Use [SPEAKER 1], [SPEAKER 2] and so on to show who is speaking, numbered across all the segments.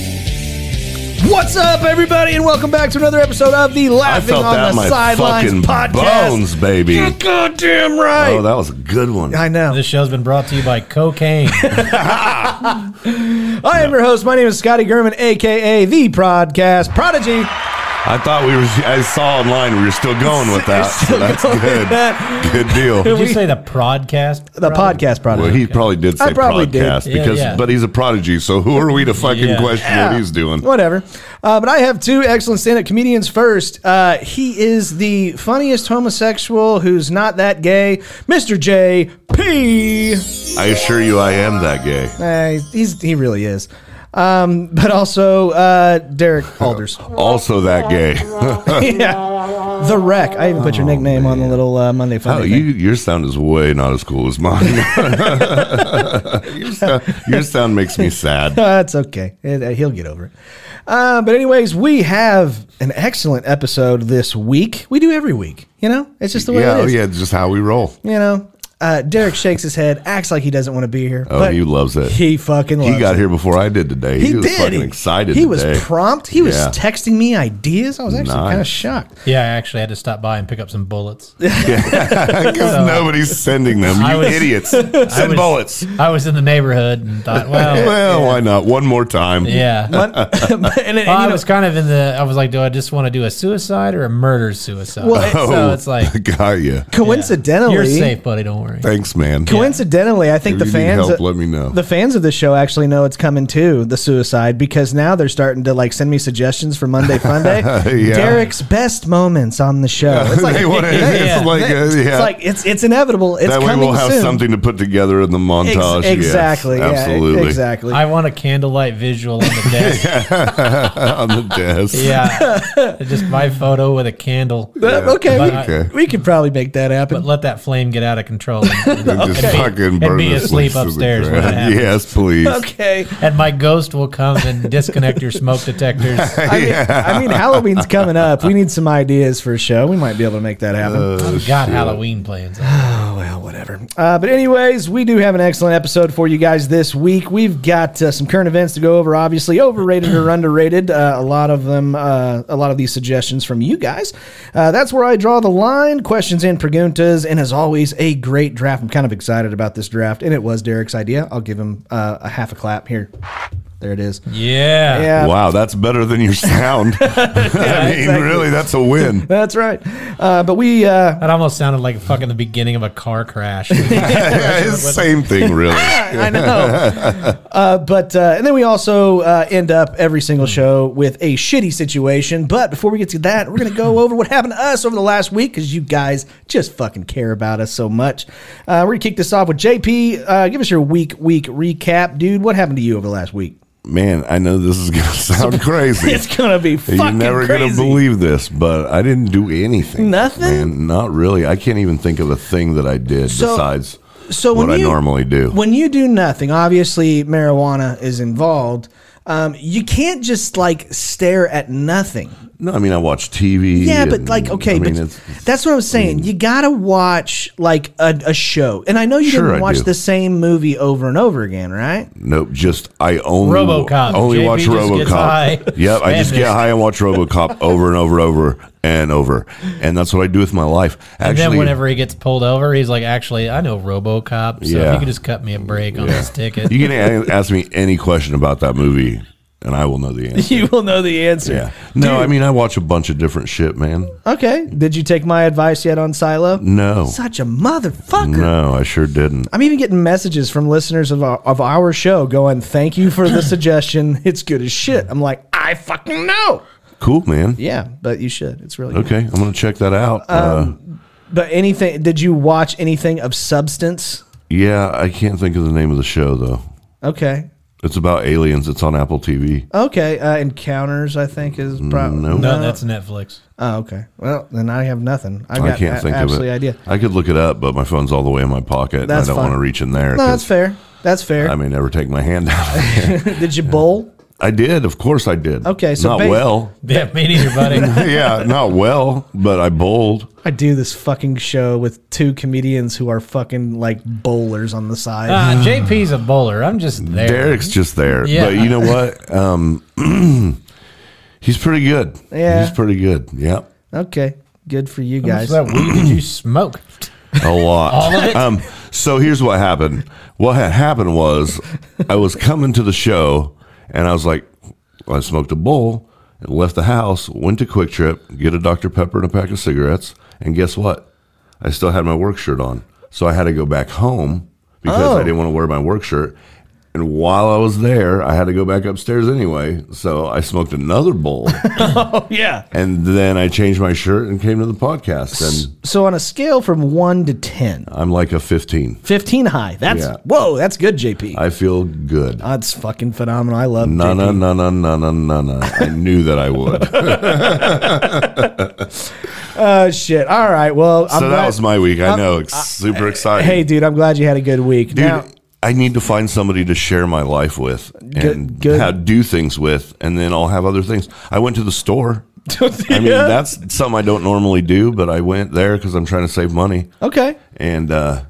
[SPEAKER 1] now. What's up, everybody, and welcome back to another episode of the
[SPEAKER 2] I
[SPEAKER 1] Laughing
[SPEAKER 2] felt
[SPEAKER 1] on
[SPEAKER 2] that in
[SPEAKER 1] the
[SPEAKER 2] my
[SPEAKER 1] Sidelines
[SPEAKER 2] fucking
[SPEAKER 1] podcast.
[SPEAKER 2] bones, baby.
[SPEAKER 1] You're goddamn right.
[SPEAKER 2] Oh, that was a good one.
[SPEAKER 1] I know.
[SPEAKER 3] This show's been brought to you by cocaine.
[SPEAKER 1] I am your host. My name is Scotty Gurman, aka the Podcast Prodigy.
[SPEAKER 2] I thought we were. I saw online we were still going with that. So that's
[SPEAKER 1] going with
[SPEAKER 2] good.
[SPEAKER 1] that.
[SPEAKER 2] Good deal.
[SPEAKER 3] Did you say the podcast?
[SPEAKER 1] The Podcast Prodigy.
[SPEAKER 2] Well, he probably did say
[SPEAKER 1] I probably did.
[SPEAKER 2] podcast
[SPEAKER 3] Yeah,
[SPEAKER 2] because,
[SPEAKER 3] yeah.
[SPEAKER 2] but he's a prodigy. So who are we to fucking
[SPEAKER 3] Yeah.
[SPEAKER 2] question what he's doing?
[SPEAKER 1] Whatever. Uh, but I have two excellent stand up comedians first. Uh, he is the funniest homosexual who's not that gay, Mr. J.P.
[SPEAKER 2] I assure you, I am that gay.
[SPEAKER 1] Uh, he's, he really is. Um, but also uh, Derek Alders.
[SPEAKER 2] Also that gay.
[SPEAKER 1] yeah. The Wreck. I even put your nickname on the little uh, Monday
[SPEAKER 2] Oh,
[SPEAKER 1] Funday.
[SPEAKER 2] you
[SPEAKER 1] thing.
[SPEAKER 2] your sound is way not as cool as mine. your, sound, your sound makes me sad.
[SPEAKER 1] That's okay. It- uh, he'll get over it. Uh, but anyways, we have an excellent episode this week. We do every week. You know, it's just the way
[SPEAKER 2] Yeah,
[SPEAKER 1] it
[SPEAKER 2] oh,
[SPEAKER 1] is.
[SPEAKER 2] yeah, it's just how we roll.
[SPEAKER 1] You know, uh, Derek shakes his head, acts like he doesn't want to be here.
[SPEAKER 2] Oh, he loves it.
[SPEAKER 1] He fucking loves
[SPEAKER 2] He got
[SPEAKER 1] it.
[SPEAKER 2] here before I did today.
[SPEAKER 1] He,
[SPEAKER 2] He, was
[SPEAKER 1] did.
[SPEAKER 2] fucking
[SPEAKER 1] He-
[SPEAKER 2] excited.
[SPEAKER 1] He was
[SPEAKER 2] today.
[SPEAKER 1] prompt. He was
[SPEAKER 2] Yeah.
[SPEAKER 1] texting me ideas. I was actually
[SPEAKER 2] Nice.
[SPEAKER 1] kind of shocked.
[SPEAKER 3] Yeah, I actually had to stop by and pick up some bullets.
[SPEAKER 2] Because nobody's sending them.
[SPEAKER 3] I
[SPEAKER 2] You
[SPEAKER 3] was-
[SPEAKER 2] idiots.
[SPEAKER 3] I
[SPEAKER 2] Send
[SPEAKER 3] was-
[SPEAKER 2] bullets.
[SPEAKER 3] I was in the neighborhood and thought, well,
[SPEAKER 2] Well, why not? One more time.
[SPEAKER 3] yeah.
[SPEAKER 1] But, and, and, you
[SPEAKER 3] Well, I
[SPEAKER 1] know,
[SPEAKER 3] was kind of in the. I was like, do I just want to do a suicide or a murder suicide?
[SPEAKER 1] Well,
[SPEAKER 2] Oh.
[SPEAKER 1] it-
[SPEAKER 3] so it's like,
[SPEAKER 2] got you.
[SPEAKER 1] coincidentally,
[SPEAKER 3] you're safe, buddy. Don't worry.
[SPEAKER 2] Thanks, man.
[SPEAKER 1] Coincidentally, I think
[SPEAKER 2] If
[SPEAKER 1] the
[SPEAKER 2] you need
[SPEAKER 1] fans
[SPEAKER 2] help, let me know.
[SPEAKER 1] The fans of the show actually know it's coming too, the suicide, because now they're starting to like send me suggestions for Monday Fun Day.
[SPEAKER 2] Yeah.
[SPEAKER 1] Derek's best moments on the show. It's like,
[SPEAKER 2] They wanna-
[SPEAKER 3] Yeah.
[SPEAKER 2] It's like, uh, yeah.
[SPEAKER 1] it's like it's it's inevitable. It's
[SPEAKER 2] that way
[SPEAKER 1] coming
[SPEAKER 2] we'll have
[SPEAKER 1] soon.
[SPEAKER 2] something to put together in the
[SPEAKER 1] Ex-
[SPEAKER 2] montage. Yes,
[SPEAKER 1] exactly. yeah,
[SPEAKER 2] absolutely.
[SPEAKER 1] exactly.
[SPEAKER 3] I want a candlelight visual on the desk.
[SPEAKER 2] On the desk.
[SPEAKER 3] Yeah, just my photo with a candle.
[SPEAKER 1] But, okay,
[SPEAKER 3] But
[SPEAKER 1] we,
[SPEAKER 3] I-
[SPEAKER 2] Okay.
[SPEAKER 1] we could probably make that happen.
[SPEAKER 3] But let that flame get out of control. And,
[SPEAKER 2] And just
[SPEAKER 3] be-
[SPEAKER 2] fucking
[SPEAKER 3] and
[SPEAKER 2] burn
[SPEAKER 3] be
[SPEAKER 2] this
[SPEAKER 3] asleep
[SPEAKER 2] place to the
[SPEAKER 3] upstairs when it
[SPEAKER 2] ground.
[SPEAKER 3] happens.
[SPEAKER 2] Yes, please.
[SPEAKER 1] okay.
[SPEAKER 3] and my ghost will come and disconnect your smoke detectors.
[SPEAKER 2] Oh,
[SPEAKER 1] I mean, I mean, Halloween's coming up. We need some ideas for a show. We might be able to make that happen.
[SPEAKER 3] I've got Oh, Halloween plans.
[SPEAKER 1] Oh, well, whatever. Uh, but, anyways, we do have an excellent episode for you guys this week. We've got uh, some current events to go over, obviously, overrated or underrated. Uh, a lot of them, uh, a lot of these suggestions from you guys. Uh, that's where I draw the line. Questions and preguntas. And as always, a great draft. I'm kind of excited about this draft. And it was Derek's idea. I'll give him uh, a half a clap here. There it is.
[SPEAKER 3] Yeah.
[SPEAKER 1] Yeah.
[SPEAKER 2] Wow, that's better than your sound. I mean,
[SPEAKER 1] exactly.
[SPEAKER 2] really, that's a win.
[SPEAKER 1] That's right. Uh, but we. Uh,
[SPEAKER 3] That almost sounded like fucking the beginning of a car crash.
[SPEAKER 2] Same thing, really.
[SPEAKER 1] I know. uh, but uh, and then we also uh, end up every single show with a shitty situation. But before we get to that, we're gonna go over what happened to us over the last week because you guys just fucking care about us so much. Uh, we're gonna kick this off with JP. Uh, give us your week week recap, dude. What happened to you over the last week?
[SPEAKER 2] Man, I know this is going to sound crazy.
[SPEAKER 1] It's gonna be
[SPEAKER 2] You're
[SPEAKER 1] fucking
[SPEAKER 2] never
[SPEAKER 1] crazy.
[SPEAKER 2] gonna believe this, but I didn't do anything.
[SPEAKER 1] Nothing?
[SPEAKER 2] man. Not really. I can't even think of a thing that I did
[SPEAKER 1] So-
[SPEAKER 2] besides
[SPEAKER 1] so when
[SPEAKER 2] what I
[SPEAKER 1] you-
[SPEAKER 2] normally do.
[SPEAKER 1] when you do nothing, obviously marijuana is involved. Um, you can't just like stare at nothing.
[SPEAKER 2] No, I mean I watch TV.
[SPEAKER 4] Yeah, but
[SPEAKER 2] and-
[SPEAKER 4] like okay,
[SPEAKER 2] I mean,
[SPEAKER 4] but
[SPEAKER 2] it's, it's-
[SPEAKER 4] that's what I'm saying. You gotta watch like a, a show, and I know you
[SPEAKER 2] Sure
[SPEAKER 4] didn't
[SPEAKER 2] I
[SPEAKER 4] watch
[SPEAKER 2] do.
[SPEAKER 4] the same movie over and over again, right?
[SPEAKER 2] nope. Just I only
[SPEAKER 5] RoboCop.
[SPEAKER 2] Only
[SPEAKER 5] JB
[SPEAKER 2] watch
[SPEAKER 5] just gets
[SPEAKER 2] RoboCop.
[SPEAKER 5] high.
[SPEAKER 2] Yep, I just
[SPEAKER 5] And
[SPEAKER 2] get
[SPEAKER 5] then-
[SPEAKER 2] high and watch RoboCop over and over, over and over, and that's what I do with my life.
[SPEAKER 3] And
[SPEAKER 2] Actually,
[SPEAKER 3] then whenever he gets pulled over, he's like, "Actually, I know RoboCop, so
[SPEAKER 2] Yeah.
[SPEAKER 3] you can just cut me a break on this ticket."
[SPEAKER 2] you can a- ask me any question about that movie, and I will know the answer.
[SPEAKER 4] You will know the answer.
[SPEAKER 2] Yeah. No, I mean I watch a bunch of different shit, man.
[SPEAKER 4] Okay.
[SPEAKER 1] Did you take my advice yet on Silo?
[SPEAKER 2] No,
[SPEAKER 4] Such a motherfucker.
[SPEAKER 2] no, I sure didn't.
[SPEAKER 1] I'm even getting messages from listeners of our, of our show going, "Thank you for the suggestion. It's good as shit." I'm like, I fucking know.
[SPEAKER 2] Cool, man.
[SPEAKER 1] Yeah, but you should. It's really good.
[SPEAKER 2] Okay, I'm gonna check that out. uh,
[SPEAKER 1] Um, But anything? Did you watch anything of substance?
[SPEAKER 2] yeah, I can't think of the name of the show though.
[SPEAKER 1] Okay.
[SPEAKER 2] It's about aliens. It's on Apple TV.
[SPEAKER 1] Okay. Uh, Encounters, I think, is probably
[SPEAKER 2] Mm, No,
[SPEAKER 3] no, that's Netflix.
[SPEAKER 1] Oh, okay. Well, then I have nothing. I've
[SPEAKER 2] I
[SPEAKER 1] got
[SPEAKER 2] can't
[SPEAKER 1] a-
[SPEAKER 2] think of
[SPEAKER 1] absolutely
[SPEAKER 2] it.
[SPEAKER 1] idea.
[SPEAKER 2] I could look it up, but my phone's all the way in my pocket,
[SPEAKER 1] That's
[SPEAKER 2] and I don't
[SPEAKER 1] fine.
[SPEAKER 2] want to reach in there.
[SPEAKER 1] No,
[SPEAKER 2] 'cause
[SPEAKER 1] that's fair. That's fair.
[SPEAKER 2] I may never take my hand out. of it.
[SPEAKER 1] Did you bowl?
[SPEAKER 2] I did, of course, I did.
[SPEAKER 1] Okay, so
[SPEAKER 2] not
[SPEAKER 1] ba-
[SPEAKER 2] well.
[SPEAKER 3] Yeah, me neither, buddy.
[SPEAKER 2] yeah, not well, but I bowled.
[SPEAKER 1] I do this fucking show with two comedians who are fucking like bowlers on the side.
[SPEAKER 3] Uh, JP's a bowler. I'm just there.
[SPEAKER 2] Derek's just there,
[SPEAKER 3] Yeah.
[SPEAKER 2] but you know what? Um, he's pretty good.
[SPEAKER 1] Yeah.
[SPEAKER 2] he's pretty good. Yep.
[SPEAKER 1] okay. Good for you
[SPEAKER 3] How much of
[SPEAKER 1] guys.
[SPEAKER 3] that weed did you smoke?
[SPEAKER 2] A lot.
[SPEAKER 3] All of it?
[SPEAKER 2] Um, so here's what happened. What had happened was I was coming to the show and I was like, I smoked a bowl and left the house, went to Quick Trip, get a Dr. Pepper and a pack of cigarettes. And guess what? I still had my work shirt on. So I had to go back home because
[SPEAKER 3] Oh.
[SPEAKER 2] I didn't want to wear my work shirt. And while I was there, I had to go back upstairs anyway. So I smoked another bowl.
[SPEAKER 3] Oh,
[SPEAKER 4] Yeah.
[SPEAKER 2] and then I changed my shirt and came to the podcast. And
[SPEAKER 1] So on a scale from one to 10,
[SPEAKER 2] I'm like a 15.
[SPEAKER 1] 15 high. That's
[SPEAKER 2] Uh, Yeah.
[SPEAKER 1] whoa, that's good, JP.
[SPEAKER 2] I feel good.
[SPEAKER 1] that's fucking phenomenal. I love
[SPEAKER 2] No,
[SPEAKER 1] JP.
[SPEAKER 2] no, no, no, no, no, no, no. I knew that I would. so
[SPEAKER 1] Uh, shit. All right. Well, I'm
[SPEAKER 2] that
[SPEAKER 1] glad-
[SPEAKER 2] was my week. I
[SPEAKER 1] I'm-
[SPEAKER 2] know. It's super exciting.
[SPEAKER 1] Hey, dude, I'm glad you had a good week.
[SPEAKER 2] dude,
[SPEAKER 1] now,
[SPEAKER 2] I need to find somebody to share my life with and
[SPEAKER 1] good.
[SPEAKER 2] ha- do things with, and then I'll have other things. I went to the store. I mean, that's something I don't normally do, but I went there because I'm trying to save money.
[SPEAKER 1] okay.
[SPEAKER 2] And, uh,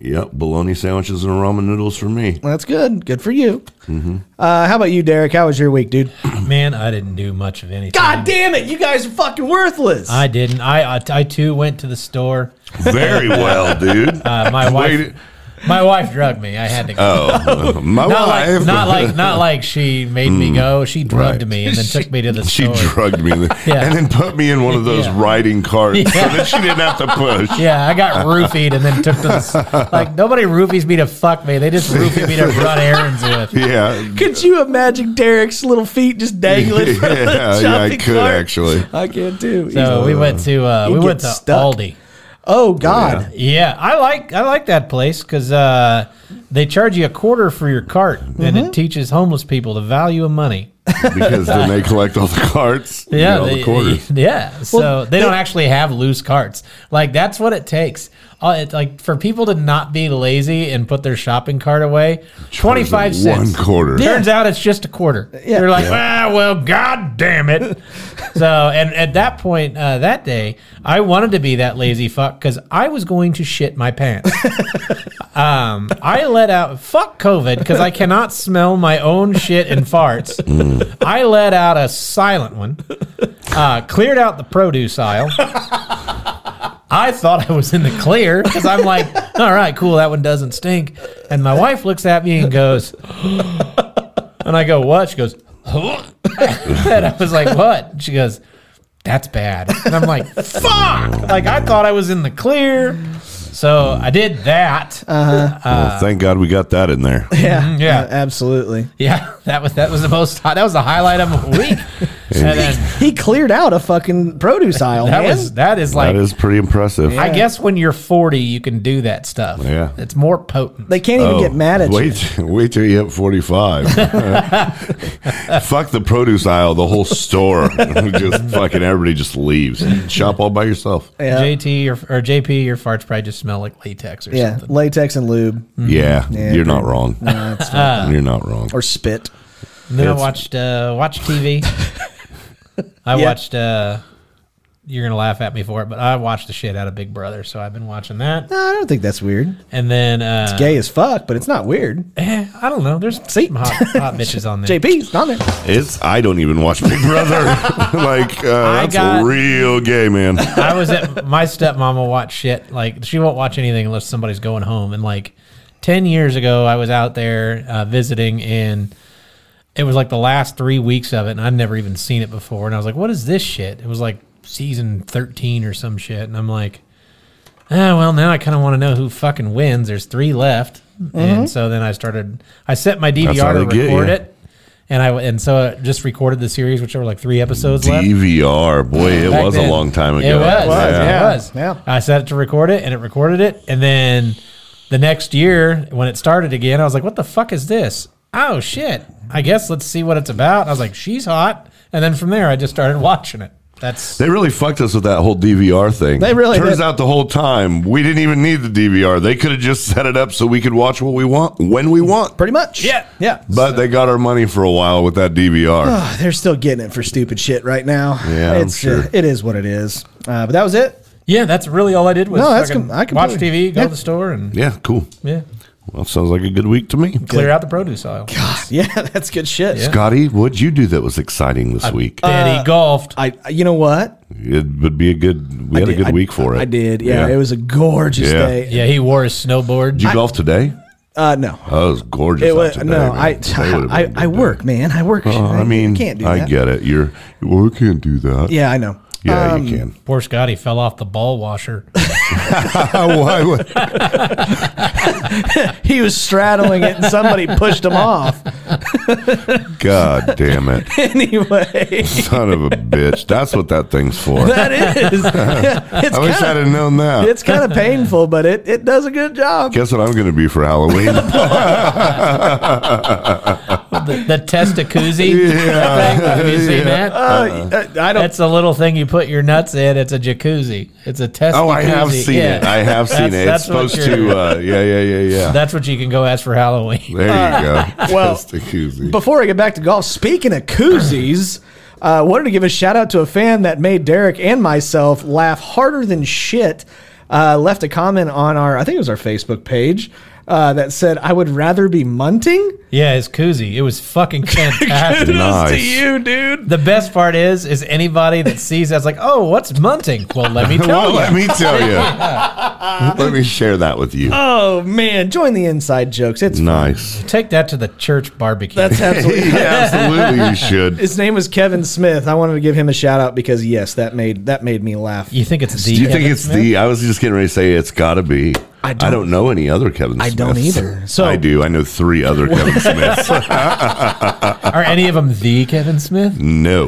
[SPEAKER 2] yep, bologna sandwiches and ramen noodles for me.
[SPEAKER 1] That's good. Good for you.
[SPEAKER 3] Mm-hmm.
[SPEAKER 1] Uh, how about you, Derek? How was your week, dude?
[SPEAKER 3] Man, I didn't do much of anything.
[SPEAKER 1] God damn it. You guys are fucking worthless.
[SPEAKER 3] I didn't. I, I I too went to the store.
[SPEAKER 2] Very well, dude.
[SPEAKER 3] Uh, my
[SPEAKER 2] Wait-
[SPEAKER 3] wife, my wife drugged me. I had to go.
[SPEAKER 2] Oh, my
[SPEAKER 3] Not
[SPEAKER 2] wife. Hmm.
[SPEAKER 3] like, not like not like she made me go. She drugged me and then took me to the
[SPEAKER 2] She
[SPEAKER 3] store.
[SPEAKER 2] drugged me
[SPEAKER 3] Oh, Yeah.
[SPEAKER 2] and then put me in one of those
[SPEAKER 3] Yeah.
[SPEAKER 2] riding carts so
[SPEAKER 3] Yeah.
[SPEAKER 2] that she didn't have to push.
[SPEAKER 3] yeah, I got roofied and then took to the s- like nobody roofies me to fuck me. They just roofie me to run errands with.
[SPEAKER 2] Yeah.
[SPEAKER 1] Could you imagine Derek's little feet just dangling? from the
[SPEAKER 2] Yeah, yeah, I
[SPEAKER 1] shopping
[SPEAKER 2] could
[SPEAKER 1] cart?
[SPEAKER 2] actually.
[SPEAKER 1] I can't do.
[SPEAKER 3] So we went to uh, we
[SPEAKER 1] get
[SPEAKER 3] went to
[SPEAKER 1] stuck.
[SPEAKER 3] Aldi.
[SPEAKER 1] oh God,
[SPEAKER 3] Yeah, I like I like that place because uh, they charge you a quarter for your cart, and
[SPEAKER 2] Mm-hmm.
[SPEAKER 3] it teaches homeless people the value of money.
[SPEAKER 2] Because then they collect all the carts. and
[SPEAKER 3] Yeah,
[SPEAKER 2] all
[SPEAKER 3] they-
[SPEAKER 2] the quarters.
[SPEAKER 3] yeah. so they, don't actually have loose carts. Like that's what it takes. Uh, it, like for people to not be lazy and put their shopping cart away, twenty five
[SPEAKER 2] Charge them
[SPEAKER 3] cents.
[SPEAKER 2] One quarter.
[SPEAKER 3] Turns out it's just a quarter. You're like, ah, well, god damn it. so, and at that point, uh, that day, I wanted to be that lazy fuck because I was going to shit my pants. um, I let out, fuck COVID, because I cannot smell my own shit and farts. I let out a silent one, uh, cleared out the produce aisle. I thought I was in the clear because I'm like, all right, cool, that one doesn't stink. And my wife looks at me and goes, and I go, what? She goes, and I was like, what? She goes, that's bad. And I'm like, fuck! Like, I thought I was in the clear. So I did that. uh,
[SPEAKER 2] Well, thank God we got that in there.
[SPEAKER 1] yeah,
[SPEAKER 3] yeah.
[SPEAKER 1] Uh, absolutely.
[SPEAKER 3] Yeah, that was that was the most that was the highlight of my week. and then
[SPEAKER 1] He cleared out a fucking produce aisle.
[SPEAKER 3] that
[SPEAKER 1] man.
[SPEAKER 3] was that is like
[SPEAKER 2] That is pretty impressive.
[SPEAKER 3] I guess when you're 40, you can do that stuff.
[SPEAKER 2] Yeah.
[SPEAKER 3] it's more potent.
[SPEAKER 1] they can't even
[SPEAKER 3] Oh,
[SPEAKER 1] get mad at you.
[SPEAKER 2] wait, wait till you hit 45. Fuck the produce aisle, the whole store. just fucking everybody just leaves. Shop all by yourself.
[SPEAKER 1] Yeah.
[SPEAKER 3] JT or, or JP, your farts probably just smell like latex or
[SPEAKER 1] Yeah,
[SPEAKER 3] something.
[SPEAKER 1] latex and lube
[SPEAKER 2] Yeah, you're not wrong. You're not wrong.
[SPEAKER 1] or spit.
[SPEAKER 3] And then I
[SPEAKER 2] It's-
[SPEAKER 3] watched uh, watched TV. I
[SPEAKER 1] Yeah.
[SPEAKER 3] watched. uh You're gonna laugh at me for it, but I watched the shit out of Big Brother, so I've been watching that.
[SPEAKER 1] No, I don't think that's weird.
[SPEAKER 3] And then uh,
[SPEAKER 1] Gay as fuck, but it's not weird.
[SPEAKER 3] eh, I don't know. There's some hot, hot bitches on there.
[SPEAKER 1] JP's not there.
[SPEAKER 2] It's I don't even watch Big Brother. like uh,
[SPEAKER 3] I
[SPEAKER 2] that's
[SPEAKER 3] got-
[SPEAKER 2] a real gay man.
[SPEAKER 3] I was at my stepmom will watch shit. Like she won't watch anything unless somebody's going home. And like ten years ago, I was out there uh, visiting, and it was like the last three weeks of it, and I'd never even seen it before. And I was like, "What is this shit?" It was like season thirteen or some shit, and I'm like, "Ah, well, now I kind of want to know who fucking wins." There's three left, and so then I started. I set my
[SPEAKER 2] Mm-hmm.
[SPEAKER 3] DVR
[SPEAKER 2] how
[SPEAKER 3] to
[SPEAKER 2] they get
[SPEAKER 3] record
[SPEAKER 2] ya.
[SPEAKER 3] it. And I and so I just recorded the series, which were like three episodes left.
[SPEAKER 2] DVR, boy, it
[SPEAKER 3] Back
[SPEAKER 2] was
[SPEAKER 3] then.
[SPEAKER 2] a long time ago.
[SPEAKER 3] It was.
[SPEAKER 2] Yeah.
[SPEAKER 3] It was.
[SPEAKER 1] Yeah.
[SPEAKER 3] I set it to record it, and it recorded it. And then the next year, when it started again, I was like, "What the fuck is this? Oh shit! I guess let's see what it's about." I was like, "She's hot," and then from there, I just started watching it. That's
[SPEAKER 2] They really fucked us with that whole DVR thing.
[SPEAKER 1] They really
[SPEAKER 2] turns
[SPEAKER 1] did.
[SPEAKER 2] out the whole time we didn't even need the DVR. They could have just set it up so we could watch what we want when we want.
[SPEAKER 1] Pretty much.
[SPEAKER 3] Yeah.
[SPEAKER 1] Yeah.
[SPEAKER 2] But they got our money for a while with that DVR.
[SPEAKER 1] Oh, they're still getting it for stupid shit right now.
[SPEAKER 2] Yeah, I'm
[SPEAKER 1] it's,
[SPEAKER 2] sure.
[SPEAKER 1] uh, it is what it is. Uh, but that was it.
[SPEAKER 3] yeah. That's really all I did was
[SPEAKER 1] No, that's
[SPEAKER 3] fucking
[SPEAKER 1] com- I
[SPEAKER 3] watch
[SPEAKER 1] completely-
[SPEAKER 3] TV, go
[SPEAKER 1] yeah.
[SPEAKER 3] to the store, and
[SPEAKER 2] yeah, cool.
[SPEAKER 3] yeah,
[SPEAKER 2] Well, sounds like a good week to me.
[SPEAKER 3] clear out the produce aisle. God,
[SPEAKER 1] Yeah, that's good shit.
[SPEAKER 2] Scotty, what'd you do that was exciting this week?
[SPEAKER 3] Daddy golfed.
[SPEAKER 1] I, I- you know what?
[SPEAKER 2] it would be a good. We had
[SPEAKER 1] I
[SPEAKER 2] a
[SPEAKER 1] did-
[SPEAKER 2] good week for it.
[SPEAKER 1] I did. Yeah, it was a gorgeous
[SPEAKER 2] Yeah.
[SPEAKER 1] day.
[SPEAKER 3] yeah, he wore his snowboard.
[SPEAKER 2] Did you golf today?
[SPEAKER 1] Uh, no,
[SPEAKER 2] Oh, it was gorgeous.
[SPEAKER 1] it
[SPEAKER 2] out
[SPEAKER 1] was
[SPEAKER 2] today,
[SPEAKER 1] no.
[SPEAKER 2] man.
[SPEAKER 1] I,
[SPEAKER 2] Today would've been a
[SPEAKER 1] I,
[SPEAKER 2] good
[SPEAKER 1] I
[SPEAKER 2] day.
[SPEAKER 1] work, man. I work.
[SPEAKER 2] Uh, I mean,
[SPEAKER 1] can't do
[SPEAKER 2] I
[SPEAKER 1] that.
[SPEAKER 2] get it. You're well, we can't do that.
[SPEAKER 1] Yeah, Um, I know.
[SPEAKER 2] yeah, you can.
[SPEAKER 3] Poor Scotty fell off the ball washer.
[SPEAKER 2] Why would-
[SPEAKER 1] He was straddling it, and somebody pushed him off.
[SPEAKER 2] God damn it,
[SPEAKER 1] Anyway,
[SPEAKER 2] son of a bitch! That's what that thing's for.
[SPEAKER 1] that is. it's
[SPEAKER 2] I wish
[SPEAKER 1] kind
[SPEAKER 2] I'd
[SPEAKER 1] of
[SPEAKER 2] have known that.
[SPEAKER 1] it's kind of painful, but it it does a good job.
[SPEAKER 2] Guess what I'm going to be for Halloween?
[SPEAKER 3] the, the testacuzzi.
[SPEAKER 2] Yeah.
[SPEAKER 3] Have you seen
[SPEAKER 2] Yeah.
[SPEAKER 3] that?
[SPEAKER 1] Uh, I don't.
[SPEAKER 3] That's a little thing you put your nuts in. It's a jacuzzi. It's a test.
[SPEAKER 2] oh, I have
[SPEAKER 3] jacuzzi.
[SPEAKER 2] seen it.
[SPEAKER 3] Yeah.
[SPEAKER 2] I have seen
[SPEAKER 3] That's-
[SPEAKER 2] it. It's
[SPEAKER 3] that's what
[SPEAKER 2] supposed
[SPEAKER 3] you're-
[SPEAKER 2] to. Uh, yeah, yeah, yeah, yeah.
[SPEAKER 3] That's what you can go ask for Halloween.
[SPEAKER 2] there you go.
[SPEAKER 1] Uh, well,
[SPEAKER 2] Just a koozie.
[SPEAKER 1] Before I get back to golf, speaking of koozies, uh, wanted to give a shout out to a fan that made Derek and myself laugh harder than shit. Uh, left a comment on our, I think it was our Facebook page, uh, that said, "I would rather be munting."
[SPEAKER 3] Yeah, it's koozie. It was fucking fantastic.
[SPEAKER 2] Nice.
[SPEAKER 1] you, dude.
[SPEAKER 3] the best part is, is anybody that sees that's like, oh, what's munting? Well, let me
[SPEAKER 2] well,
[SPEAKER 3] tell
[SPEAKER 2] let
[SPEAKER 3] you.
[SPEAKER 2] me tell you. let me share that with you.
[SPEAKER 1] Oh man, join the inside jokes. It's
[SPEAKER 2] nice.
[SPEAKER 3] Take that to the church barbecue.
[SPEAKER 1] that's absolutely.
[SPEAKER 2] yeah, absolutely. You should.
[SPEAKER 1] His name was Kevin Smith. I wanted to give him a shout out because yes, that made that made me laugh.
[SPEAKER 3] you think it's the?
[SPEAKER 2] Do you think
[SPEAKER 3] Kevin
[SPEAKER 2] it's
[SPEAKER 3] Smith?
[SPEAKER 2] the? I was just getting ready to say it's got to be. I
[SPEAKER 1] don't-
[SPEAKER 2] don't, know any other Kevin.
[SPEAKER 1] I don't
[SPEAKER 2] Smiths.
[SPEAKER 1] either. So-
[SPEAKER 2] I do. I know three other Kevin Smiths.
[SPEAKER 3] Are any of them the Kevin Smith?
[SPEAKER 2] No,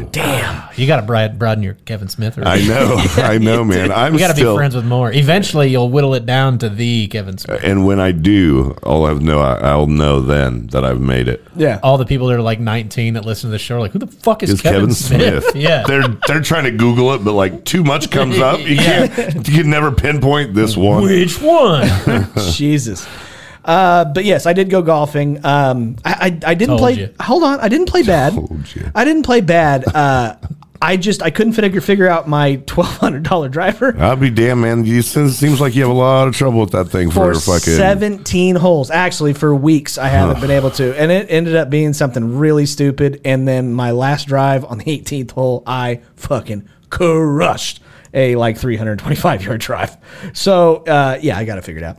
[SPEAKER 3] You got to broad, broaden your Kevin Smith. Or
[SPEAKER 2] I know. I know, man. I'm
[SPEAKER 3] we got to be
[SPEAKER 2] still.
[SPEAKER 3] friends with more. Eventually, you'll whittle it down to the Kevin Smith.
[SPEAKER 2] and when I do, I'll have no. I'll know then that I've made it.
[SPEAKER 1] Yeah.
[SPEAKER 3] all the people that are like 19 that listen to the show are like, who the fuck is,
[SPEAKER 2] Is Kevin, Smith?
[SPEAKER 3] yeah.
[SPEAKER 2] they're they're trying to Google it, but like too much comes up. You
[SPEAKER 3] Yeah.
[SPEAKER 2] can't. You can never pinpoint this one.
[SPEAKER 3] Which one?
[SPEAKER 1] Jesus. Uh, but yes, I did go golfing. Um, I, I, I didn't
[SPEAKER 3] Told
[SPEAKER 1] play.
[SPEAKER 3] you.
[SPEAKER 1] Hold on, I didn't play bad.
[SPEAKER 2] Told you.
[SPEAKER 1] I didn't play bad. Uh, I just I couldn't figure figure out my twelve hundred dollar driver
[SPEAKER 2] I'll be damn, man. You seems seems like you have a lot of trouble with that thing for,
[SPEAKER 1] for
[SPEAKER 2] fucking
[SPEAKER 1] seventeen holes. Actually, for weeks I haven't been able to, and it ended up being something really stupid. And then my last drive on the eighteenth hole, I fucking crushed a like three hundred twenty five yard drive. So uh, yeah, I got it figured out.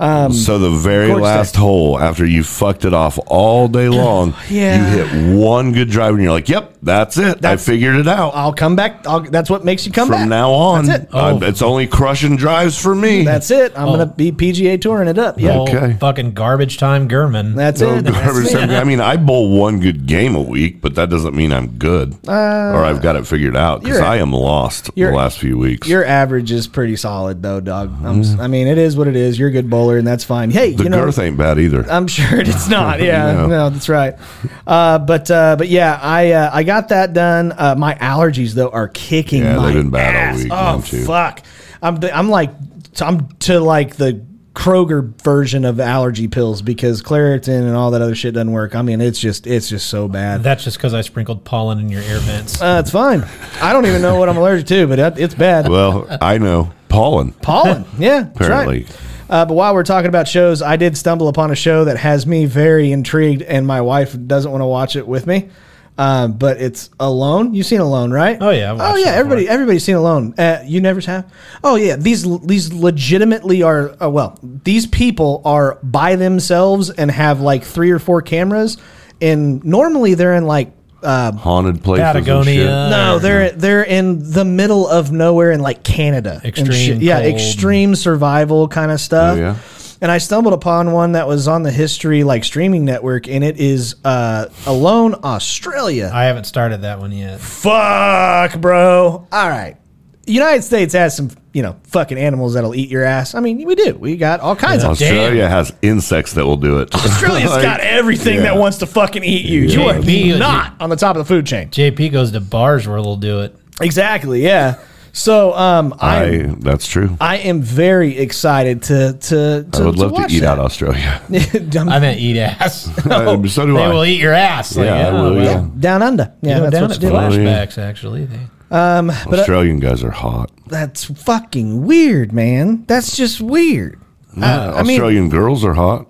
[SPEAKER 2] So the very
[SPEAKER 1] Gorgeous
[SPEAKER 2] last
[SPEAKER 1] day.
[SPEAKER 2] hole, after you fucked it off all day long,
[SPEAKER 1] Yeah.
[SPEAKER 2] you hit one good drive, and you're like, "Yep, that's it. I figured it out."
[SPEAKER 1] I'll come back. I'll, that's what makes you come
[SPEAKER 2] From
[SPEAKER 1] back
[SPEAKER 2] now on,
[SPEAKER 1] That's it.
[SPEAKER 2] I'm- it's only crushing drives for me.
[SPEAKER 1] That's it. I'm
[SPEAKER 2] Oh.
[SPEAKER 1] gonna be PGA touring it up. Yeah,
[SPEAKER 3] Old
[SPEAKER 2] Okay.
[SPEAKER 3] Fucking garbage time Gurman.
[SPEAKER 1] that's
[SPEAKER 2] So
[SPEAKER 1] it. That's it.
[SPEAKER 2] garbage time- I mean, I bowl one good game a week, but that doesn't mean I'm good or I've got it figured out because
[SPEAKER 1] Uh, you're-
[SPEAKER 2] I am lost the
[SPEAKER 1] you're-
[SPEAKER 2] last few weeks.
[SPEAKER 1] Your average is pretty solid though, dog. I'm, si mean, it is what it is. You're a good bowler, and that's fine. Hey,
[SPEAKER 2] the
[SPEAKER 1] you know,
[SPEAKER 2] girth ain't bad either.
[SPEAKER 1] I'm sure it's not. Yeah, no.
[SPEAKER 2] No.
[SPEAKER 1] that's right. Uh, but uh, but yeah, I uh, I got that done. Uh, my allergies though are kicking.
[SPEAKER 2] Yeah, they've
[SPEAKER 1] my Oh,
[SPEAKER 2] been bad all
[SPEAKER 1] ass.
[SPEAKER 2] week.
[SPEAKER 1] Oh
[SPEAKER 2] Mine too.
[SPEAKER 1] fuck! I'm I'm like I'm to like the Kroger version of allergy pills because Claritin and all that other shit doesn't work. I mean, it's just it's just so bad.
[SPEAKER 3] That's just because I sprinkled pollen in your air vents.
[SPEAKER 1] Uh, it's fine. I don't even know what I'm allergic to, but that- it's bad.
[SPEAKER 2] Well, I know pollen.
[SPEAKER 1] Pollen. Yeah, that's
[SPEAKER 2] Apparently.
[SPEAKER 1] Right. Uh, but while we're talking about shows, I did stumble upon a show that has me very intrigued, and my wife doesn't want to watch it with me. Uh, but it's Alone. You've seen Alone, right?
[SPEAKER 3] Oh, yeah, I've
[SPEAKER 1] oh
[SPEAKER 3] watched
[SPEAKER 1] yeah.
[SPEAKER 3] it
[SPEAKER 1] Everybody,
[SPEAKER 3] before.
[SPEAKER 1] everybody's seen Alone. Uh, you never have. Oh yeah. These these legitimately are. Uh, well, these people are by themselves and have like three or four cameras, and normally they're in like
[SPEAKER 2] Haunted places. and
[SPEAKER 3] Patagonia.
[SPEAKER 2] shit.
[SPEAKER 1] no, they're they're in the middle of nowhere in like Canada. and
[SPEAKER 3] Extreme
[SPEAKER 1] shit. yeah,
[SPEAKER 3] cold.
[SPEAKER 1] extreme survival kind of stuff.
[SPEAKER 2] Oh, yeah.
[SPEAKER 1] And I stumbled upon one that was on the History like streaming network, and it is uh, Alone Australia.
[SPEAKER 3] I haven't started that one yet.
[SPEAKER 1] Fuck, bro. All right. United States has some, you know, fucking animals that'll eat your ass. I mean, we do. We got all kinds of.
[SPEAKER 2] Australia has insects that will do it.
[SPEAKER 1] Australia's
[SPEAKER 2] Like,
[SPEAKER 1] got everything
[SPEAKER 2] yeah.
[SPEAKER 1] that wants to fucking eat you. You
[SPEAKER 2] Yeah.
[SPEAKER 1] are
[SPEAKER 3] Me-
[SPEAKER 1] not on the top of the food chain.
[SPEAKER 3] JP goes to bars where they'll do it.
[SPEAKER 1] Exactly. Yeah. So, um, I
[SPEAKER 2] I, that's true.
[SPEAKER 1] I am very excited to to. to
[SPEAKER 2] I would love to,
[SPEAKER 1] watch
[SPEAKER 2] eat
[SPEAKER 1] that.
[SPEAKER 2] out Australia.
[SPEAKER 1] Dumb-
[SPEAKER 3] I meant eat ass.
[SPEAKER 2] Um, so do
[SPEAKER 3] they
[SPEAKER 2] I.
[SPEAKER 3] will eat your ass. Like,
[SPEAKER 2] yeah, I will,
[SPEAKER 3] well,
[SPEAKER 2] yeah.
[SPEAKER 1] down under. Yeah,
[SPEAKER 3] you know,
[SPEAKER 1] that's
[SPEAKER 3] down
[SPEAKER 1] what
[SPEAKER 3] at
[SPEAKER 1] you do.
[SPEAKER 2] flat.
[SPEAKER 3] flashbacks, actually. They,
[SPEAKER 2] Australian guys are hot.
[SPEAKER 1] That's fucking weird, man. That's just weird. Uh,
[SPEAKER 2] Yeah,
[SPEAKER 1] I mean-
[SPEAKER 2] Australian girls are hot.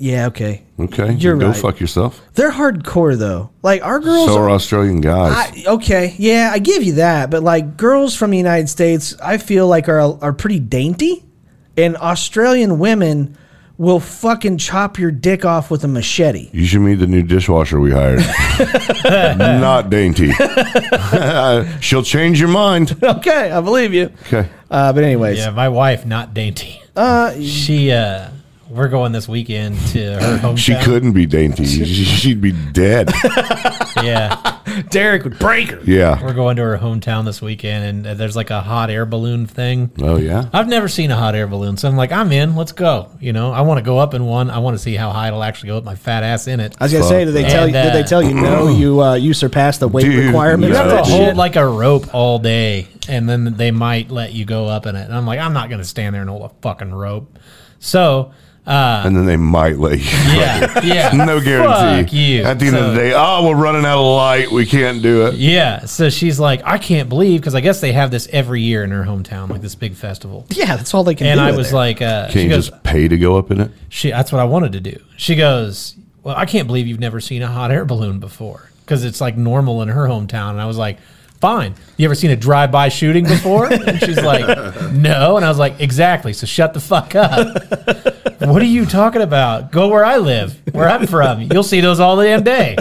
[SPEAKER 1] Yeah. Okay.
[SPEAKER 2] Okay,
[SPEAKER 1] You're
[SPEAKER 2] go
[SPEAKER 1] right.
[SPEAKER 2] fuck yourself.
[SPEAKER 1] They're hardcore though. Like our girls.
[SPEAKER 2] So
[SPEAKER 1] are,
[SPEAKER 2] are Australian guys.
[SPEAKER 1] I, okay. Yeah, I give you that. But like girls from the United States, I feel like are are pretty dainty, and Australian women will fucking chop your dick off with a machete.
[SPEAKER 2] you should meet the new dishwasher we hired. Not dainty. She'll change your mind.
[SPEAKER 1] Okay, I believe you.
[SPEAKER 2] Okay.
[SPEAKER 1] Uh, but anyways,
[SPEAKER 3] yeah, my wife, not dainty. she, uh, we're going this weekend to her hometown.
[SPEAKER 2] She couldn't be dainty. She- She'd be dead.
[SPEAKER 3] Yeah,
[SPEAKER 1] Derek would break her.
[SPEAKER 2] Yeah.
[SPEAKER 3] we're going to her hometown this weekend, and uh, there's like a hot air balloon thing.
[SPEAKER 2] Oh yeah.
[SPEAKER 3] I've never seen a hot air balloon, so I'm like, I'm in. Let's go. You know, I want to go up in one. I want to see how high it'll actually go with my fat ass in it.
[SPEAKER 1] I was gonna
[SPEAKER 2] Fuck
[SPEAKER 1] say, did they
[SPEAKER 3] that.
[SPEAKER 1] tell you? Did
[SPEAKER 3] And,
[SPEAKER 1] they tell you no? You uh, you surpassed the weight
[SPEAKER 2] Dude,
[SPEAKER 1] requirement.
[SPEAKER 3] You
[SPEAKER 2] no,
[SPEAKER 1] of that
[SPEAKER 3] have to
[SPEAKER 2] dude.
[SPEAKER 1] shit?
[SPEAKER 3] hold like a rope all day, and then they might let you go up in it. And I'm like, I'm not going to stand there and hold a fucking rope. So, uh,
[SPEAKER 2] And then they might let you.
[SPEAKER 3] yeah, yeah.
[SPEAKER 2] No guarantee.
[SPEAKER 3] Fuck you.
[SPEAKER 2] At the end of
[SPEAKER 3] So-
[SPEAKER 2] the day, oh, we're running out of light. We can't do it.
[SPEAKER 3] Yeah. So she's like, I can't believe, because I guess they have this every year in her hometown, like this big festival.
[SPEAKER 1] yeah, that's all they can
[SPEAKER 3] And
[SPEAKER 1] do.
[SPEAKER 3] I
[SPEAKER 1] in
[SPEAKER 3] was
[SPEAKER 1] there.
[SPEAKER 3] like, uh,
[SPEAKER 2] Can
[SPEAKER 3] she
[SPEAKER 2] you
[SPEAKER 3] goes,
[SPEAKER 2] just pay to go up in it?
[SPEAKER 3] she, that's what I wanted to do. She goes, Well, I can't believe you've never seen a hot air balloon before, because it's like normal in her hometown. And I was like, Fine. You ever seen a drive by shooting before? and she's like, No. And I was like, Exactly. So shut the fuck up. what are you talking about? Go where I live, where I'm from. You'll see those all damn day.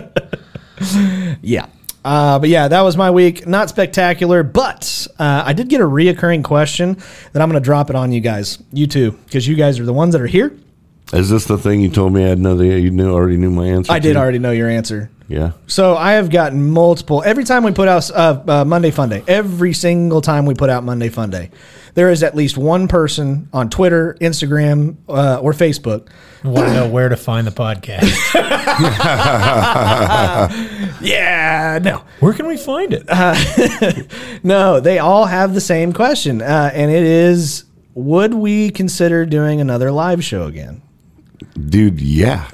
[SPEAKER 1] yeah. Uh, but yeah, that was my week. Not spectacular, but uh, I did get a reoccurring question that I'm going to drop it on you guys, you too, because you guys are the ones that are here.
[SPEAKER 2] Is this the thing you told me I'd know the you knew already knew my answer?
[SPEAKER 1] I did
[SPEAKER 2] to?
[SPEAKER 1] already know your answer.
[SPEAKER 2] Yeah.
[SPEAKER 1] So I have gotten multiple every time we put out uh, uh, Monday Fun Day. Every single time we put out Monday Fun Day, there is at least one person on Twitter, Instagram, uh, or Facebook.
[SPEAKER 3] Want to know where to find the podcast?
[SPEAKER 1] Yeah, no,
[SPEAKER 3] Where can we find it?
[SPEAKER 1] no, they all have the same question, uh, and it is: Would we consider doing another live show again?
[SPEAKER 2] Dude, yeah.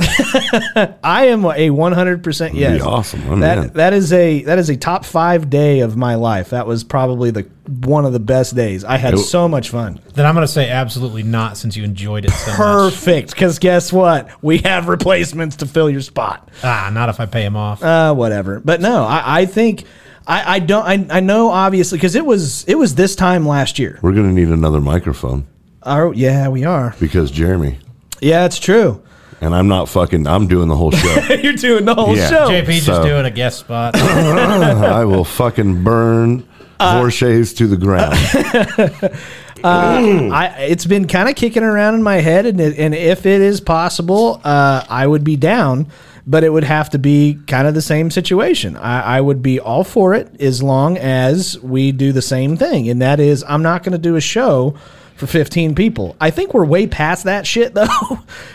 [SPEAKER 1] I am a 100% yes.
[SPEAKER 2] awesome. I'm
[SPEAKER 1] that
[SPEAKER 2] in.
[SPEAKER 1] that is a that is a top 5 day of my life. That was probably the one of the best days. I had
[SPEAKER 2] It-
[SPEAKER 1] so much fun.
[SPEAKER 3] Then I'm going to say absolutely not, since you enjoyed it so much.
[SPEAKER 1] Perfect cuz guess what? We have replacements to fill your spot.
[SPEAKER 3] Ah, not if I pay him off.
[SPEAKER 1] Uh whatever. But no, I I think I, I don't I, I know obviously cuz it was it was this time last year.
[SPEAKER 2] We're gonna need another microphone
[SPEAKER 1] Oh yeah, we are.
[SPEAKER 2] because Jeremy
[SPEAKER 1] Yeah, it's true.
[SPEAKER 2] and I'm not fucking. I'm doing the whole show.
[SPEAKER 1] You're doing the whole
[SPEAKER 2] Yeah.
[SPEAKER 1] show.
[SPEAKER 3] JP just
[SPEAKER 2] so-
[SPEAKER 3] doing a guest spot.
[SPEAKER 2] I will fucking burn
[SPEAKER 1] Uh,
[SPEAKER 2] Vorshay's to the ground.
[SPEAKER 1] I it's been kind of kicking around in my head, and it, and if it is possible, uh, I would be down, but it would have to be kind of the same situation. I, I would be all for it as long as we do the same thing, and that is I'm not going to do a show for 15 people. I think we're way past that shit though,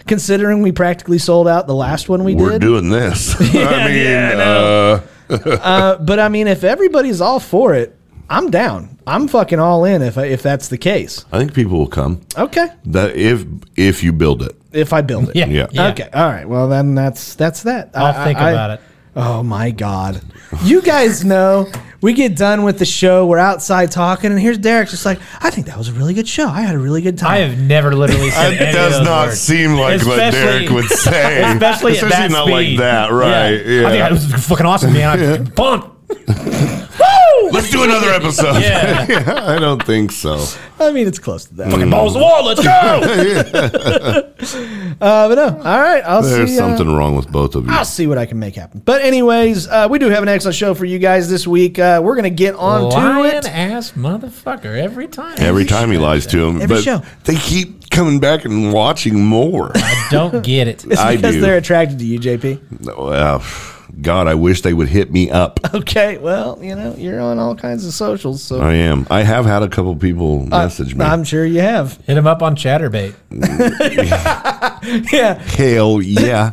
[SPEAKER 1] considering we practically sold out the last one we
[SPEAKER 2] We're
[SPEAKER 1] did.
[SPEAKER 2] doing this. I mean, uh,
[SPEAKER 1] but I mean, if everybody's all for it, I'm down. I'm fucking all in if I, if that's the case.
[SPEAKER 2] I think people will come.
[SPEAKER 1] Okay,
[SPEAKER 2] That if if you build it,
[SPEAKER 1] if I build it.
[SPEAKER 3] Yeah.
[SPEAKER 2] Yeah.
[SPEAKER 1] Okay. All right. Well, then that's that's that.
[SPEAKER 3] I'll think about it.
[SPEAKER 1] Oh my god, you guys know we get done with the show. We're outside talking, and here's Derek just like, I think that was a really good show. I had a really good time.
[SPEAKER 3] I have never literally said any
[SPEAKER 2] it does
[SPEAKER 3] of those
[SPEAKER 2] not
[SPEAKER 3] words.
[SPEAKER 2] seem like what
[SPEAKER 3] Especially-
[SPEAKER 2] Derek would say,
[SPEAKER 3] Especially, at that
[SPEAKER 2] not
[SPEAKER 3] speed.
[SPEAKER 2] like that, right? Yeah.
[SPEAKER 3] I think that was fucking awesome, man. I'm pumped. Woo!
[SPEAKER 2] Let's do another episode.
[SPEAKER 3] Yeah.
[SPEAKER 2] Yeah, I don't think so. Mm.
[SPEAKER 1] I mean, it's close to that.
[SPEAKER 3] Fucking balls to the wall. Let's go.
[SPEAKER 1] Uh, but no. All right. I'll
[SPEAKER 2] There's
[SPEAKER 1] see. uh,
[SPEAKER 2] something wrong with both of you.
[SPEAKER 1] I'll see what I can make happen. But anyways, uh, we do have an excellent show for you guys this week. Uh, we're gonna get on to
[SPEAKER 3] Lion
[SPEAKER 1] it.
[SPEAKER 3] ass motherfucker every time.
[SPEAKER 2] Every time he lies to him,
[SPEAKER 1] Every
[SPEAKER 2] but
[SPEAKER 1] show.
[SPEAKER 2] they keep coming back and watching more.
[SPEAKER 3] I don't get it.
[SPEAKER 1] It's
[SPEAKER 2] I
[SPEAKER 1] because
[SPEAKER 2] do.
[SPEAKER 1] they're attracted to you, JP.
[SPEAKER 2] Uh, God, I wish they would hit me up.
[SPEAKER 1] Okay, well, you know, you're on all kinds of socials, so
[SPEAKER 2] I am. I have had a couple people
[SPEAKER 3] Uh,
[SPEAKER 2] message me.
[SPEAKER 1] I'm sure you have.
[SPEAKER 3] Hit him up on Chatterbait.
[SPEAKER 1] Yeah.
[SPEAKER 2] Hell yeah.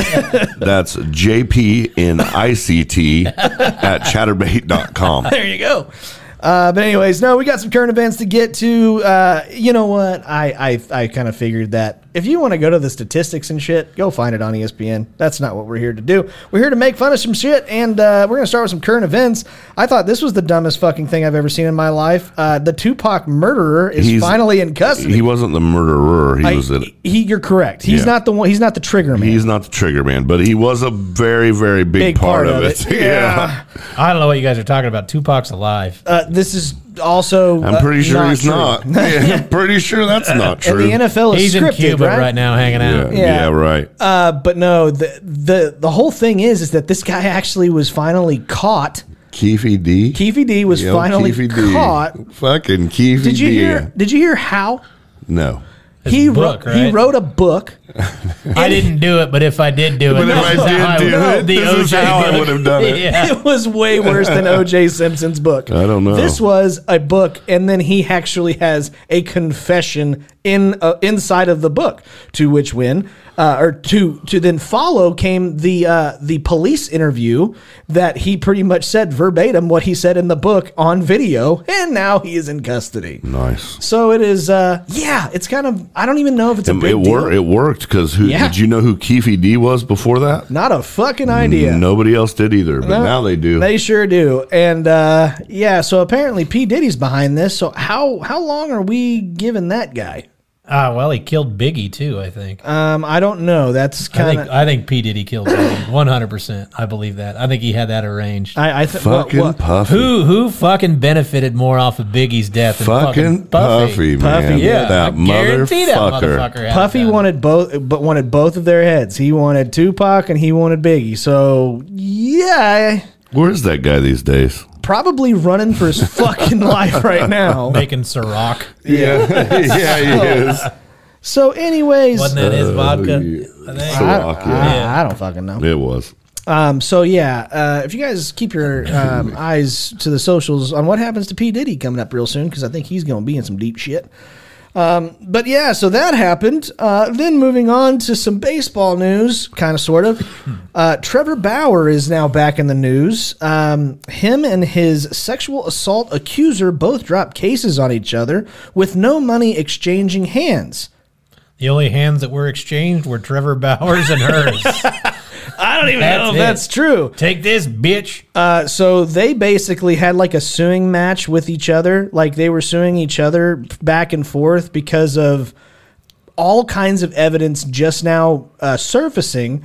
[SPEAKER 2] That's JP in ICT at chatterbait.com.
[SPEAKER 1] There you go. Uh, but anyways, no, we got some current events to get to. Uh, you know what? I I, I kind of figured that if you want to go to the statistics and shit, go find it on E ESPN. That's not what we're here to do. We're here to make fun of some shit, and uh, we're gonna start with some current events. I thought this was the dumbest fucking thing I've ever seen in my life. Uh, the Tupac murderer is
[SPEAKER 2] He's-
[SPEAKER 1] finally in custody.
[SPEAKER 2] He wasn't the murderer. He
[SPEAKER 1] I-
[SPEAKER 2] was a,
[SPEAKER 1] he, you're correct. He's
[SPEAKER 2] Yeah.
[SPEAKER 1] not the one. He's not the trigger man.
[SPEAKER 2] he's not the trigger man, but he was a very, very big, part, of it. Yeah.
[SPEAKER 3] I don't know what you guys are talking about. Tupac's alive.
[SPEAKER 1] Uh, this is also.
[SPEAKER 2] I'm
[SPEAKER 1] uh,
[SPEAKER 2] pretty sure he's
[SPEAKER 1] true.
[SPEAKER 2] not. Yeah, I'm pretty sure that's not
[SPEAKER 1] And
[SPEAKER 2] true.
[SPEAKER 1] the NFL is
[SPEAKER 3] He's
[SPEAKER 1] scripted,
[SPEAKER 3] in Cuba
[SPEAKER 1] right?
[SPEAKER 3] right? now, hanging
[SPEAKER 2] yeah,
[SPEAKER 3] out.
[SPEAKER 2] yeah, right.
[SPEAKER 1] Uh, but no, the the the whole thing is is that this guy actually was finally caught.
[SPEAKER 2] Keefy D.
[SPEAKER 1] Keefy D was
[SPEAKER 2] Yo,
[SPEAKER 1] finally
[SPEAKER 2] Keefy
[SPEAKER 1] caught.
[SPEAKER 2] Fucking Keefy
[SPEAKER 1] Did you
[SPEAKER 2] D.
[SPEAKER 1] hear? Did you hear how
[SPEAKER 2] No.
[SPEAKER 1] he
[SPEAKER 3] book,
[SPEAKER 1] wrote? He
[SPEAKER 3] right?
[SPEAKER 1] wrote a book.
[SPEAKER 3] I didn't do it, but if I did do it,
[SPEAKER 2] But if
[SPEAKER 3] this
[SPEAKER 2] I
[SPEAKER 3] is how
[SPEAKER 2] did do it,
[SPEAKER 3] the
[SPEAKER 2] this is
[SPEAKER 3] OJ
[SPEAKER 2] how I
[SPEAKER 3] book.
[SPEAKER 2] would have done it.
[SPEAKER 3] Yeah.
[SPEAKER 1] It was way worse than O.J. Simpson's book.
[SPEAKER 2] I don't know.
[SPEAKER 1] This was a book, and then he actually has a confession in uh, inside of the book. To which, when uh, or to to then follow came the uh, the police interview that he pretty much said verbatim what he said in the book on video, and now he is in custody.
[SPEAKER 2] Nice.
[SPEAKER 1] So it is, uh, yeah, it's kind of I don't even know if it's a
[SPEAKER 2] Um, It,
[SPEAKER 1] big
[SPEAKER 2] it,
[SPEAKER 1] deal.
[SPEAKER 2] wor- it worked because who
[SPEAKER 1] Yeah.
[SPEAKER 2] did you know who Keefy D was before that?
[SPEAKER 1] Not a fucking idea.
[SPEAKER 2] Nobody else did either, but
[SPEAKER 1] No,
[SPEAKER 2] now they do.
[SPEAKER 1] They sure do. And uh, yeah, so apparently P Diddy's behind this. So how how long are we giving that guy?
[SPEAKER 3] Ah, well, he killed Biggie too. I think.
[SPEAKER 1] Um, I don't know. That's
[SPEAKER 3] I
[SPEAKER 1] kind
[SPEAKER 3] think.
[SPEAKER 1] of
[SPEAKER 3] I think P Diddy killed Biggie. One hundred percent. I believe that. I think he had that arranged.
[SPEAKER 1] I, I think
[SPEAKER 2] fucking Puffy.
[SPEAKER 3] who who fucking benefited more off of Biggie's death than
[SPEAKER 2] fucking, Puffy, man.
[SPEAKER 1] Puffy,
[SPEAKER 3] Yeah,
[SPEAKER 2] That
[SPEAKER 3] I guarantee
[SPEAKER 2] motherfucker.
[SPEAKER 3] that motherfucker. had it
[SPEAKER 1] Puffy
[SPEAKER 3] done.
[SPEAKER 1] wanted both, but wanted both of their heads. He wanted Tupac and he wanted Biggie. So yeah,
[SPEAKER 2] Where's that guy these days?
[SPEAKER 1] probably running for his fucking life right now.
[SPEAKER 3] making Ciroc.
[SPEAKER 2] Yeah. yeah, he is.
[SPEAKER 1] So anyways,
[SPEAKER 3] Wasn't that his vodka? I think.
[SPEAKER 2] So,
[SPEAKER 1] I,
[SPEAKER 2] yeah.
[SPEAKER 1] I don't fucking know.
[SPEAKER 2] It was.
[SPEAKER 1] Um, so yeah, uh, if you guys keep your um, eyes to the socials on what happens to P Diddy coming up real soon, because I think he's going to be in some deep shit. Um, but yeah, so that happened. Uh, then moving on to some baseball news, kind of, sort of. Uh, Trevor Bauer is now back in the news. Um, him and his sexual assault accuser both dropped cases on each other with no money exchanging hands.
[SPEAKER 3] The only hands that were exchanged were Trevor Bowers and hers.
[SPEAKER 1] I don't even
[SPEAKER 3] know if that's
[SPEAKER 1] true.
[SPEAKER 3] Take this, bitch.
[SPEAKER 1] Uh, so they basically had like a suing match with each other. Like they were suing each other back and forth because of all kinds of evidence just now uh, surfacing.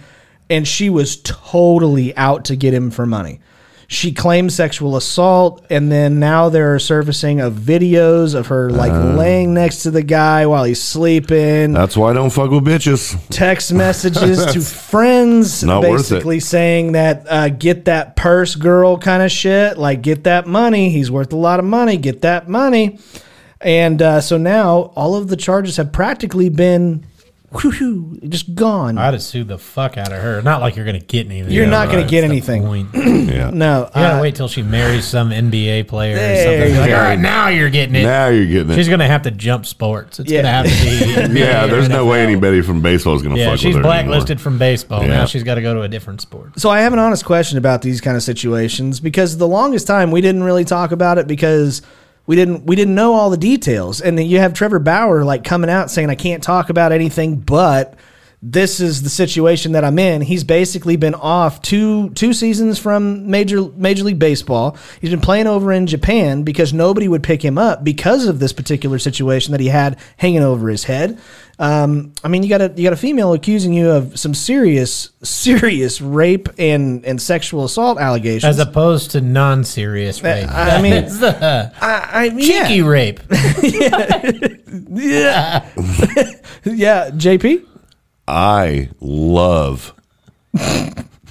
[SPEAKER 1] And she was totally out to get him for money. She claimed sexual assault, and then now there are surfacing of videos of her like laying next to the guy while he's sleeping
[SPEAKER 2] That's why I don't fuck with bitches.
[SPEAKER 1] text messages to friends,
[SPEAKER 2] Not worth it.
[SPEAKER 1] basically saying that uh, get that purse, girl, kind of shit. Like get that money. He's worth a lot of money. Get that money. And uh, so now all of the charges have practically been whew, just gone.
[SPEAKER 3] I'd have sued the fuck out of her. Not like you're going to get anything.
[SPEAKER 1] You're not gonna
[SPEAKER 3] That's
[SPEAKER 1] get
[SPEAKER 3] the
[SPEAKER 1] anything.
[SPEAKER 3] point. You
[SPEAKER 2] Yeah.
[SPEAKER 1] no,
[SPEAKER 3] gotta
[SPEAKER 1] uh,
[SPEAKER 3] wait till she marries some NBA player
[SPEAKER 1] There
[SPEAKER 3] or something.
[SPEAKER 1] you
[SPEAKER 3] Like,
[SPEAKER 1] go.
[SPEAKER 3] all right, now you're getting it.
[SPEAKER 2] Now you're getting it.
[SPEAKER 3] She's gonna have to jump sports. It's
[SPEAKER 1] Yeah.
[SPEAKER 3] gonna have to be.
[SPEAKER 2] yeah, there's no way
[SPEAKER 3] anybody.
[SPEAKER 2] anybody from baseball is going to
[SPEAKER 3] Yeah,
[SPEAKER 2] fuck
[SPEAKER 3] she's
[SPEAKER 2] with her. anymore.
[SPEAKER 3] blacklisted from baseball.
[SPEAKER 2] Yeah.
[SPEAKER 3] Now she's got to go to a different sport.
[SPEAKER 1] So I have an honest question about these kind of situations because the longest time we didn't really talk about it because we didn't we didn't know all the details. And then you have Trevor Bauer like coming out saying I can't talk about anything but this is the situation that I'm in. He's basically been off two two seasons from major Major League Baseball. He's been playing over in Japan because nobody would pick him up because of this particular situation that he had hanging over his head. Um, I mean, you got a you got a female accusing you of some serious serious rape and and sexual assault allegations. Uh,
[SPEAKER 3] As opposed to non-serious rape.
[SPEAKER 1] I I mean,
[SPEAKER 3] It's the
[SPEAKER 1] I, I yeah.
[SPEAKER 3] cheeky rape.
[SPEAKER 1] yeah, JP.
[SPEAKER 2] I love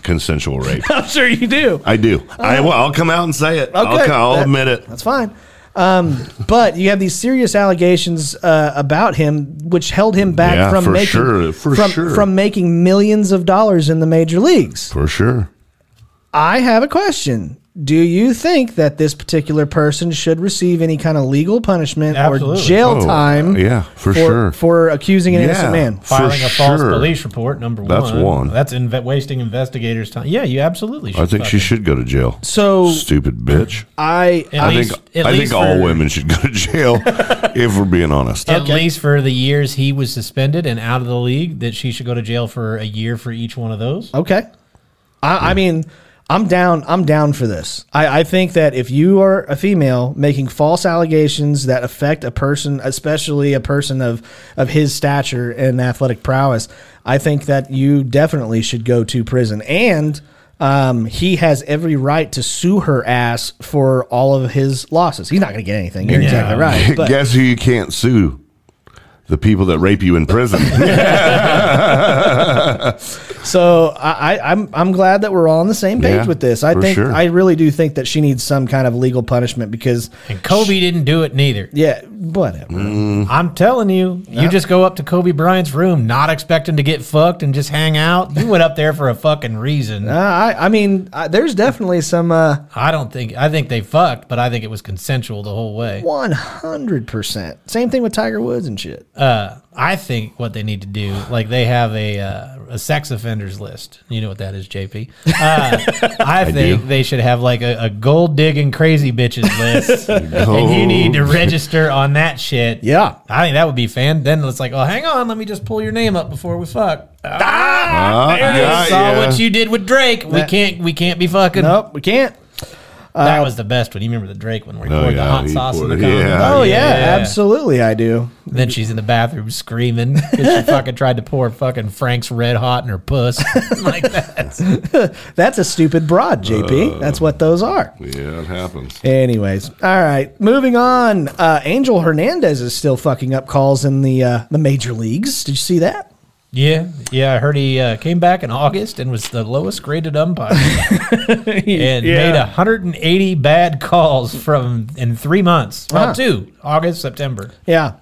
[SPEAKER 2] consensual rape.
[SPEAKER 1] I'm sure you do.
[SPEAKER 2] I do. I, will I'll come out and say it. I'll, co- I'll
[SPEAKER 1] that-
[SPEAKER 2] admit it.
[SPEAKER 1] That's fine. Um, but you have these serious allegations uh, about him, which held him back
[SPEAKER 2] Yeah,
[SPEAKER 1] from
[SPEAKER 2] for
[SPEAKER 1] making
[SPEAKER 2] sure, for
[SPEAKER 1] from,
[SPEAKER 2] sure.
[SPEAKER 1] from making millions of dollars in the major leagues.
[SPEAKER 2] For sure.
[SPEAKER 1] I have a question. Do you think that this particular person should receive any kind of legal punishment
[SPEAKER 3] Absolutely.
[SPEAKER 1] or jail
[SPEAKER 2] Oh,
[SPEAKER 1] time?
[SPEAKER 2] yeah, for sure.
[SPEAKER 1] for accusing an innocent man.
[SPEAKER 2] for
[SPEAKER 3] Filing a false
[SPEAKER 2] sure.
[SPEAKER 3] police report, number
[SPEAKER 2] That's
[SPEAKER 3] one.
[SPEAKER 2] one.
[SPEAKER 3] That's inve- wasting investigators' time. Yeah, you absolutely should.
[SPEAKER 2] I think she
[SPEAKER 3] fucking-
[SPEAKER 2] should go to jail.
[SPEAKER 1] So
[SPEAKER 2] Stupid bitch.
[SPEAKER 1] I,
[SPEAKER 3] At
[SPEAKER 2] I
[SPEAKER 3] least,
[SPEAKER 2] think
[SPEAKER 3] at
[SPEAKER 2] I
[SPEAKER 3] least
[SPEAKER 2] think all
[SPEAKER 3] for-
[SPEAKER 2] women should go to jail if we're being honest.
[SPEAKER 3] At least for the years he was suspended and out of the league, that she should go to jail for a year for each one of those.
[SPEAKER 1] Okay. I, I mean, I'm down. I'm down for this. I, I think that if you are a female making false allegations that affect a person, especially a person of of his stature and athletic prowess, I think that you definitely should go to prison. And um, he has every right to sue her ass for all of his losses. He's not going to get anything. You're exactly right. But
[SPEAKER 2] Guess who you can't sue? The people that rape you in prison.
[SPEAKER 1] So I, I, I'm I'm glad that we're all on the same page
[SPEAKER 2] Yeah,
[SPEAKER 1] with this. I
[SPEAKER 2] for
[SPEAKER 1] think
[SPEAKER 2] sure.
[SPEAKER 1] I really do think that she needs some kind of legal punishment because
[SPEAKER 3] And Kobe didn't do it neither.
[SPEAKER 1] yeah, whatever.
[SPEAKER 3] I'm telling you, you just go up to Kobe Bryant's room, not expecting to get fucked and just hang out. You went up there for a fucking reason.
[SPEAKER 1] Uh, I I mean, I, there's definitely some uh,
[SPEAKER 3] I don't think I think they fucked, but I think it was consensual the whole way.
[SPEAKER 1] 100%. Same thing with Tiger Woods and shit.
[SPEAKER 3] Uh, I think what they need to do, like they have a uh, a sex offenders list. You know what that is, JP. Uh, I, think
[SPEAKER 2] do.
[SPEAKER 3] they should have like a, a gold digging crazy bitches list, and you need to register on that shit.
[SPEAKER 1] Yeah.
[SPEAKER 3] I think that would be fan. Then it's like, oh, hang on, let me just pull your name up before we fuck.
[SPEAKER 2] Ah, yeah,
[SPEAKER 3] saw
[SPEAKER 2] yeah.
[SPEAKER 3] what you did with Drake. We can't. We can't be fucking.
[SPEAKER 1] Nope, we can't.
[SPEAKER 3] That was the best one. You remember the Drake one where he
[SPEAKER 2] Oh,
[SPEAKER 3] poured the
[SPEAKER 2] yeah,
[SPEAKER 3] hot
[SPEAKER 2] he
[SPEAKER 3] sauce in the
[SPEAKER 2] poured
[SPEAKER 3] condom?
[SPEAKER 2] it. Yeah.
[SPEAKER 1] Oh yeah, absolutely I do.
[SPEAKER 3] Then she's in the bathroom screaming because she fucking tried to pour fucking Frank's Red Hot in her puss. like that.
[SPEAKER 1] That's a stupid broad, JP.
[SPEAKER 3] Uh.
[SPEAKER 1] That's what those are.
[SPEAKER 2] Yeah, it happens.
[SPEAKER 1] Anyways, all right, moving on. Uh, Angel Hernandez is still fucking up calls in the uh, the major leagues. Did you see that?
[SPEAKER 3] Yeah, yeah. I heard he uh, came back in August and was the lowest graded umpire and made 180 bad calls from in three months. Well,
[SPEAKER 1] Wow.
[SPEAKER 3] two August, September.
[SPEAKER 1] Yeah.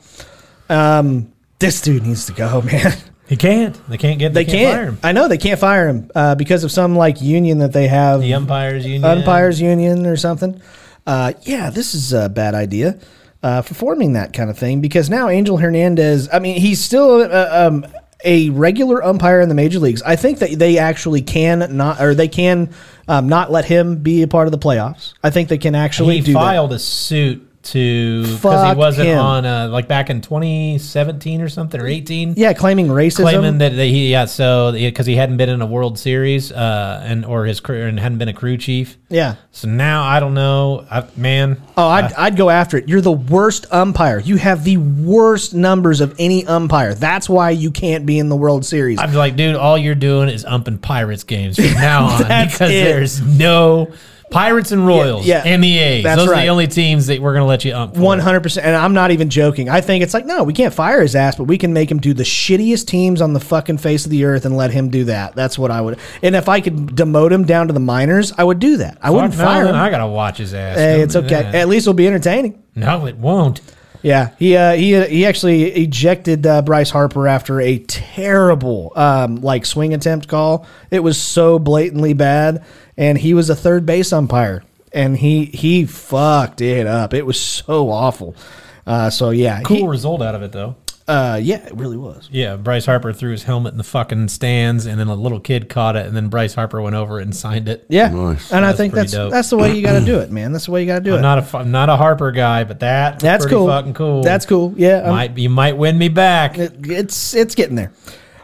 [SPEAKER 1] Um, this dude needs to go, man.
[SPEAKER 3] He can't. They can't get.
[SPEAKER 1] They
[SPEAKER 3] They,
[SPEAKER 1] can't.
[SPEAKER 3] fire him.
[SPEAKER 1] I know they can't fire him uh, because of some like union that they have,
[SPEAKER 3] The umpires union.
[SPEAKER 1] umpires union or something. Uh, yeah, this is a bad idea uh, for forming that kind of thing because now Angel Hernandez. I mean, he's still uh, um, a regular umpire in the major leagues. I think that they actually can not or they can um, not let him be a part of the playoffs. I think they can actually
[SPEAKER 3] he
[SPEAKER 1] do that.
[SPEAKER 3] filed a suit to because
[SPEAKER 1] Fuck
[SPEAKER 3] he wasn't
[SPEAKER 1] him.
[SPEAKER 3] on uh, like back in 2017 or something or 18.
[SPEAKER 1] Yeah, claiming racism.
[SPEAKER 3] claiming that, that he yeah so because he hadn't been in a World Series uh and or his crew and hadn't been a crew chief.
[SPEAKER 1] yeah.
[SPEAKER 3] So now I don't know, I, man.
[SPEAKER 1] Oh, I'd,
[SPEAKER 3] Uh.
[SPEAKER 1] I'd go after it. You're the worst umpire. You have the worst numbers of any umpire. That's why you can't be in the World Series.
[SPEAKER 3] I'm like, dude, all you're doing is umping Pirates games from now on
[SPEAKER 1] That's
[SPEAKER 3] because
[SPEAKER 1] it.
[SPEAKER 3] there's no Pirates and Royals,
[SPEAKER 1] yeah.
[SPEAKER 3] MEAs.
[SPEAKER 1] That's
[SPEAKER 3] Those are
[SPEAKER 1] right.
[SPEAKER 3] the only teams that we're gonna let you ump. for.
[SPEAKER 1] 100%. And I'm not even joking. I think it's like, no, we can't fire his ass, but we can make him do the shittiest teams on the fucking face of the earth and let him do that. That's what I would. And if I could demote him down to the minors, I would do that. I
[SPEAKER 3] Fuck
[SPEAKER 1] wouldn't
[SPEAKER 3] no,
[SPEAKER 1] fire
[SPEAKER 3] then
[SPEAKER 1] him.
[SPEAKER 3] I gotta watch his ass.
[SPEAKER 1] hey,
[SPEAKER 3] Don't
[SPEAKER 1] it's
[SPEAKER 3] do
[SPEAKER 1] okay.
[SPEAKER 3] that.
[SPEAKER 1] At least it'll be entertaining.
[SPEAKER 3] No, it won't.
[SPEAKER 1] Yeah, he uh, he he actually ejected uh, Bryce Harper after a terrible um, like swing attempt call. It was so blatantly bad, and he was a third base umpire, and he he fucked it up. It was so awful. Uh, so yeah,
[SPEAKER 3] Cool
[SPEAKER 1] he-
[SPEAKER 3] result out of it though.
[SPEAKER 1] Uh, yeah, it really was.
[SPEAKER 3] Yeah, Bryce Harper threw his helmet in the fucking stands, and then a little kid caught it, and then Bryce Harper went over it and signed it.
[SPEAKER 1] Yeah,
[SPEAKER 2] Nice.
[SPEAKER 1] and I
[SPEAKER 3] That's
[SPEAKER 1] think
[SPEAKER 3] pretty
[SPEAKER 1] that's
[SPEAKER 3] dope.
[SPEAKER 1] that's the way you got to do it, man. That's the way you got to do
[SPEAKER 3] I'm
[SPEAKER 1] it.
[SPEAKER 3] not a fu- I'm not a Harper guy, but that was
[SPEAKER 1] that's
[SPEAKER 3] pretty
[SPEAKER 1] cool.
[SPEAKER 3] Fucking cool.
[SPEAKER 1] That's cool. Yeah, I'm-
[SPEAKER 3] Might you might win me back.
[SPEAKER 1] it- it's it's getting there.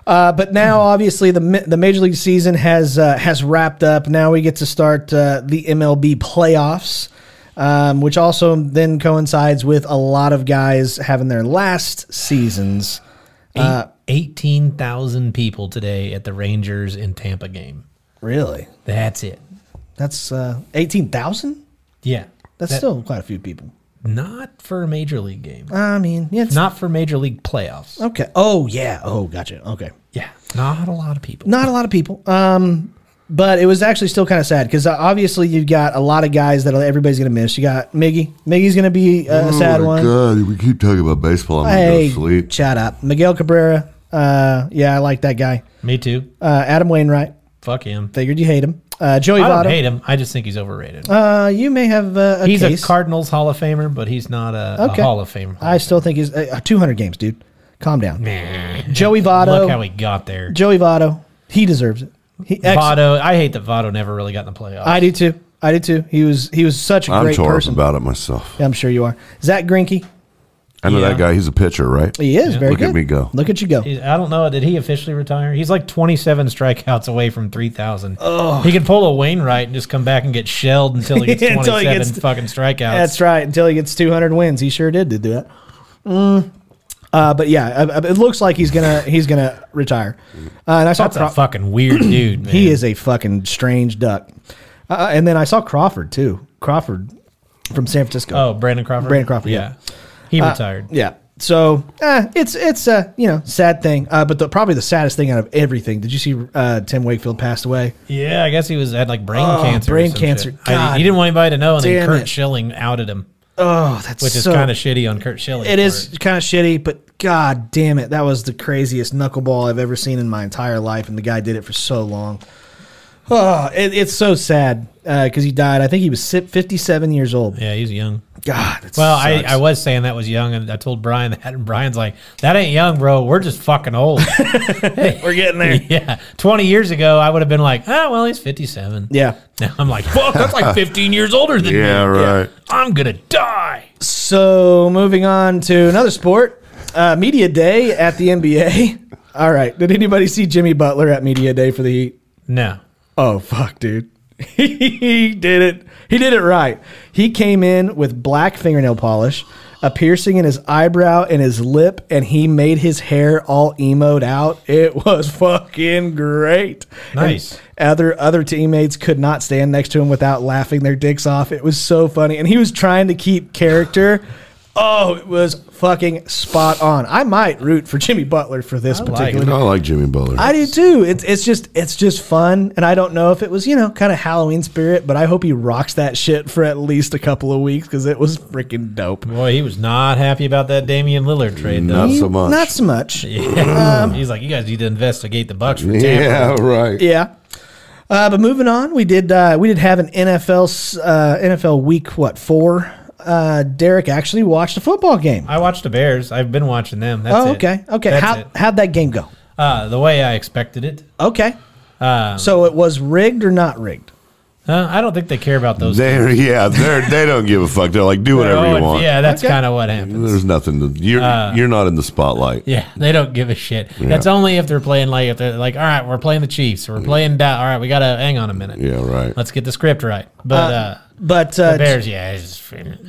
[SPEAKER 1] Uh, but now, obviously, the ma- the major league season has uh, has wrapped up. Now we get to start uh, the MLB playoffs, um, which also then coincides with a lot of guys having their last seasons. uh,
[SPEAKER 3] Eighteen thousand people today at the Rangers in Tampa game.
[SPEAKER 1] Really,
[SPEAKER 3] That's it.
[SPEAKER 1] that's uh, eighteen thousand.
[SPEAKER 3] Yeah,
[SPEAKER 1] That's
[SPEAKER 3] That-
[SPEAKER 1] still quite a few people.
[SPEAKER 3] not for a major league game.
[SPEAKER 1] I mean, yeah, it's
[SPEAKER 3] Not for major league playoffs.
[SPEAKER 1] okay. Oh yeah. Oh, gotcha. Okay.
[SPEAKER 3] Yeah, not a lot of people.
[SPEAKER 1] not a lot of people. Um, but it was actually still kind of sad because obviously you've got a lot of guys that everybody's going to miss. You got Miggy. Miggy's going to be a, a sad
[SPEAKER 2] Oh, my
[SPEAKER 1] one.
[SPEAKER 2] God, if we keep talking about baseball. I'm
[SPEAKER 1] Hey,
[SPEAKER 2] gonna go to sleep.
[SPEAKER 1] shut up. Miguel Cabrera. Uh, yeah, I like that guy.
[SPEAKER 3] Me too.
[SPEAKER 1] Uh, Adam Wainwright.
[SPEAKER 3] Fuck him.
[SPEAKER 1] Figured you hate him. Uh, Joey
[SPEAKER 3] I
[SPEAKER 1] Votto.
[SPEAKER 3] don't hate him. I just think he's overrated.
[SPEAKER 1] uh, you may have uh, a
[SPEAKER 3] he's
[SPEAKER 1] case.
[SPEAKER 3] a Cardinals Hall of Famer, but he's not a,
[SPEAKER 1] Okay.
[SPEAKER 3] a Hall of Famer.
[SPEAKER 1] I still think he's uh, 200 games, dude. Calm down.
[SPEAKER 3] Nah.
[SPEAKER 1] Joey
[SPEAKER 3] Look how
[SPEAKER 1] Votto.
[SPEAKER 3] he got there.
[SPEAKER 1] Joey Votto. He deserves it. He, ex-
[SPEAKER 3] Votto. I hate that Votto never really got in the playoffs.
[SPEAKER 1] I do too. I do too. He was he was such a
[SPEAKER 2] I'm
[SPEAKER 1] great
[SPEAKER 2] tore up
[SPEAKER 1] person.
[SPEAKER 2] about it myself.
[SPEAKER 1] Yeah, I'm sure you are. Zach Grinke.
[SPEAKER 2] I know
[SPEAKER 3] Yeah.
[SPEAKER 2] that guy. He's a pitcher, right?
[SPEAKER 1] He is very
[SPEAKER 2] Look
[SPEAKER 1] good.
[SPEAKER 2] at me go.
[SPEAKER 1] Look at you go.
[SPEAKER 3] He- I don't know. Did he officially retire? He's like 27 strikeouts away from 3,000. He could pull a Wainwright and just come back and get shelled until he gets
[SPEAKER 1] Until
[SPEAKER 3] 27
[SPEAKER 1] he gets to-
[SPEAKER 3] fucking strikeouts.
[SPEAKER 1] That's right. Until he gets 200 wins, he sure did, do that. Mm. Uh, but yeah, uh, uh, it looks like he's gonna he's gonna retire. Uh, and I saw
[SPEAKER 3] That's a
[SPEAKER 1] Cro-
[SPEAKER 3] fucking weird dude, man.
[SPEAKER 1] he is a fucking strange duck. Uh, and then I saw Crawford too. Crawford from San Francisco.
[SPEAKER 3] Oh, Brandon Crawford?
[SPEAKER 1] Brandon Crawford, Uh,
[SPEAKER 3] Yeah. He retired.
[SPEAKER 1] yeah. So eh, it's it's a you know sad thing, uh, but the, probably the saddest thing out of everything. Did you see uh, Tim Wakefield passed away?
[SPEAKER 3] Yeah, I guess he was had like brain cancer. or
[SPEAKER 1] Oh, brain
[SPEAKER 3] some
[SPEAKER 1] cancer.
[SPEAKER 3] shit. I-
[SPEAKER 1] God
[SPEAKER 3] he didn't want anybody to know, and
[SPEAKER 1] damn
[SPEAKER 3] then Kurt
[SPEAKER 1] it.
[SPEAKER 3] Schilling outed him,
[SPEAKER 1] Oh, that's
[SPEAKER 3] which is
[SPEAKER 1] so-
[SPEAKER 3] kind of shitty on Kurt Schilling.
[SPEAKER 1] It is kind of shitty, but god damn it, that was the craziest knuckleball I've ever seen in my entire life, and the guy did it for so long. Oh, it, it's so sad because he died. I think he was si- fifty-seven years old.
[SPEAKER 3] Yeah, he's young.
[SPEAKER 1] God, it
[SPEAKER 3] Well, I,
[SPEAKER 1] sucks.
[SPEAKER 3] I was saying that was young, and I told Brian that, and Brian's like, "That ain't young, bro. We're just fucking old."
[SPEAKER 1] we're getting there.
[SPEAKER 3] yeah, twenty years ago, I would have been like, "Ah, well, he's fifty-seven.
[SPEAKER 1] Yeah.
[SPEAKER 3] Now I'm like, "Fuck, that's like fifteen years older than me.
[SPEAKER 2] Yeah, right.
[SPEAKER 3] I'm gonna die."
[SPEAKER 1] So moving on to another sport, uh, media day at the NBA. All right, did anybody see Jimmy Butler at media day for the Heat?
[SPEAKER 3] No,
[SPEAKER 1] Oh fuck, dude. he did it. He did it right. He came in with black fingernail polish, a piercing in his eyebrow and his lip, and he made his hair all emoed out. It was fucking great.
[SPEAKER 3] Nice.
[SPEAKER 1] And other other teammates could not stand next to him without laughing their dicks off. It was so funny. And he was trying to keep character. Oh, it was fucking spot on. I might root for Jimmy Butler for this
[SPEAKER 3] like
[SPEAKER 1] particular
[SPEAKER 2] I like Jimmy Butler.
[SPEAKER 1] I do too. It's it's just it's just fun, and I don't know if it was you know kind of Halloween spirit, but I hope he rocks that shit for at least a couple of weeks because it was freaking dope.
[SPEAKER 3] boy, he was not happy about that Damian Lillard trade. Though.
[SPEAKER 2] Not so much.
[SPEAKER 1] Not so much. Yeah.
[SPEAKER 3] he's like, "You guys need to investigate the Bucks for Tampa."
[SPEAKER 2] yeah, right.
[SPEAKER 1] Uh, but moving on, we did uh, we did have an NFL s- uh, NFL week what four? Uh, Derek actually watched a football game.
[SPEAKER 3] I watched the Bears. I've been watching them. That's
[SPEAKER 1] oh,
[SPEAKER 3] it.
[SPEAKER 1] okay, okay.
[SPEAKER 3] That's
[SPEAKER 1] How
[SPEAKER 3] it.
[SPEAKER 1] how'd that game go?
[SPEAKER 3] Uh, the way I expected it.
[SPEAKER 1] Okay,
[SPEAKER 3] Um,
[SPEAKER 1] so it was rigged or not rigged?
[SPEAKER 3] Uh, I don't think they care about those.
[SPEAKER 2] They're yeah, they're they don't give a fuck. They're like do whatever
[SPEAKER 3] Oh,
[SPEAKER 2] you want.
[SPEAKER 3] Yeah, that's
[SPEAKER 1] Okay.
[SPEAKER 3] kind of what happens.
[SPEAKER 2] There's nothing to you're
[SPEAKER 1] Uh,
[SPEAKER 2] you're not in the spotlight.
[SPEAKER 3] Yeah, they don't give a shit. That's only if they're playing like if they're like, all right, we're playing the Chiefs, we're playing Dow. All right, we gotta hang on a minute.
[SPEAKER 2] Mm. Yeah, right.
[SPEAKER 3] Let's get the script right. But uh,
[SPEAKER 1] But uh,
[SPEAKER 3] the Bears, yeah, it's just,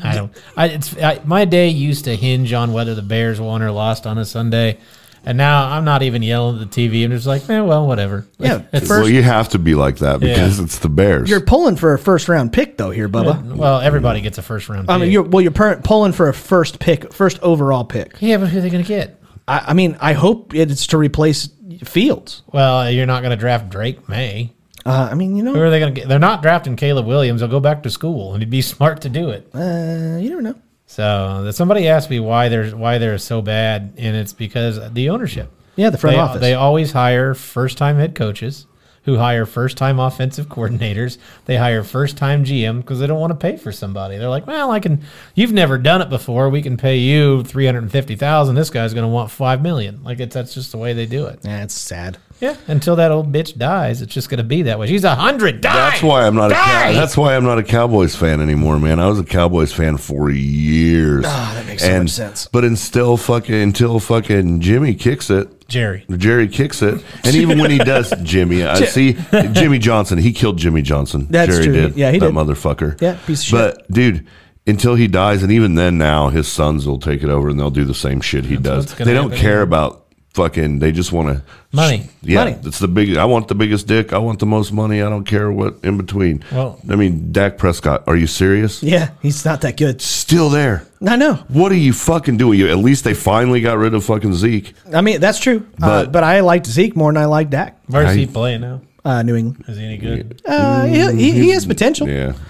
[SPEAKER 3] I don't. I, it's I, my day used to hinge on whether the Bears won or lost on a Sunday, and now I'm not even yelling at the TV. I'm just like, eh, well, whatever.
[SPEAKER 1] Yeah,
[SPEAKER 3] It's-
[SPEAKER 2] well, you have to be like that because it's the Bears.
[SPEAKER 1] you're pulling for a first round pick though here, Bubba.
[SPEAKER 3] well, everybody gets a first round.
[SPEAKER 1] I mean,
[SPEAKER 3] pick.
[SPEAKER 1] you're, well, you're per- pulling for a first pick, first overall pick.
[SPEAKER 3] yeah, but who are they gonna get?
[SPEAKER 1] I, I mean, I hope it's to replace Fields.
[SPEAKER 3] Well, you're not gonna draft Drake May.
[SPEAKER 1] Uh, I mean, you
[SPEAKER 3] Who
[SPEAKER 1] know,
[SPEAKER 3] are they going to get? They're not drafting Caleb Williams. They'll go back to school, and it'd be smart to do it.
[SPEAKER 1] uh, you never know.
[SPEAKER 3] So that- somebody asked me why they're why they're so bad, and it's because the ownership.
[SPEAKER 1] Yeah, the front
[SPEAKER 3] they,
[SPEAKER 1] office.
[SPEAKER 3] They always hire first time head coaches who hire first time offensive coordinators. They hire first time GM because they don't want to pay for somebody. They're like, well, I can. You've never done it before. We can pay you three hundred and fifty thousand. This guy's going to want five million. Like it's that's just the way they do it.
[SPEAKER 1] Yeah, it's sad.
[SPEAKER 3] Yeah. Until that old bitch dies, it's just going to be that way. She's a hundred. Die.
[SPEAKER 2] That's why I'm not a
[SPEAKER 3] Die!
[SPEAKER 2] cow- that's why I'm not a Cowboys fan anymore, man. I was a Cowboys fan for years. Ah, that
[SPEAKER 1] makes so much sense.
[SPEAKER 2] But until fucking until fucking Jimmy kicks it,
[SPEAKER 3] Jerry.
[SPEAKER 2] Jerry kicks it, and even when he does, Jimmy, I see Jimmy Johnson. He killed Jimmy Johnson.
[SPEAKER 1] That's
[SPEAKER 2] Jerry
[SPEAKER 1] true.
[SPEAKER 2] did.
[SPEAKER 1] Yeah, he
[SPEAKER 2] that
[SPEAKER 1] did.
[SPEAKER 2] motherfucker.
[SPEAKER 1] Yeah, piece of
[SPEAKER 2] But dude, until he dies, and even then, now his sons will take it over and they'll do the same shit he does.
[SPEAKER 3] what's gonna
[SPEAKER 2] They don't
[SPEAKER 3] happen.
[SPEAKER 2] care about fucking. They just want to
[SPEAKER 3] Money.
[SPEAKER 2] Yeah,
[SPEAKER 1] Money.
[SPEAKER 2] it's the big. I want the biggest dick. I want the most money. I don't care what in between.
[SPEAKER 3] Well-
[SPEAKER 2] I mean, Dak Prescott. Are you serious?
[SPEAKER 1] Yeah, he's not that good.
[SPEAKER 2] Still there.
[SPEAKER 1] I know.
[SPEAKER 2] What are you fucking doing? You at least they finally got rid of fucking Zeke.
[SPEAKER 1] I mean, that's true. But, uh,
[SPEAKER 2] But-
[SPEAKER 1] but I liked Zeke more than I liked Dak.
[SPEAKER 3] Where's
[SPEAKER 2] I-
[SPEAKER 3] he playing now?
[SPEAKER 1] Uh, New England.
[SPEAKER 3] Is he any good?
[SPEAKER 1] Uh, he, he, he has potential.
[SPEAKER 2] Mm-hmm. Yeah.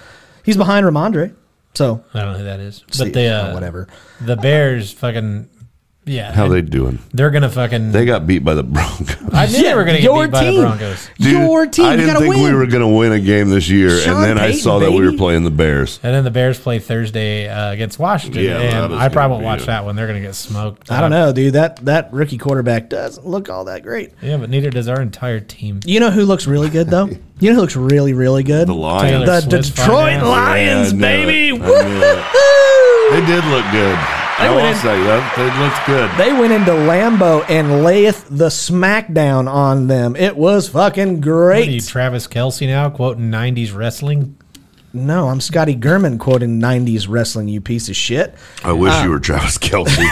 [SPEAKER 1] He's behind Ramondre. So,
[SPEAKER 3] I don't know who that is.
[SPEAKER 1] see,
[SPEAKER 3] But the uh,
[SPEAKER 1] whatever.
[SPEAKER 3] the Bears fucking yeah.
[SPEAKER 2] oh, How
[SPEAKER 3] they
[SPEAKER 2] they doing?
[SPEAKER 3] they're gonna fucking
[SPEAKER 2] They got beat by the Broncos.
[SPEAKER 3] I knew they were gonna get beat by the Broncos.
[SPEAKER 1] Your team.
[SPEAKER 2] I
[SPEAKER 1] you
[SPEAKER 2] didn't
[SPEAKER 1] gotta
[SPEAKER 2] think
[SPEAKER 1] win.
[SPEAKER 2] we were going to win a game this year,
[SPEAKER 1] Sean
[SPEAKER 2] and then I
[SPEAKER 1] Payton,
[SPEAKER 2] saw that we
[SPEAKER 1] baby.
[SPEAKER 2] were playing the Bears.
[SPEAKER 3] And then the Bears play Thursday uh, against Washington.
[SPEAKER 2] Yeah, that
[SPEAKER 3] and
[SPEAKER 2] is
[SPEAKER 3] I probably
[SPEAKER 2] gonna
[SPEAKER 3] won't watch
[SPEAKER 2] be a-
[SPEAKER 3] that one. They're gonna get smoked.
[SPEAKER 1] I don't know, dude. That that rookie quarterback doesn't look all that great.
[SPEAKER 3] Yeah, but neither does our entire team.
[SPEAKER 1] You know who looks really good though? You know who looks really, really good?
[SPEAKER 2] The Lions,
[SPEAKER 1] The
[SPEAKER 3] Swiss
[SPEAKER 1] Detroit Lions,
[SPEAKER 3] finance.
[SPEAKER 2] Yeah, I knew
[SPEAKER 1] baby.
[SPEAKER 2] it. I knew it.
[SPEAKER 1] Woo-hoo!
[SPEAKER 2] They did look good. I
[SPEAKER 1] went
[SPEAKER 2] will
[SPEAKER 1] in-
[SPEAKER 2] say that they looked good.
[SPEAKER 1] They went into Lambeau and layeth the smackdown on them. It was fucking
[SPEAKER 3] What are you,
[SPEAKER 1] great.
[SPEAKER 3] Travis Kelsey now quoting '90s wrestling.
[SPEAKER 1] No, I'm Scotty Gurman quoting '90s wrestling. You piece of shit.
[SPEAKER 2] I wish you were Travis Kelsey.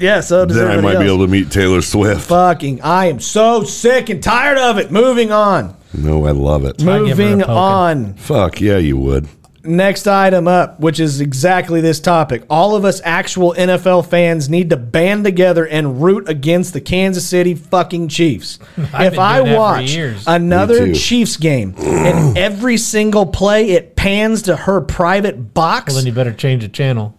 [SPEAKER 1] Yeah, so does
[SPEAKER 2] then I might
[SPEAKER 1] uh, everybody
[SPEAKER 2] be
[SPEAKER 1] else.
[SPEAKER 2] able to meet Taylor Swift.
[SPEAKER 1] Fucking, I am so sick and tired of it. Moving on.
[SPEAKER 2] No, I love it.
[SPEAKER 3] give her a
[SPEAKER 1] Moving
[SPEAKER 3] poking.
[SPEAKER 1] on.
[SPEAKER 2] Fuck yeah, you would.
[SPEAKER 1] Next item up, which is exactly this topic. All of us actual NFL fans need to band together and root against the Kansas City fucking Chiefs.
[SPEAKER 3] I've
[SPEAKER 1] if
[SPEAKER 3] been
[SPEAKER 1] I
[SPEAKER 3] doing that for
[SPEAKER 1] watch
[SPEAKER 3] years.
[SPEAKER 1] another
[SPEAKER 2] Me too.
[SPEAKER 1] Chiefs game and every single play it pans to her private box,
[SPEAKER 3] Well, then you better change the channel.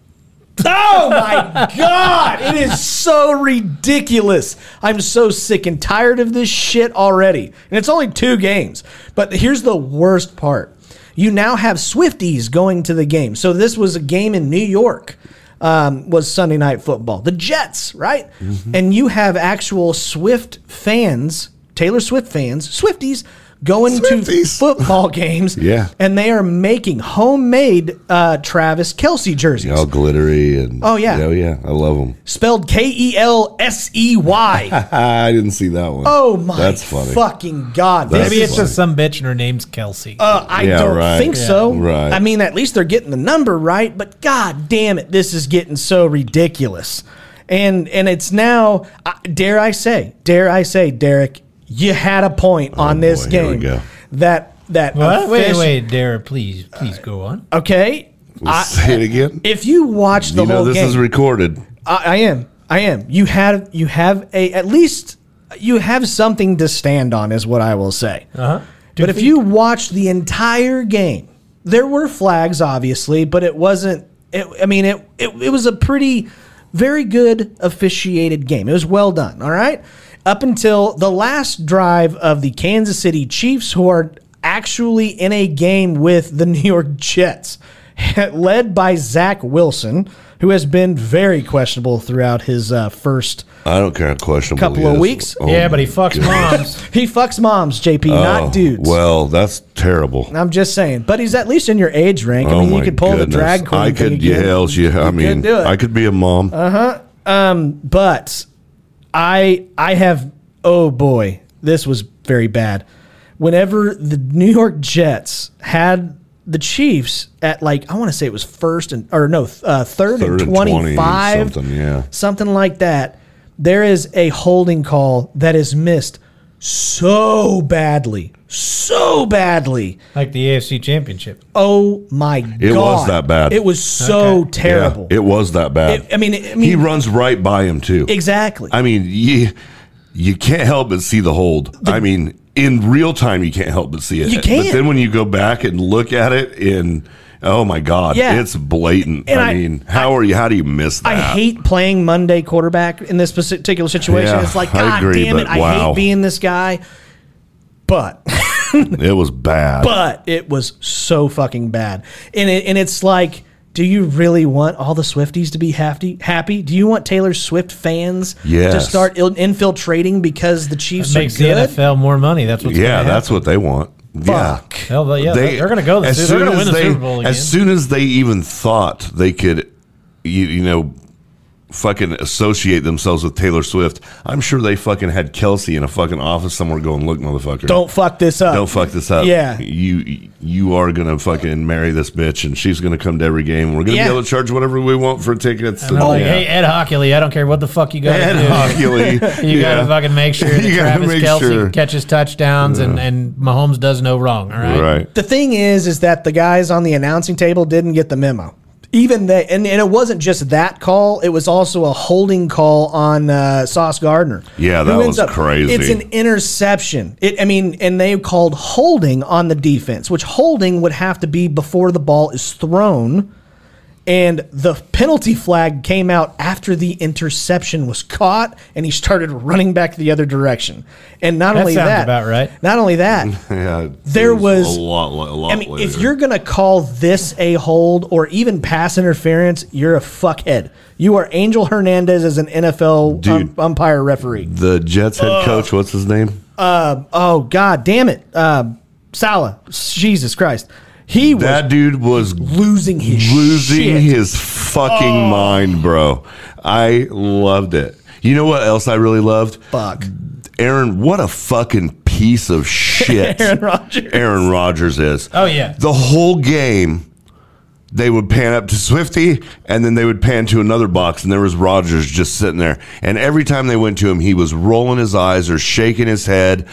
[SPEAKER 1] Oh my God! It is so ridiculous. I'm so sick and tired of this shit already. And it's only two games. But here's the worst part you now have Swifties going to the game. So this was a game in New York. Um, was Sunday night football. The Jets, right?
[SPEAKER 2] Mm-hmm.
[SPEAKER 1] And you have actual Swift fans, Taylor Swift fans, Swifties, going to
[SPEAKER 2] Swifties.
[SPEAKER 1] football games.
[SPEAKER 2] Yeah.
[SPEAKER 1] And they are making homemade uh, Travis Kelsey jerseys
[SPEAKER 2] All glittery and
[SPEAKER 1] Oh, yeah.
[SPEAKER 2] oh yeah, I love them.
[SPEAKER 1] spelled K E L S E Y.
[SPEAKER 2] I didn't see that one.
[SPEAKER 1] Oh my
[SPEAKER 2] that's funny.
[SPEAKER 1] fucking god!
[SPEAKER 2] That's
[SPEAKER 3] Maybe
[SPEAKER 1] This
[SPEAKER 3] it's
[SPEAKER 1] is-
[SPEAKER 2] funny.
[SPEAKER 3] just some bitch and her name's Kelsey.
[SPEAKER 1] uh, I
[SPEAKER 2] Yeah,
[SPEAKER 1] don't
[SPEAKER 2] right.
[SPEAKER 1] think
[SPEAKER 2] Yeah.
[SPEAKER 1] so.
[SPEAKER 2] Right.
[SPEAKER 1] I mean, at least they're getting the number right. But god damn it, this is getting so ridiculous. And and it's now, uh, dare I say, dare I say, Derek, you had a point on this
[SPEAKER 2] Oh, boy, here we
[SPEAKER 1] game.
[SPEAKER 2] go.
[SPEAKER 1] That that
[SPEAKER 3] What? Wait,
[SPEAKER 1] offici-
[SPEAKER 3] wait, Dara, please, please go on.
[SPEAKER 1] Okay, I-
[SPEAKER 2] Say it again.
[SPEAKER 1] if you watch the
[SPEAKER 2] You know
[SPEAKER 1] whole
[SPEAKER 2] this
[SPEAKER 1] game,
[SPEAKER 2] is recorded.
[SPEAKER 1] I, I am. I am. You have you have a at least you have something to stand on is what I will say. Uh-huh. But if you watch the entire game, there were flags obviously, but it wasn't it, I mean it, it it was a pretty very good officiated game. It was well done, all right? Up until the last drive of the Kansas City Chiefs who are actually in a game with the New York Jets led by Zach Wilson, who has been very questionable throughout his uh, first.
[SPEAKER 2] I don't care how questionable.
[SPEAKER 1] Couple
[SPEAKER 2] he
[SPEAKER 1] of
[SPEAKER 2] is.
[SPEAKER 1] weeks.
[SPEAKER 2] Oh,
[SPEAKER 3] yeah, but he
[SPEAKER 2] my
[SPEAKER 3] fucks
[SPEAKER 2] goodness.
[SPEAKER 3] moms.
[SPEAKER 1] He fucks moms, JP,
[SPEAKER 2] Oh,
[SPEAKER 1] not dudes.
[SPEAKER 2] Well, that's terrible.
[SPEAKER 1] I'm just saying, but he's at least in your age rank. I mean, you
[SPEAKER 2] Oh my
[SPEAKER 1] could pull
[SPEAKER 2] goodness.
[SPEAKER 1] the drag queen.
[SPEAKER 2] I
[SPEAKER 1] thing
[SPEAKER 2] could, yeah,
[SPEAKER 1] again.
[SPEAKER 2] hell, yeah. I mean,
[SPEAKER 1] do it. Uh-huh. Um,
[SPEAKER 2] I could be a mom.
[SPEAKER 1] but I I have oh boy, this was very bad. Whenever the New York Jets had the Chiefs at like I want to say it was first and or no th- uh, third,
[SPEAKER 2] Third
[SPEAKER 1] and
[SPEAKER 2] and 20,
[SPEAKER 1] twenty five
[SPEAKER 2] something, yeah.
[SPEAKER 1] something like that. There is a holding call that is missed so badly, so badly.
[SPEAKER 3] like the AFC Championship.
[SPEAKER 1] Oh my god!
[SPEAKER 2] was that bad.
[SPEAKER 1] It was so
[SPEAKER 3] Okay.
[SPEAKER 1] terrible.
[SPEAKER 2] Yeah, it was that bad.
[SPEAKER 1] It- I mean, I mean
[SPEAKER 2] he runs right by him too.
[SPEAKER 1] exactly.
[SPEAKER 2] I mean, you you can't help but see the hold. I mean, in real time, you can't help but see it.
[SPEAKER 1] You can't.
[SPEAKER 2] But then when you go back and look at it in, oh my God,
[SPEAKER 1] Yeah.
[SPEAKER 2] it's blatant.
[SPEAKER 1] And
[SPEAKER 2] I,
[SPEAKER 1] I-
[SPEAKER 2] mean, how are you? How do you miss that?
[SPEAKER 1] I hate playing Monday quarterback in this particular situation.
[SPEAKER 2] Yeah,
[SPEAKER 1] it's like,
[SPEAKER 2] I
[SPEAKER 1] God
[SPEAKER 2] agree,
[SPEAKER 1] damn it,
[SPEAKER 2] but
[SPEAKER 1] I
[SPEAKER 2] wow.
[SPEAKER 1] hate being this guy. But
[SPEAKER 2] It was bad.
[SPEAKER 1] but it was so fucking bad. And it, and it's like, do you really want all the Swifties to be happy? Happy? Do you want Taylor Swift fans to
[SPEAKER 2] Yes.
[SPEAKER 1] start il- infiltrating because the Chiefs are
[SPEAKER 3] makes the
[SPEAKER 1] good?
[SPEAKER 3] NFL more money. That's what's
[SPEAKER 2] yeah,
[SPEAKER 3] gonna
[SPEAKER 2] that's what they want. Yeah.
[SPEAKER 3] happen. Hell, yeah, they, are going to go. This,
[SPEAKER 2] as
[SPEAKER 3] they're
[SPEAKER 2] soon
[SPEAKER 3] going to win the
[SPEAKER 2] as they,
[SPEAKER 3] Super Bowl again.
[SPEAKER 2] As soon as they even thought they could, you, you know, fucking associate themselves with Taylor Swift, I'm sure they fucking had Kelsey in a fucking office somewhere going, "Look, motherfucker,
[SPEAKER 1] Don't fuck this up.
[SPEAKER 2] don't fuck this up.
[SPEAKER 1] Yeah.
[SPEAKER 2] you you are gonna fucking marry this bitch, and she's gonna come to every game. We're gonna
[SPEAKER 1] Yeah.
[SPEAKER 2] be able to charge whatever we want for tickets.
[SPEAKER 3] And I'm like,
[SPEAKER 2] yeah.
[SPEAKER 3] hey, Ed Hockley, I don't care what the fuck you got to
[SPEAKER 2] Ed
[SPEAKER 3] do.
[SPEAKER 2] Hockley,
[SPEAKER 3] You got
[SPEAKER 2] yeah.
[SPEAKER 3] to fucking make sure that
[SPEAKER 2] You gotta
[SPEAKER 3] Travis
[SPEAKER 2] make
[SPEAKER 3] Kelsey
[SPEAKER 2] sure.
[SPEAKER 3] catches touchdowns and, and Mahomes does no wrong. All right.
[SPEAKER 2] right.
[SPEAKER 1] the thing is, is that the guys on the announcing table didn't get the memo. Even they, and, and it wasn't just that call; it was also a holding call on uh, Sauce Gardner.
[SPEAKER 2] Yeah,
[SPEAKER 1] who
[SPEAKER 2] that
[SPEAKER 1] ends
[SPEAKER 2] was crazy.
[SPEAKER 1] It's an interception. It, I mean, and they called holding on the defense, which holding would have to be before the ball is thrown, and the penalty flag came out after the interception was caught, and he started running back the other direction. And not
[SPEAKER 3] That
[SPEAKER 1] only
[SPEAKER 3] sounds
[SPEAKER 1] that,
[SPEAKER 3] about right.
[SPEAKER 1] Not only that.
[SPEAKER 2] Yeah,
[SPEAKER 1] There
[SPEAKER 2] it
[SPEAKER 1] was-
[SPEAKER 2] a lot, a lot.
[SPEAKER 1] I mean, if
[SPEAKER 2] later.
[SPEAKER 1] you're gonna call this a hold or even pass interference, you're a fuckhead. You are Angel Hernandez as an NFL um,
[SPEAKER 2] Dude.
[SPEAKER 1] umpire referee.
[SPEAKER 2] the Jets head coach, what's his name?
[SPEAKER 1] Oh God, damn it, uh, Salah, Jesus Christ, he was
[SPEAKER 2] That dude was
[SPEAKER 1] losing his
[SPEAKER 2] losing
[SPEAKER 1] shit.
[SPEAKER 2] his fucking mind, bro. I loved it. You know what else I really loved?
[SPEAKER 1] Fuck.
[SPEAKER 2] Aaron, what a fucking piece of shit
[SPEAKER 1] Aaron Rodgers.
[SPEAKER 2] Aaron Rodgers is.
[SPEAKER 3] Oh, yeah.
[SPEAKER 2] The whole game, they would pan up to Swifty and then they would pan to another box and there was Rodgers just sitting there. And every time they went to him, he was rolling his eyes or shaking his head.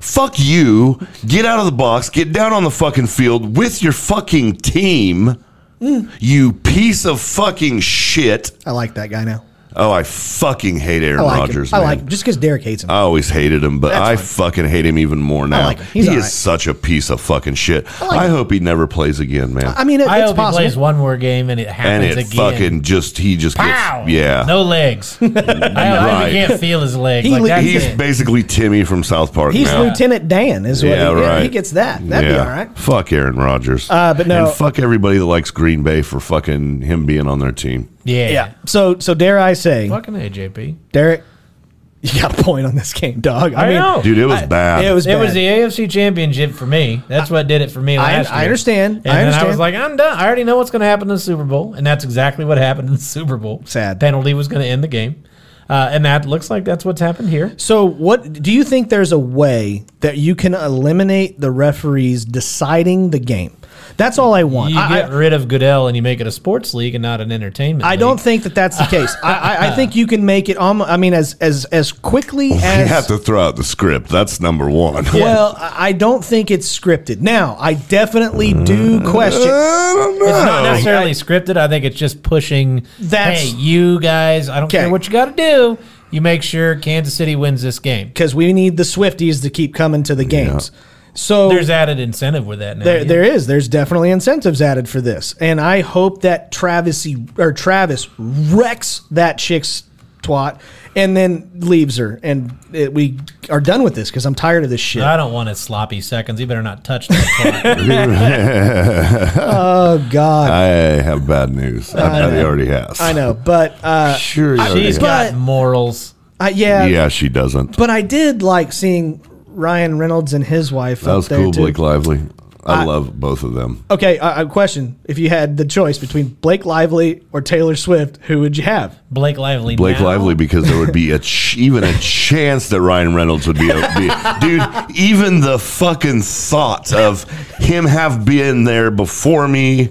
[SPEAKER 2] Fuck you. Get out of the box. Get down on the fucking field with your fucking team.
[SPEAKER 1] Mm.
[SPEAKER 2] You piece of fucking shit.
[SPEAKER 1] I like that guy now.
[SPEAKER 2] Oh, I fucking hate Aaron
[SPEAKER 1] I like
[SPEAKER 2] Rodgers.
[SPEAKER 1] him. I
[SPEAKER 2] man. Uh,
[SPEAKER 1] like him. just because Derek hates him.
[SPEAKER 2] I always hated him, but I fucking hate him even more now.
[SPEAKER 1] like him.
[SPEAKER 2] he
[SPEAKER 1] He's
[SPEAKER 2] is
[SPEAKER 1] all right.
[SPEAKER 2] such a piece of fucking shit. I, hope he never plays again, man.
[SPEAKER 1] I mean, it,
[SPEAKER 3] I
[SPEAKER 1] it's
[SPEAKER 3] hope
[SPEAKER 1] possible.
[SPEAKER 3] he plays one more game and it
[SPEAKER 2] and
[SPEAKER 3] happens
[SPEAKER 2] it
[SPEAKER 3] again.
[SPEAKER 2] fucking just he just gets
[SPEAKER 3] Pow!
[SPEAKER 2] yeah.
[SPEAKER 3] No legs. I, I
[SPEAKER 2] Right.
[SPEAKER 3] can't feel his legs.
[SPEAKER 1] He
[SPEAKER 3] like,
[SPEAKER 1] le-
[SPEAKER 3] that's
[SPEAKER 2] He's
[SPEAKER 3] it.
[SPEAKER 2] basically Timmy from South Park
[SPEAKER 1] He's
[SPEAKER 2] now.
[SPEAKER 1] Lieutenant Dan, is what.
[SPEAKER 2] Yeah,
[SPEAKER 1] he,
[SPEAKER 2] right.
[SPEAKER 1] he gets that. That'd be all right.
[SPEAKER 2] Fuck Aaron Rodgers.
[SPEAKER 1] Uh, but no-
[SPEAKER 2] and fuck everybody that likes Green Bay for fucking him being on their team.
[SPEAKER 3] yeah.
[SPEAKER 1] Yeah. So, so dare I say,
[SPEAKER 3] Fucking AJP.
[SPEAKER 1] Derek, you got a point on this game, dog. Oh, I,
[SPEAKER 3] I
[SPEAKER 1] mean,
[SPEAKER 3] know.
[SPEAKER 2] Dude, it was bad.
[SPEAKER 1] it was
[SPEAKER 3] It was
[SPEAKER 1] bad.
[SPEAKER 3] the AFC Championship for me. That's what did it for me last
[SPEAKER 1] I
[SPEAKER 3] year.
[SPEAKER 1] understand.
[SPEAKER 3] And
[SPEAKER 1] I
[SPEAKER 3] then I
[SPEAKER 1] understand.
[SPEAKER 3] was like, I'm done. I already know what's going to happen in the Super Bowl, and that's exactly what happened in the Super Bowl.
[SPEAKER 1] Sad.
[SPEAKER 3] penalty was going to end the game, uh, and that looks like that's what's happened here.
[SPEAKER 1] So, what do you think? There's a way that you can eliminate the referees deciding the game. That's all I want.
[SPEAKER 3] You
[SPEAKER 1] I,
[SPEAKER 3] get
[SPEAKER 1] I-
[SPEAKER 3] rid of Goodell and you make it a sports league and not an entertainment.
[SPEAKER 1] I don't
[SPEAKER 3] league.
[SPEAKER 1] think that that's the case. I, I, I think you can make it. Um, I mean, as as as quickly
[SPEAKER 2] You
[SPEAKER 1] as
[SPEAKER 2] have to throw out the script. That's number one.
[SPEAKER 1] Well, I I don't think it's scripted. Now, I definitely do
[SPEAKER 2] Mm.
[SPEAKER 1] question.
[SPEAKER 2] I don't know.
[SPEAKER 3] It's not necessarily scripted. I think it's just pushing.
[SPEAKER 1] That's-
[SPEAKER 3] hey, you guys. I don't care
[SPEAKER 1] Okay.
[SPEAKER 3] what you got to do. You make sure Kansas City wins this game.
[SPEAKER 1] Because we need the Swifties to keep coming to the games. So
[SPEAKER 3] There's added incentive with that now.
[SPEAKER 1] There,
[SPEAKER 3] yeah.
[SPEAKER 1] there is. There's definitely incentives added for this, and I hope that Travis or Travis wrecks that chick's twat, and then leaves her, and it, we are done with this because I'm tired of this shit.
[SPEAKER 3] I don't want his sloppy seconds. You better not touch that. clock.
[SPEAKER 1] oh God,
[SPEAKER 2] I have bad news. I, bet he already has.
[SPEAKER 1] I know, but uh,
[SPEAKER 2] Sure, he already
[SPEAKER 3] She's
[SPEAKER 2] has.
[SPEAKER 3] got
[SPEAKER 1] But-
[SPEAKER 3] morals.
[SPEAKER 1] I, yeah,
[SPEAKER 2] yeah, she doesn't.
[SPEAKER 1] but I did like seeing Ryan Reynolds and his wife.
[SPEAKER 2] That
[SPEAKER 1] up
[SPEAKER 2] was
[SPEAKER 1] there
[SPEAKER 2] cool,
[SPEAKER 1] too.
[SPEAKER 2] Blake Lively. I, love both of them.
[SPEAKER 1] Okay, I, I question if you had the choice between Blake Lively or Taylor Swift, who would you have?
[SPEAKER 3] Blake Lively.
[SPEAKER 2] Blake
[SPEAKER 3] now.
[SPEAKER 2] Lively because there would be a ch- even a chance that Ryan Reynolds would be, a, be dude. Even the fucking thought of him have been there before me.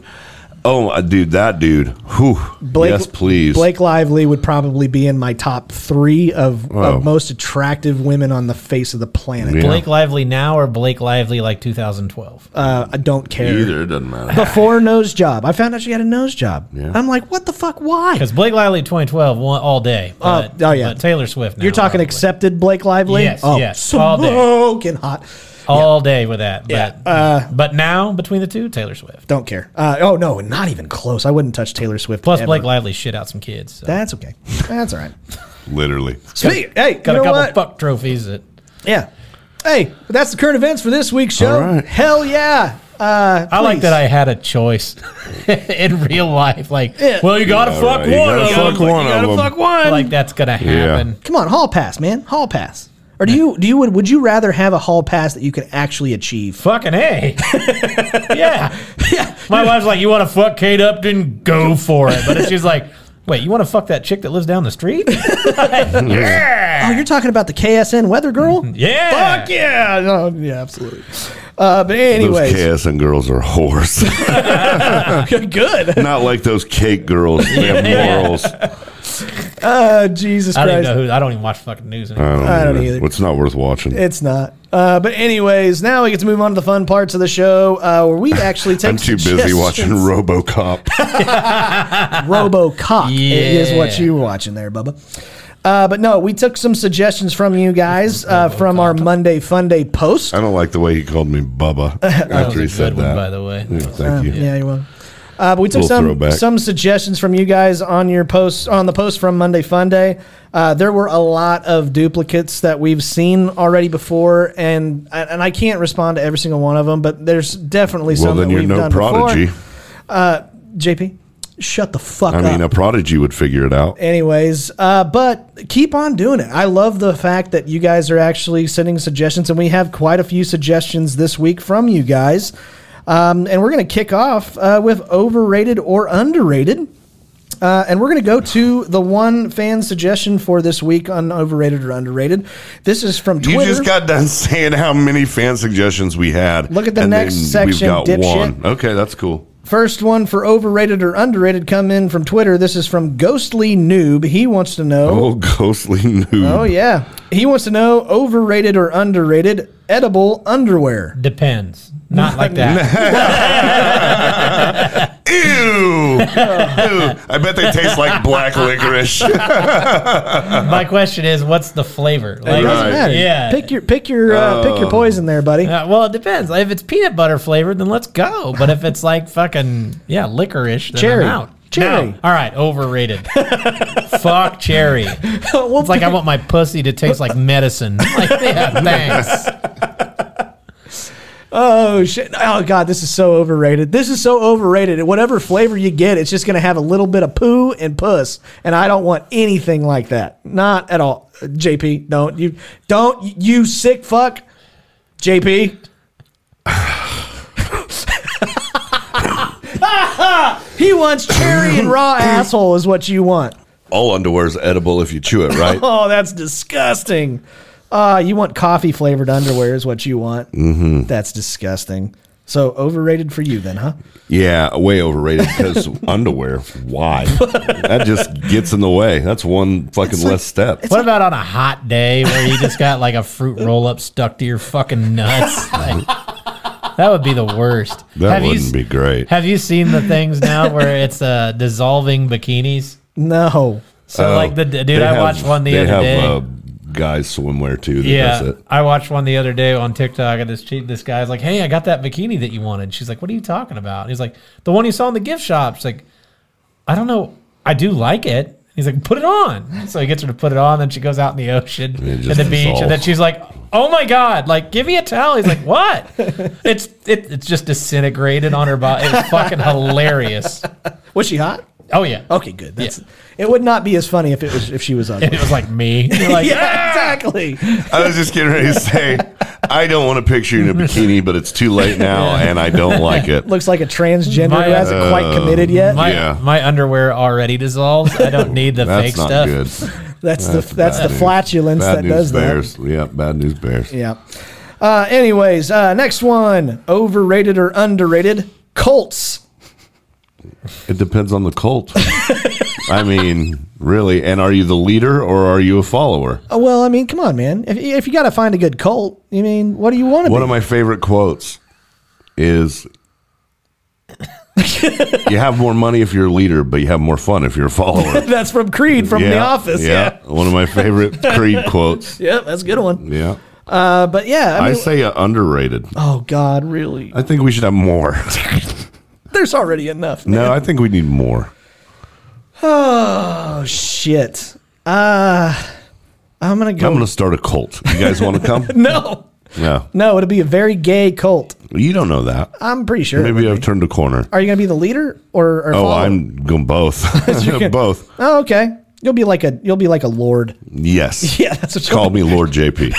[SPEAKER 2] Oh, uh, dude, that dude. Whew.
[SPEAKER 1] Blake,
[SPEAKER 2] yes, please.
[SPEAKER 1] Blake Lively would probably be in my top three of,
[SPEAKER 2] Wow.
[SPEAKER 1] of most attractive women on the face of the planet.
[SPEAKER 2] Yeah.
[SPEAKER 3] Blake Lively now or Blake Lively like 2012?
[SPEAKER 1] Uh, I don't care.
[SPEAKER 2] Either it doesn't matter.
[SPEAKER 1] Before nose job, I found out she had a nose job.
[SPEAKER 2] Yeah.
[SPEAKER 1] I'm like, what the fuck? Why?
[SPEAKER 3] Because Blake Lively 2012 won all day. But,
[SPEAKER 1] oh, yeah.
[SPEAKER 3] But Taylor Swift. Now,
[SPEAKER 1] You're talking
[SPEAKER 3] probably.
[SPEAKER 1] accepted Blake Lively.
[SPEAKER 3] Yes,
[SPEAKER 1] oh,
[SPEAKER 3] yes, all day.
[SPEAKER 1] smoking hot.
[SPEAKER 3] all day with that. But,
[SPEAKER 1] Yeah, uh,
[SPEAKER 3] but now between the two, Taylor Swift
[SPEAKER 1] Don't care. Uh, oh no, not even close. I wouldn't touch Taylor Swift.
[SPEAKER 3] plus
[SPEAKER 1] ever.
[SPEAKER 3] Blake Lively shit out some kids. So.
[SPEAKER 1] That's okay. That's all right.
[SPEAKER 2] Literally.
[SPEAKER 1] Speak. Hey,
[SPEAKER 3] got
[SPEAKER 1] you know
[SPEAKER 3] a couple
[SPEAKER 1] what?
[SPEAKER 3] fuck trophies that
[SPEAKER 1] Yeah. Hey, but that's the current events for this week's show.
[SPEAKER 2] All right.
[SPEAKER 1] Hell yeah. Uh,
[SPEAKER 3] I like
[SPEAKER 1] please.
[SPEAKER 3] that I had a choice in real life. Like, well, you gotta
[SPEAKER 2] Yeah,
[SPEAKER 3] fuck
[SPEAKER 2] right.
[SPEAKER 3] one
[SPEAKER 2] You gotta
[SPEAKER 3] of
[SPEAKER 2] fuck
[SPEAKER 3] them. Like,
[SPEAKER 2] one
[SPEAKER 3] you
[SPEAKER 2] of
[SPEAKER 3] gotta
[SPEAKER 2] them.
[SPEAKER 3] fuck one. Like that's gonna happen.
[SPEAKER 1] Come on, hall pass, man. Hall pass. Or do you do you would would you rather have a hall pass that you can actually achieve?
[SPEAKER 3] Fucking a. yeah. My wife's like, you want to fuck Kate Upton? Go for it. But if she's like, wait, you want to fuck that chick that lives down the street?
[SPEAKER 1] Oh, you're talking about the KSN weather girl?
[SPEAKER 3] yeah.
[SPEAKER 1] Fuck yeah. No, yeah, absolutely. Uh, but
[SPEAKER 2] Those
[SPEAKER 1] anyways,
[SPEAKER 2] KSN girls are whores.
[SPEAKER 1] good.
[SPEAKER 2] Not like those cake girls. They have morals.
[SPEAKER 1] Uh, Jesus
[SPEAKER 3] I don't even
[SPEAKER 1] Christ.
[SPEAKER 3] know who. I don't even watch fucking news
[SPEAKER 2] Uh,
[SPEAKER 3] anymore.
[SPEAKER 1] I don't either.
[SPEAKER 2] It's not worth watching.
[SPEAKER 1] It's not. Uh, but anyways, now we get to move on to the fun parts of the show uh, where we actually take.
[SPEAKER 2] I'm too busy watching
[SPEAKER 1] suggestions.
[SPEAKER 2] RoboCop.
[SPEAKER 1] RoboCop is what
[SPEAKER 3] Yeah.
[SPEAKER 1] you were watching there, Bubba. Uh, but no, we took some suggestions from you guys uh, from our Monday Fun Day post.
[SPEAKER 2] I don't like the way he called me Bubba
[SPEAKER 3] was
[SPEAKER 2] after
[SPEAKER 3] a
[SPEAKER 2] he said
[SPEAKER 3] good one,
[SPEAKER 2] that.
[SPEAKER 3] by the way.
[SPEAKER 2] Yeah, thank you.
[SPEAKER 1] Um, Yeah, you will. Uh, but we took
[SPEAKER 2] Little
[SPEAKER 1] some
[SPEAKER 2] throwback.
[SPEAKER 1] some suggestions from you guys on your posts on the post from Monday Fun Day. Uh, there were a lot of duplicates that we've seen already before, and and I can't respond to every single one of them, but there's definitely
[SPEAKER 2] Well,
[SPEAKER 1] some
[SPEAKER 2] then
[SPEAKER 1] that
[SPEAKER 2] you're
[SPEAKER 1] we've
[SPEAKER 2] no
[SPEAKER 1] done before.
[SPEAKER 2] prodigy.
[SPEAKER 1] JP, shut the fuck
[SPEAKER 2] I
[SPEAKER 1] up.
[SPEAKER 2] mean, a prodigy would figure it out.
[SPEAKER 1] Anyways, uh, but keep on doing it. I love the fact that you guys are actually sending suggestions, and we have quite a few suggestions this week from you guys. Um, and we're going to kick off uh, with overrated or underrated. Uh, and we're going to go to the one fan suggestion for this week on overrated or underrated. This is from Twitter.
[SPEAKER 2] You just got done saying how many fan suggestions we had.
[SPEAKER 1] Look at the
[SPEAKER 2] and
[SPEAKER 1] next
[SPEAKER 2] then
[SPEAKER 1] section, dipshit.
[SPEAKER 2] Okay, that's cool.
[SPEAKER 1] First one for overrated or underrated come in from Twitter. This is from Ghostly Noob. He wants to know.
[SPEAKER 2] Oh, ghostly news.
[SPEAKER 1] Oh yeah, he wants to know overrated or underrated edible underwear.
[SPEAKER 3] Depends. Not like that.
[SPEAKER 2] Ew. Ew. I bet they taste like black licorice.
[SPEAKER 3] My question is, what's the flavor? Like,
[SPEAKER 2] doesn't Right. matter.
[SPEAKER 3] Yeah.
[SPEAKER 1] Pick your pick your uh, pick your poison there, buddy.
[SPEAKER 3] Uh, well, it depends. If it's peanut butter flavored, then let's go. But if it's like fucking yeah, licorice, then
[SPEAKER 1] Cherry.
[SPEAKER 3] I'm out.
[SPEAKER 1] Cherry.
[SPEAKER 3] No. All right, overrated. Fuck cherry. It's like I want my pussy to taste like medicine. Like, yeah, thanks.
[SPEAKER 1] Oh shit! Oh god, this is so overrated. This is so overrated. Whatever flavor you get, it's just gonna have a little bit of poo and puss, and I don't want anything like that. Not at all. JP, don't you don't you sick fuck, JP. he wants cherry and raw asshole is what you want.
[SPEAKER 2] All underwear is edible if you chew it, right?
[SPEAKER 1] Oh, that's disgusting. Uh, you want coffee flavored underwear is what you want. Mm-hmm. That's disgusting. So overrated for you then, huh?
[SPEAKER 2] Yeah, way overrated because underwear. Why? That just gets in the way. That's one fucking less step.
[SPEAKER 3] What about on a hot day where you just got like a fruit roll up stuck to your fucking nuts? Like, that would be the worst.
[SPEAKER 2] That
[SPEAKER 3] Have you
[SPEAKER 2] wouldn't
[SPEAKER 3] s-
[SPEAKER 2] be great.
[SPEAKER 3] Have you seen the things now where it's uh, dissolving bikinis?
[SPEAKER 1] No.
[SPEAKER 3] So
[SPEAKER 2] Oh,
[SPEAKER 3] like the dude,
[SPEAKER 2] they
[SPEAKER 3] I
[SPEAKER 2] have-
[SPEAKER 3] watched one the
[SPEAKER 2] they
[SPEAKER 3] other
[SPEAKER 2] have,
[SPEAKER 3] day.
[SPEAKER 2] Uh, guys swimwear too. That does
[SPEAKER 3] Yeah,
[SPEAKER 2] it.
[SPEAKER 3] I watched one the other day on TikTok, and this cheat, this guy's like, "Hey, I got that bikini that you wanted." She's like, "What are you talking about?" He's like, "The one you saw in the gift shop." She's like, "I don't know. I do like it." He's like, "Put it on." So he gets her to put it on, then she goes out in the ocean,
[SPEAKER 2] it
[SPEAKER 3] and
[SPEAKER 2] just
[SPEAKER 3] the beach, and then
[SPEAKER 2] dissolves.
[SPEAKER 3] she's like, "Oh my god! Like, give me a towel." He's like, "What?" it's it, it's just disintegrated on her body. It was fucking hilarious.
[SPEAKER 1] Was she hot?
[SPEAKER 3] Oh yeah,
[SPEAKER 1] Okay, good. That's it would not be as funny if it was if she was ugly.
[SPEAKER 3] it was like me. You're like,
[SPEAKER 1] yeah,
[SPEAKER 3] "Ah!"
[SPEAKER 1] exactly.
[SPEAKER 2] I was just getting ready to say, I don't want to picture you in a bikini, but it's too late now, and I don't like it.
[SPEAKER 1] Looks like a transgender
[SPEAKER 3] My-
[SPEAKER 1] who hasn't quite committed yet.
[SPEAKER 3] My,
[SPEAKER 2] Yeah.
[SPEAKER 3] my underwear already dissolves. I don't need the
[SPEAKER 2] That's
[SPEAKER 3] fake
[SPEAKER 2] not
[SPEAKER 3] stuff.
[SPEAKER 2] good.
[SPEAKER 1] that's, the that's the
[SPEAKER 2] bad news.
[SPEAKER 1] flatulence
[SPEAKER 2] Bad
[SPEAKER 1] that
[SPEAKER 2] news
[SPEAKER 1] does that.
[SPEAKER 2] bears. Yeah, bad news bears.
[SPEAKER 1] Yeah. Uh, anyways, uh, next one. Overrated or underrated? Colts.
[SPEAKER 2] It depends on the cult. I mean, really. And are you the leader or are you a follower?
[SPEAKER 1] Oh, well, I mean, come on, man. If, if you got to find a good cult, I mean, what do you want to
[SPEAKER 2] One
[SPEAKER 1] be?
[SPEAKER 2] of my favorite quotes is You have more money if you're a leader, but you have more fun if you're a follower.
[SPEAKER 1] That's from Creed from The Office. Yeah.
[SPEAKER 2] One of my favorite Creed quotes.
[SPEAKER 1] yeah. that's a good one.
[SPEAKER 2] Yeah.
[SPEAKER 1] Uh, but yeah, I
[SPEAKER 2] I
[SPEAKER 1] mean,
[SPEAKER 2] say uh, underrated.
[SPEAKER 1] oh God, really?
[SPEAKER 2] I think we should have more.
[SPEAKER 1] There's already enough.
[SPEAKER 2] No, I think we need more.
[SPEAKER 1] Oh shit. Uh, I'm gonna go.
[SPEAKER 2] I'm going to start a cult. You guys want to come?
[SPEAKER 1] no,
[SPEAKER 2] No,
[SPEAKER 1] No, it'll be a very gay cult.
[SPEAKER 2] you don't know that.
[SPEAKER 1] I'm pretty sure.
[SPEAKER 2] Maybe I've turned a corner.
[SPEAKER 1] Are you going to be the leader or? or
[SPEAKER 2] Oh,
[SPEAKER 1] follower?
[SPEAKER 2] I'm going both. both.
[SPEAKER 1] Oh, okay. You'll be like a you'll be like a lord.
[SPEAKER 2] Yes.
[SPEAKER 1] Yeah, that's what
[SPEAKER 2] Call me Lord JP.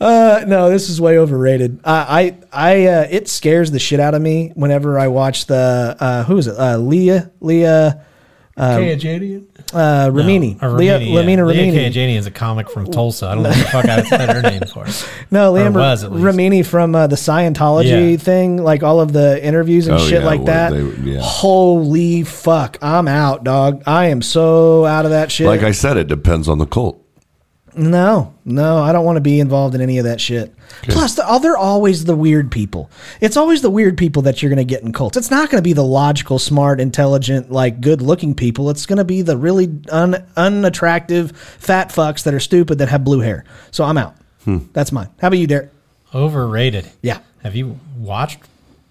[SPEAKER 1] No, this is way overrated. I I, I uh, it scares the shit out of me whenever I watch the uh, who is it? Uh, Leah Leah
[SPEAKER 3] Kajadian?
[SPEAKER 1] uh, Ramini.
[SPEAKER 3] Or
[SPEAKER 1] Leah
[SPEAKER 3] Ramini, yeah.
[SPEAKER 1] Um, Lamina
[SPEAKER 3] Leah
[SPEAKER 1] Ramini.
[SPEAKER 3] Kajadian is a comic from Tulsa. I don't know what the fuck I said her name for.
[SPEAKER 1] No,
[SPEAKER 3] Or
[SPEAKER 1] Liam
[SPEAKER 3] was, at least.
[SPEAKER 1] Ramini from uh, the Scientology
[SPEAKER 3] Yeah.
[SPEAKER 1] thing, like all of the interviews and
[SPEAKER 2] Oh,
[SPEAKER 1] shit
[SPEAKER 2] yeah,
[SPEAKER 1] like
[SPEAKER 2] what
[SPEAKER 1] that.
[SPEAKER 2] they- yeah.
[SPEAKER 1] Holy fuck, I'm out, dog. I am so out of that shit.
[SPEAKER 2] like I said, it depends on the cult.
[SPEAKER 1] No, no, I don't want to be involved in any of that shit. Plus, the, oh, they're always the weird people. It's always the weird people that you're going to get in cults. It's not going to be the logical, smart, intelligent, like good looking people. It's going to be the really un, unattractive fat fucks that are stupid that have blue hair. So I'm out. That's mine. How about you, Derek?
[SPEAKER 3] Overrated.
[SPEAKER 1] Yeah.
[SPEAKER 3] Have you watched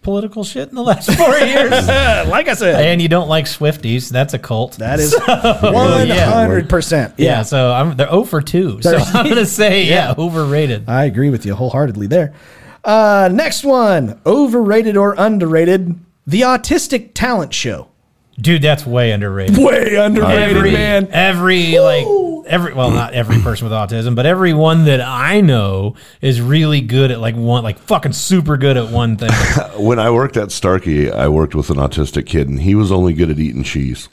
[SPEAKER 3] political shit in the last four years?
[SPEAKER 1] like I said,
[SPEAKER 3] and you don't like Swifties. That's a cult.
[SPEAKER 1] that is 100%.
[SPEAKER 3] yeah. so I'm they're 0 for 2. So I'm going to say, yeah, overrated.
[SPEAKER 1] I agree with you wholeheartedly there. Uh, next one overrated or underrated? The Autistic Talent Show.
[SPEAKER 3] Dude, that's way underrated.
[SPEAKER 1] Way underrated,
[SPEAKER 2] Every-
[SPEAKER 1] man.
[SPEAKER 3] Every like every well, not every person with autism, but everyone that I know is really good at like one like fucking super good at one thing.
[SPEAKER 2] When I worked at Starkey, I worked with an autistic kid, and he was only good at eating cheese.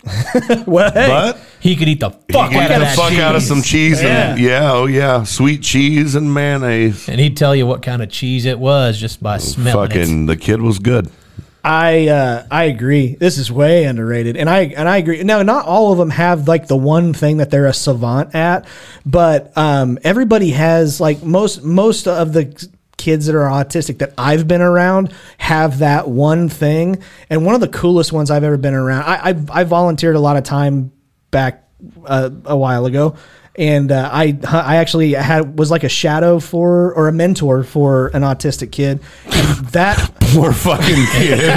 [SPEAKER 1] Well, hey,
[SPEAKER 2] But
[SPEAKER 3] He could eat the fuck
[SPEAKER 2] he
[SPEAKER 3] out of
[SPEAKER 2] got the
[SPEAKER 3] that
[SPEAKER 2] fuck
[SPEAKER 3] cheese.
[SPEAKER 2] out of some cheese. And, yeah, oh yeah, sweet cheese and mayonnaise.
[SPEAKER 3] and he'd tell you what kind of cheese it was just by smelling it.
[SPEAKER 2] Fucking, the kid was good.
[SPEAKER 1] I uh, I agree. This is way underrated, and I and I agree. Now, not all of them have like the one thing that they're a savant at, but um, everybody has like most most of the kids that are autistic that I've been around have that one thing. And one of the coolest ones I've ever been around. I I, I volunteered a lot of time back uh, a while ago. And uh, I, I actually had was like a shadow for or a mentor for an autistic kid. And that
[SPEAKER 2] Poor fucking kid.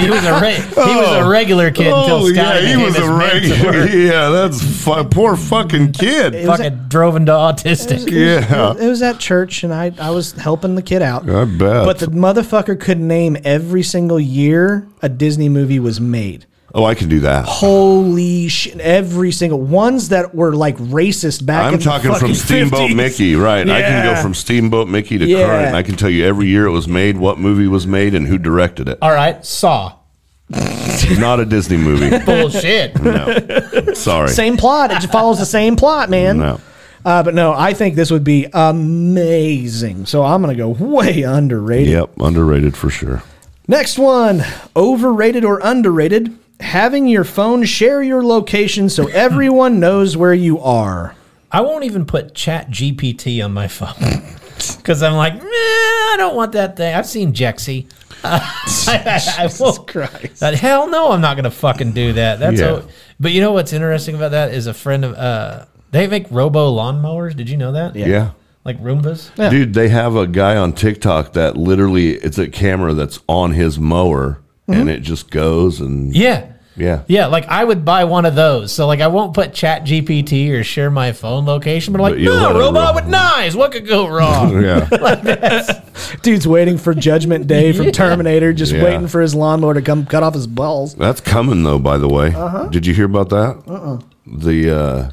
[SPEAKER 3] He was a re- he was a regular kid until Scotty
[SPEAKER 2] Oh. yeah, he
[SPEAKER 3] became
[SPEAKER 2] was
[SPEAKER 3] his
[SPEAKER 2] a
[SPEAKER 3] mentor.
[SPEAKER 2] regular. Yeah, that's fu- poor fucking kid.
[SPEAKER 3] Fucking drove into autistic.
[SPEAKER 2] Yeah,
[SPEAKER 1] It was at church, and I, I was helping the kid out.
[SPEAKER 2] I bet.
[SPEAKER 1] But the motherfucker could name every single year a Disney movie was made.
[SPEAKER 2] oh, I can do that.
[SPEAKER 1] Holy shit! Every single ones that were like racist back.
[SPEAKER 2] I'm
[SPEAKER 1] in the
[SPEAKER 2] talking
[SPEAKER 1] fucking
[SPEAKER 2] from Steamboat
[SPEAKER 1] 50s.
[SPEAKER 2] Mickey, right? I can go
[SPEAKER 1] Yeah.
[SPEAKER 2] from Steamboat Mickey to
[SPEAKER 1] Yeah.
[SPEAKER 2] current. and I can tell you every year it was made, what movie was made, and who directed it.
[SPEAKER 3] All right, saw.
[SPEAKER 2] Not a Disney movie.
[SPEAKER 3] Bullshit.
[SPEAKER 2] No, sorry.
[SPEAKER 1] Same plot. It just follows the same plot, man.
[SPEAKER 2] No.
[SPEAKER 1] Uh, but no, I think this would be amazing. So I'm gonna go way underrated.
[SPEAKER 2] Yep, underrated for sure.
[SPEAKER 1] Next one overrated or underrated? Having your phone share your location so everyone knows where you are.
[SPEAKER 3] I won't even put Chat GPT on my phone because I'm like, "Meh, I don't want that thing. I've seen Jexy. I, won't.
[SPEAKER 1] Christ.
[SPEAKER 3] Uh, hell no, I'm not gonna fucking do that. That's
[SPEAKER 2] Yeah.
[SPEAKER 3] o- but you know what's interesting about that is a friend of uh, they make robo lawnmowers. Did you know that?
[SPEAKER 2] Yeah.
[SPEAKER 3] like Roombas.
[SPEAKER 2] Dude, they have a guy on TikTok that literally it's a camera that's on his mower and it just goes and
[SPEAKER 3] Yeah.
[SPEAKER 2] Yeah.
[SPEAKER 3] Yeah, like I would buy one of those. So like I won't put Chat GPT or share my phone location, but I'm like,
[SPEAKER 2] But you'll
[SPEAKER 3] no,
[SPEAKER 2] let it
[SPEAKER 3] robot
[SPEAKER 2] roll."
[SPEAKER 3] with knives. What could go wrong?
[SPEAKER 2] Yeah.
[SPEAKER 1] Dude's waiting for Judgment Day from Terminator, just
[SPEAKER 2] Yeah.
[SPEAKER 1] waiting for his lawnmower to come cut off his balls.
[SPEAKER 2] That's coming though, by the way. Did you hear about that? Uh-uh. The uh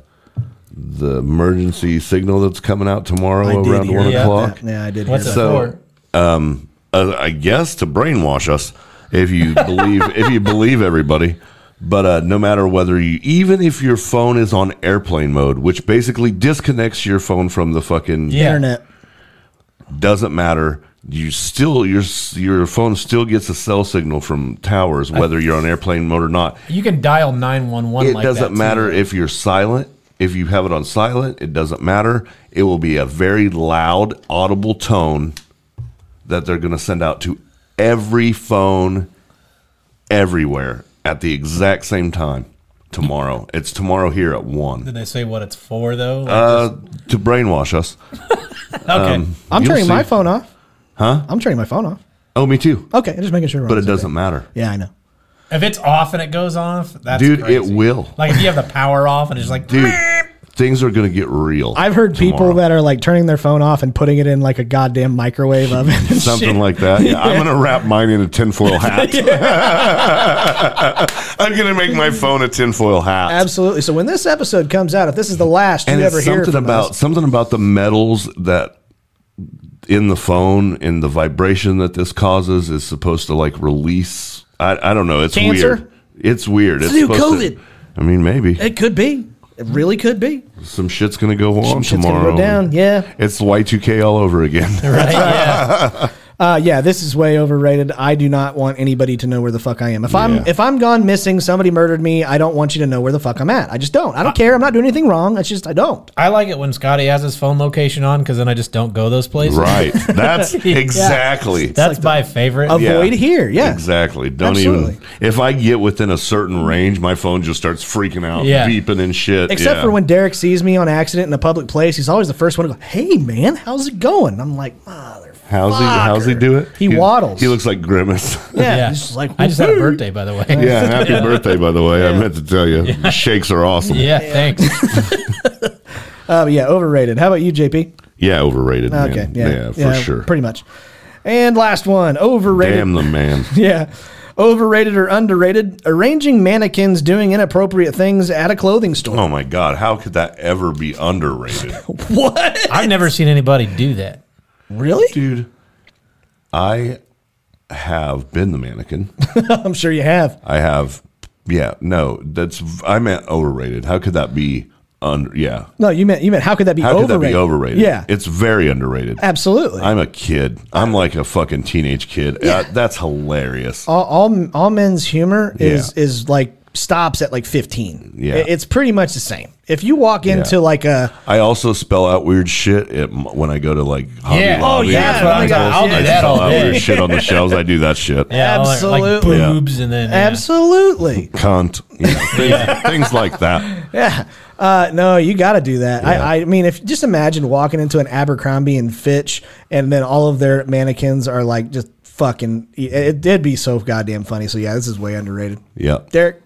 [SPEAKER 2] the emergency signal that's coming out tomorrow around one
[SPEAKER 3] about
[SPEAKER 2] o'clock.
[SPEAKER 1] Yeah, I did.
[SPEAKER 3] What's
[SPEAKER 1] hear
[SPEAKER 3] it
[SPEAKER 1] that.
[SPEAKER 2] So-
[SPEAKER 3] for?
[SPEAKER 2] uh, I guess to brainwash us if you believe if you believe everybody. But uh, no matter whether you, even if your phone is on airplane mode, which basically disconnects your phone from the fucking,
[SPEAKER 3] Yeah.
[SPEAKER 1] Internet.
[SPEAKER 2] doesn't matter. You still your s- your phone still gets a cell signal from towers, whether you're on airplane mode or not.
[SPEAKER 3] You can dial nine one one.
[SPEAKER 2] It
[SPEAKER 3] like that,
[SPEAKER 2] doesn't
[SPEAKER 3] too.
[SPEAKER 2] matter if you're silent. If you have it on silent, it doesn't matter. It will be a very loud, audible tone that they're going to send out to every phone everywhere at the exact same time tomorrow. It's tomorrow here at 1
[SPEAKER 3] Did they say what it's for though? Like
[SPEAKER 2] to brainwash us.
[SPEAKER 3] just-
[SPEAKER 2] Uh,
[SPEAKER 3] okay.
[SPEAKER 1] I'm
[SPEAKER 2] You'll
[SPEAKER 1] turning my
[SPEAKER 2] see.
[SPEAKER 1] phone off. Huh? I'm turning my phone off.
[SPEAKER 2] Oh, me too.
[SPEAKER 1] Okay, just making sure.
[SPEAKER 2] But it doesn't matter.
[SPEAKER 1] Yeah, I know.
[SPEAKER 3] if it's off and it goes off, that's
[SPEAKER 2] Dude,
[SPEAKER 3] crazy.
[SPEAKER 2] it will.
[SPEAKER 3] Like if you have the power off and it's like
[SPEAKER 2] Dude,
[SPEAKER 3] "Meep."
[SPEAKER 2] things are going to get real.
[SPEAKER 1] I've heard people
[SPEAKER 2] tomorrow.
[SPEAKER 1] that are like turning their phone off and putting it in like a goddamn microwave oven. and
[SPEAKER 2] Something
[SPEAKER 1] shit.
[SPEAKER 2] like that. Yeah, I'm going to wrap mine in a tinfoil hat. I'm going to make my phone a tinfoil hat.
[SPEAKER 1] Absolutely. So when this episode comes out, if this is the last
[SPEAKER 2] and
[SPEAKER 1] you
[SPEAKER 2] it's
[SPEAKER 1] ever hear
[SPEAKER 2] something
[SPEAKER 1] from
[SPEAKER 2] about
[SPEAKER 1] us,
[SPEAKER 2] something about the metals that in the phone and the vibration that this causes is supposed to like release. I, I don't know. It's
[SPEAKER 1] Cancer?
[SPEAKER 2] weird. It's weird. It's,
[SPEAKER 1] the new
[SPEAKER 2] supposed to-
[SPEAKER 1] COVID.
[SPEAKER 2] I mean, maybe
[SPEAKER 1] it could be. It really could be.
[SPEAKER 2] some shit's gonna go on
[SPEAKER 1] shit's gonna go
[SPEAKER 2] tomorrow.
[SPEAKER 1] down, yeah.
[SPEAKER 2] it's Y two K all over again.
[SPEAKER 3] Right? Yeah.
[SPEAKER 1] Uh, yeah, this is way overrated. I do not want anybody to know where the fuck I am. If
[SPEAKER 2] Yeah.
[SPEAKER 1] I'm if I'm gone missing, somebody murdered me. I don't want you to know where the fuck I'm at. I just don't. I don't care. I'm not doing anything wrong. It's just I don't.
[SPEAKER 3] I like it when Scotty has his phone location on because then I just don't go those places.
[SPEAKER 2] right. That's
[SPEAKER 3] Yeah.
[SPEAKER 2] exactly.
[SPEAKER 3] That's my favorite.
[SPEAKER 1] Avoid here. Yeah.
[SPEAKER 2] Exactly. Don't
[SPEAKER 1] Absolutely.
[SPEAKER 2] even. If I get within a certain range, my phone just starts freaking out,
[SPEAKER 3] Yeah.
[SPEAKER 2] beeping and shit.
[SPEAKER 1] Except
[SPEAKER 2] Yeah.
[SPEAKER 1] for when Derek sees me on accident in a public place, he's always the first one to go, "Hey man, how's it going?" I'm like, "Mother."
[SPEAKER 2] How's he? How's he do it?
[SPEAKER 1] He waddles.
[SPEAKER 2] He looks like grimace.
[SPEAKER 1] Yeah.
[SPEAKER 3] yeah.
[SPEAKER 1] He's just like,
[SPEAKER 3] I just had a birthday, by the way. Yeah.
[SPEAKER 2] Yeah, happy birthday, by the way. I meant to tell you. Shakes are awesome. Yeah,
[SPEAKER 3] thanks.
[SPEAKER 1] Uh, but yeah, overrated. How about you, JP?
[SPEAKER 2] overrated, man.
[SPEAKER 1] Okay.
[SPEAKER 2] Yeah,
[SPEAKER 1] Yeah.
[SPEAKER 2] for sure.
[SPEAKER 1] Pretty much. And last one, overrated.
[SPEAKER 2] Damn the man.
[SPEAKER 1] Yeah. Overrated or underrated, arranging mannequins doing inappropriate things at a clothing store.
[SPEAKER 2] Oh my God. How could that ever be underrated?
[SPEAKER 1] What?
[SPEAKER 3] I've never seen anybody do that.
[SPEAKER 1] Really?
[SPEAKER 2] Dude, I have been the mannequin.
[SPEAKER 1] I'm sure you have.
[SPEAKER 2] I have, yeah, no, that's, I meant overrated. How could that be under, yeah.
[SPEAKER 1] No, you meant you meant how could that be
[SPEAKER 2] How
[SPEAKER 1] overrated?
[SPEAKER 2] could that be overrated?
[SPEAKER 1] Yeah.
[SPEAKER 2] It's very underrated.
[SPEAKER 1] absolutely.
[SPEAKER 2] I'm a kid. I'm like a fucking teenage kid. Uh, that's hilarious.
[SPEAKER 1] all, all all men's humor is
[SPEAKER 2] Yeah.
[SPEAKER 1] is like stops at like 15.
[SPEAKER 2] Yeah.
[SPEAKER 1] It- It's pretty much the same. If you walk into like a
[SPEAKER 2] I also spell out weird shit at, m- when I go to like Hobby
[SPEAKER 3] Yeah. Oh,
[SPEAKER 2] Lobby.
[SPEAKER 3] yeah, that's what I'm talking- I'll do
[SPEAKER 2] I
[SPEAKER 3] that
[SPEAKER 2] spell
[SPEAKER 3] all
[SPEAKER 2] out
[SPEAKER 3] day.
[SPEAKER 2] weird shit on the shelves. I do that shit.
[SPEAKER 3] Yeah, like- Like,
[SPEAKER 1] Absolutely.
[SPEAKER 2] Yeah.
[SPEAKER 3] boobs and then. yeah.
[SPEAKER 1] absolutely.
[SPEAKER 2] Cunt. You know, things, things like that.
[SPEAKER 1] Yeah. Uh, no, you got to do that.
[SPEAKER 2] Yeah.
[SPEAKER 1] I, I mean, if just imagine walking into an Abercrombie and Fitch, and then all of their mannequins are like just fucking. It, it did be so goddamn funny. So yeah, this is way underrated.
[SPEAKER 2] Yeah.
[SPEAKER 1] Derek,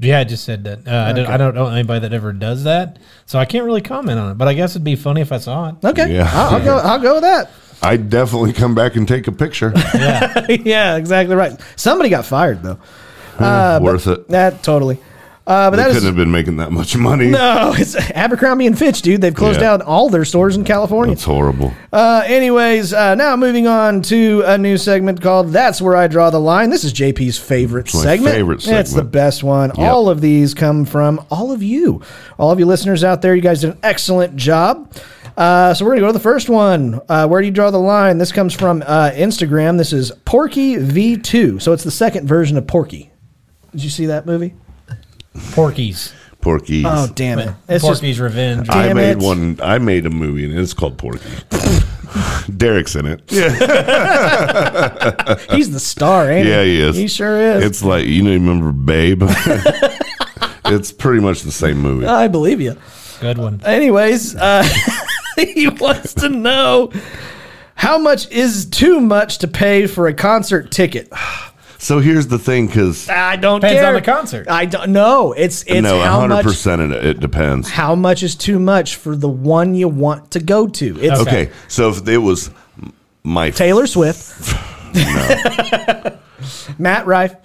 [SPEAKER 3] Yeah, I just said that. Uh, I, don't, I don't know anybody that ever does that, so I can't really comment on it. But I guess it'd be funny if I saw it.
[SPEAKER 1] okay,
[SPEAKER 2] Yeah.
[SPEAKER 1] I'll, I'll go. I'll go with that.
[SPEAKER 2] I'd definitely come back and take a picture.
[SPEAKER 1] yeah, exactly right. Somebody got fired though.
[SPEAKER 3] Uh,
[SPEAKER 2] Worth it.
[SPEAKER 1] That totally. Uh, but
[SPEAKER 2] They
[SPEAKER 1] that
[SPEAKER 2] couldn't
[SPEAKER 1] is
[SPEAKER 2] have been making that much money.
[SPEAKER 1] no. It's Abercrombie and Fitch, dude. They've closed
[SPEAKER 2] Yeah.
[SPEAKER 1] down all their stores in California.
[SPEAKER 2] That's horrible.
[SPEAKER 1] Uh, anyways, uh, now moving on to a new segment called "That's Where I Draw the Line." This is JP's favorite
[SPEAKER 2] my
[SPEAKER 1] segment.
[SPEAKER 2] favorite
[SPEAKER 1] It's the
[SPEAKER 2] segment.
[SPEAKER 1] best one. All of these come from all of you, all of you listeners out there. You guys did an excellent job. Uh, so we're gonna go to the first one. Uh, where do you draw the line? This comes from uh, Instagram. This is Porky V two. So it's the second version of Porky. Did you see that movie?
[SPEAKER 3] Porky's.
[SPEAKER 2] Porky's.
[SPEAKER 1] Oh damn it! It's
[SPEAKER 3] Porky's
[SPEAKER 1] just
[SPEAKER 3] Revenge.
[SPEAKER 2] I
[SPEAKER 1] damn
[SPEAKER 2] made
[SPEAKER 1] it.
[SPEAKER 2] one. I made a movie and it's called Porky. Derek's in it. Yeah,
[SPEAKER 1] he's the star, ain't
[SPEAKER 2] yeah, he is.
[SPEAKER 1] He sure is.
[SPEAKER 2] It's like you know, remember Babe. it's pretty much the same movie.
[SPEAKER 1] I believe you.
[SPEAKER 3] Good one.
[SPEAKER 1] Anyways, uh, he wants to know how much is too much to pay for a concert ticket.
[SPEAKER 2] So here's the thing, because
[SPEAKER 1] I don't
[SPEAKER 3] Depends
[SPEAKER 1] care.
[SPEAKER 3] on the concert.
[SPEAKER 1] I don't know. It's it's
[SPEAKER 2] no,
[SPEAKER 1] how
[SPEAKER 2] hundred
[SPEAKER 1] much
[SPEAKER 2] percent it, it depends.
[SPEAKER 1] how much is too much for the one you want to go to. It's
[SPEAKER 2] Okay, so if it was my
[SPEAKER 1] Taylor Swift, Matt Rife.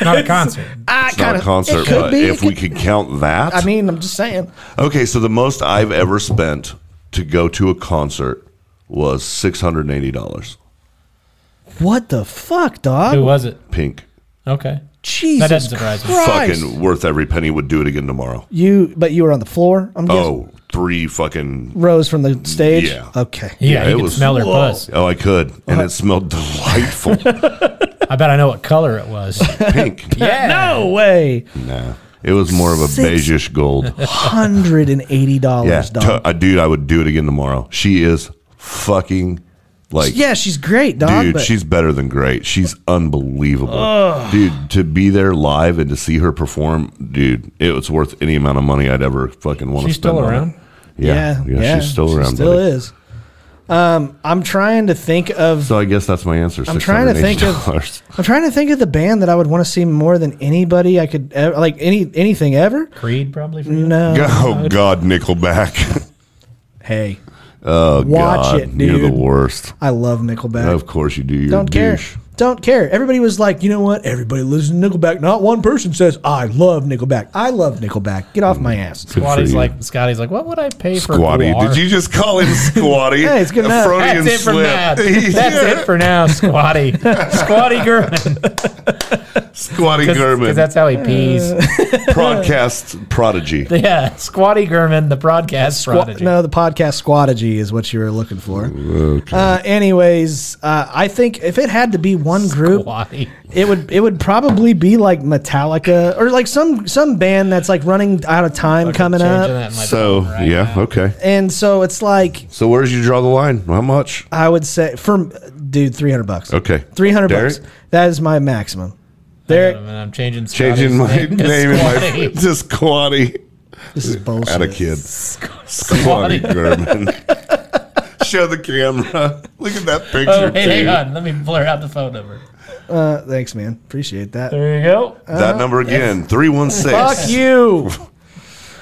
[SPEAKER 3] Not a concert.
[SPEAKER 1] I
[SPEAKER 2] it's not
[SPEAKER 1] kind
[SPEAKER 2] a
[SPEAKER 1] of
[SPEAKER 2] concert,
[SPEAKER 1] It could
[SPEAKER 2] but
[SPEAKER 1] be, it
[SPEAKER 2] if we could count that,
[SPEAKER 1] I mean, I'm just saying.
[SPEAKER 2] okay, so the most I've ever spent to go to a concert was six hundred and eighty dollars.
[SPEAKER 1] What the fuck,
[SPEAKER 3] Who
[SPEAKER 1] dog?
[SPEAKER 3] was it?
[SPEAKER 2] Pink,
[SPEAKER 3] Okay.
[SPEAKER 1] Jesus
[SPEAKER 3] doesn't surprise me.
[SPEAKER 1] Christ.
[SPEAKER 2] fucking worth every penny. Would do it again tomorrow.
[SPEAKER 1] You, but you were on the floor. I'm guessing.
[SPEAKER 2] Oh, three fucking.
[SPEAKER 1] Rose from the stage.
[SPEAKER 2] Yeah.
[SPEAKER 1] Okay.
[SPEAKER 3] Yeah,
[SPEAKER 2] it
[SPEAKER 3] you can
[SPEAKER 2] was-
[SPEAKER 3] smell her buzz.
[SPEAKER 2] Oh, I could,
[SPEAKER 1] Uh-huh.
[SPEAKER 2] and it smelled delightful.
[SPEAKER 3] I bet I know what color it was.
[SPEAKER 2] Pink.
[SPEAKER 3] yeah.
[SPEAKER 1] No way.
[SPEAKER 2] Nah, it was more of a
[SPEAKER 1] Six-
[SPEAKER 2] beigeish gold.
[SPEAKER 1] Hundred and eighty
[SPEAKER 2] Yeah,
[SPEAKER 1] dollars,
[SPEAKER 2] t-
[SPEAKER 1] dog.
[SPEAKER 2] uh, dude, I would do it again tomorrow. She is fucking like.
[SPEAKER 1] yeah, she's great, dog.
[SPEAKER 2] Dude,
[SPEAKER 1] but
[SPEAKER 2] she's better than great. She's unbelievable. Dude, to be there live and to see her perform, dude, it was worth any amount of money I'd ever fucking want to
[SPEAKER 3] She's
[SPEAKER 2] spend.
[SPEAKER 3] still
[SPEAKER 2] on it.
[SPEAKER 3] around?
[SPEAKER 2] Yeah, yeah, she's still
[SPEAKER 1] she
[SPEAKER 2] around.
[SPEAKER 1] Still
[SPEAKER 2] buddy.
[SPEAKER 1] is. Um, I'm trying to think of.
[SPEAKER 2] So I guess that's my answer.
[SPEAKER 1] I'm trying to think
[SPEAKER 2] $680.
[SPEAKER 1] of. I'm trying to think of the band that I would want to see more than anybody I could ever, like any anything ever.
[SPEAKER 3] Creed probably for you.
[SPEAKER 1] No.
[SPEAKER 2] Oh God, Nickelback!
[SPEAKER 1] Hey,
[SPEAKER 2] Oh
[SPEAKER 1] Watch
[SPEAKER 2] God,
[SPEAKER 1] it,
[SPEAKER 2] you're the
[SPEAKER 1] dude.
[SPEAKER 2] worst.
[SPEAKER 1] I love Nickelback.
[SPEAKER 2] Of course you do. You're
[SPEAKER 1] Don't
[SPEAKER 2] a
[SPEAKER 1] care.
[SPEAKER 2] douche.
[SPEAKER 1] Don't care. Everybody was like, you know what? Everybody listens to Nickelback. Not one person says I love Nickelback. I love Nickelback. Get
[SPEAKER 2] Mm.
[SPEAKER 1] off my ass.
[SPEAKER 2] Good for
[SPEAKER 3] Scotty's
[SPEAKER 2] you.
[SPEAKER 3] like Scotty's like, what would I pay for
[SPEAKER 2] Squatty.
[SPEAKER 3] Guar?
[SPEAKER 2] Did you just call him Squatty?
[SPEAKER 1] Hey, it's good
[SPEAKER 2] A
[SPEAKER 1] enough.
[SPEAKER 2] Freudian
[SPEAKER 3] That's it for
[SPEAKER 2] slip.
[SPEAKER 3] now.
[SPEAKER 2] He's-
[SPEAKER 3] That's it for now, Squatty. Squatty Gurman.
[SPEAKER 2] Squatty
[SPEAKER 3] Because
[SPEAKER 2] Gurman,
[SPEAKER 3] that's how he pees.
[SPEAKER 1] Uh.
[SPEAKER 2] broadcast prodigy.
[SPEAKER 3] Yeah, Squatty Gurman, the broadcast prodigy.
[SPEAKER 1] No, the podcast Squadagy is what you were looking for. Uh, anyways, uh, I think if it had to be one group,
[SPEAKER 3] Squatty.
[SPEAKER 1] it would it would probably be like Metallica or like some some band that's like running out of time coming
[SPEAKER 3] Changing
[SPEAKER 1] up.
[SPEAKER 3] that in my
[SPEAKER 2] So
[SPEAKER 3] phone right
[SPEAKER 2] yeah,
[SPEAKER 3] now.
[SPEAKER 2] okay.
[SPEAKER 1] And so it's like
[SPEAKER 2] So where's you draw the line? How much?
[SPEAKER 1] I would say for dude, three hundred bucks.
[SPEAKER 2] Okay,
[SPEAKER 1] three hundred bucks.
[SPEAKER 2] Derek?
[SPEAKER 1] That is my maximum.
[SPEAKER 3] I
[SPEAKER 1] Derek,
[SPEAKER 3] mean, I'm changing Scotty's
[SPEAKER 2] Changing my name,
[SPEAKER 3] to
[SPEAKER 2] and my
[SPEAKER 3] Squatty.
[SPEAKER 2] to Squatty.
[SPEAKER 1] this is bullshit.
[SPEAKER 2] At a kid.
[SPEAKER 3] Squatty.
[SPEAKER 2] Squatty Gurman. Show the camera. Look at that picture.
[SPEAKER 3] Oh, hey, hang
[SPEAKER 2] dude.
[SPEAKER 3] on. Let me blur out the phone number.
[SPEAKER 1] Uh, thanks, man. Appreciate that.
[SPEAKER 3] There you go.
[SPEAKER 2] That number again, three one
[SPEAKER 1] Uh, Fuck
[SPEAKER 2] six.
[SPEAKER 1] you.